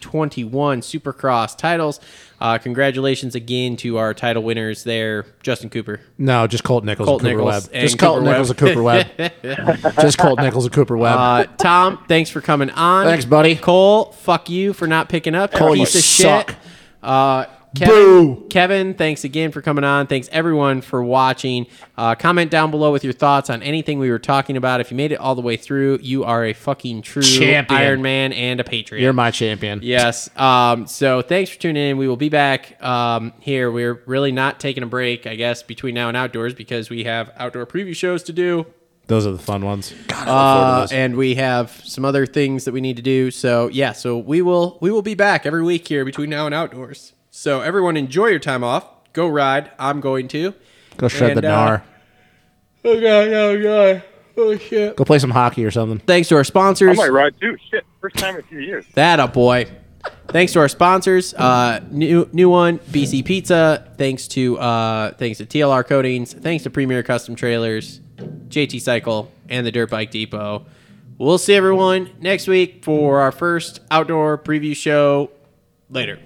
S1: 2021 Supercross titles. Uh, congratulations again to our title winners there, Justin Cooper.
S2: No, just Colt Nichols
S1: Colt
S2: and Cooper
S1: Nichols
S2: Webb.
S1: and
S2: just Colt
S1: Cooper
S2: Nichols and
S1: Webb.
S2: Cooper Webb.
S1: (laughs)
S2: just Colt Nichols and Cooper Webb. (laughs)
S1: Uh, Tom, thanks for coming on.
S2: Thanks, buddy.
S1: Cole, fuck you for not picking up.
S2: Cole,
S1: piece
S2: you
S1: of
S2: suck.
S1: shit. Uh, Kevin,
S2: Boo.
S1: Kevin, thanks again for coming on. Thanks everyone for watching. Uh, comment down below with your thoughts on anything we were talking about. If you made it all the way through, you are a fucking true
S2: Champion.
S1: Iron Man and a patriot.
S2: You're my champion.
S1: Yes. Um, so thanks for tuning in. We will be back um, here. We're really not taking a break, I guess, between now and outdoors because we have outdoor preview shows to do.
S2: Those are the fun ones. God,
S1: Uh, and we have some other things that we need to do. So yeah, so we will we will be back every week here between now and outdoors. So everyone enjoy your time off. Go ride. I'm going to.
S2: Go shred
S1: and,
S2: the
S1: uh,
S2: gnar.
S1: Oh god, oh god. Oh shit.
S2: Go play some hockey or something.
S1: Thanks to our
S5: I
S1: sponsors.
S5: might ride too. Shit, first time in a few years.
S1: That up, boy. Thanks to our sponsors, uh, new new one BC Pizza. Thanks to uh, thanks to TLR Coatings. Thanks to Premier Custom Trailers, JT Cycle, and the Dirt Bike Depot. We'll see everyone next week for our first outdoor preview show. Later.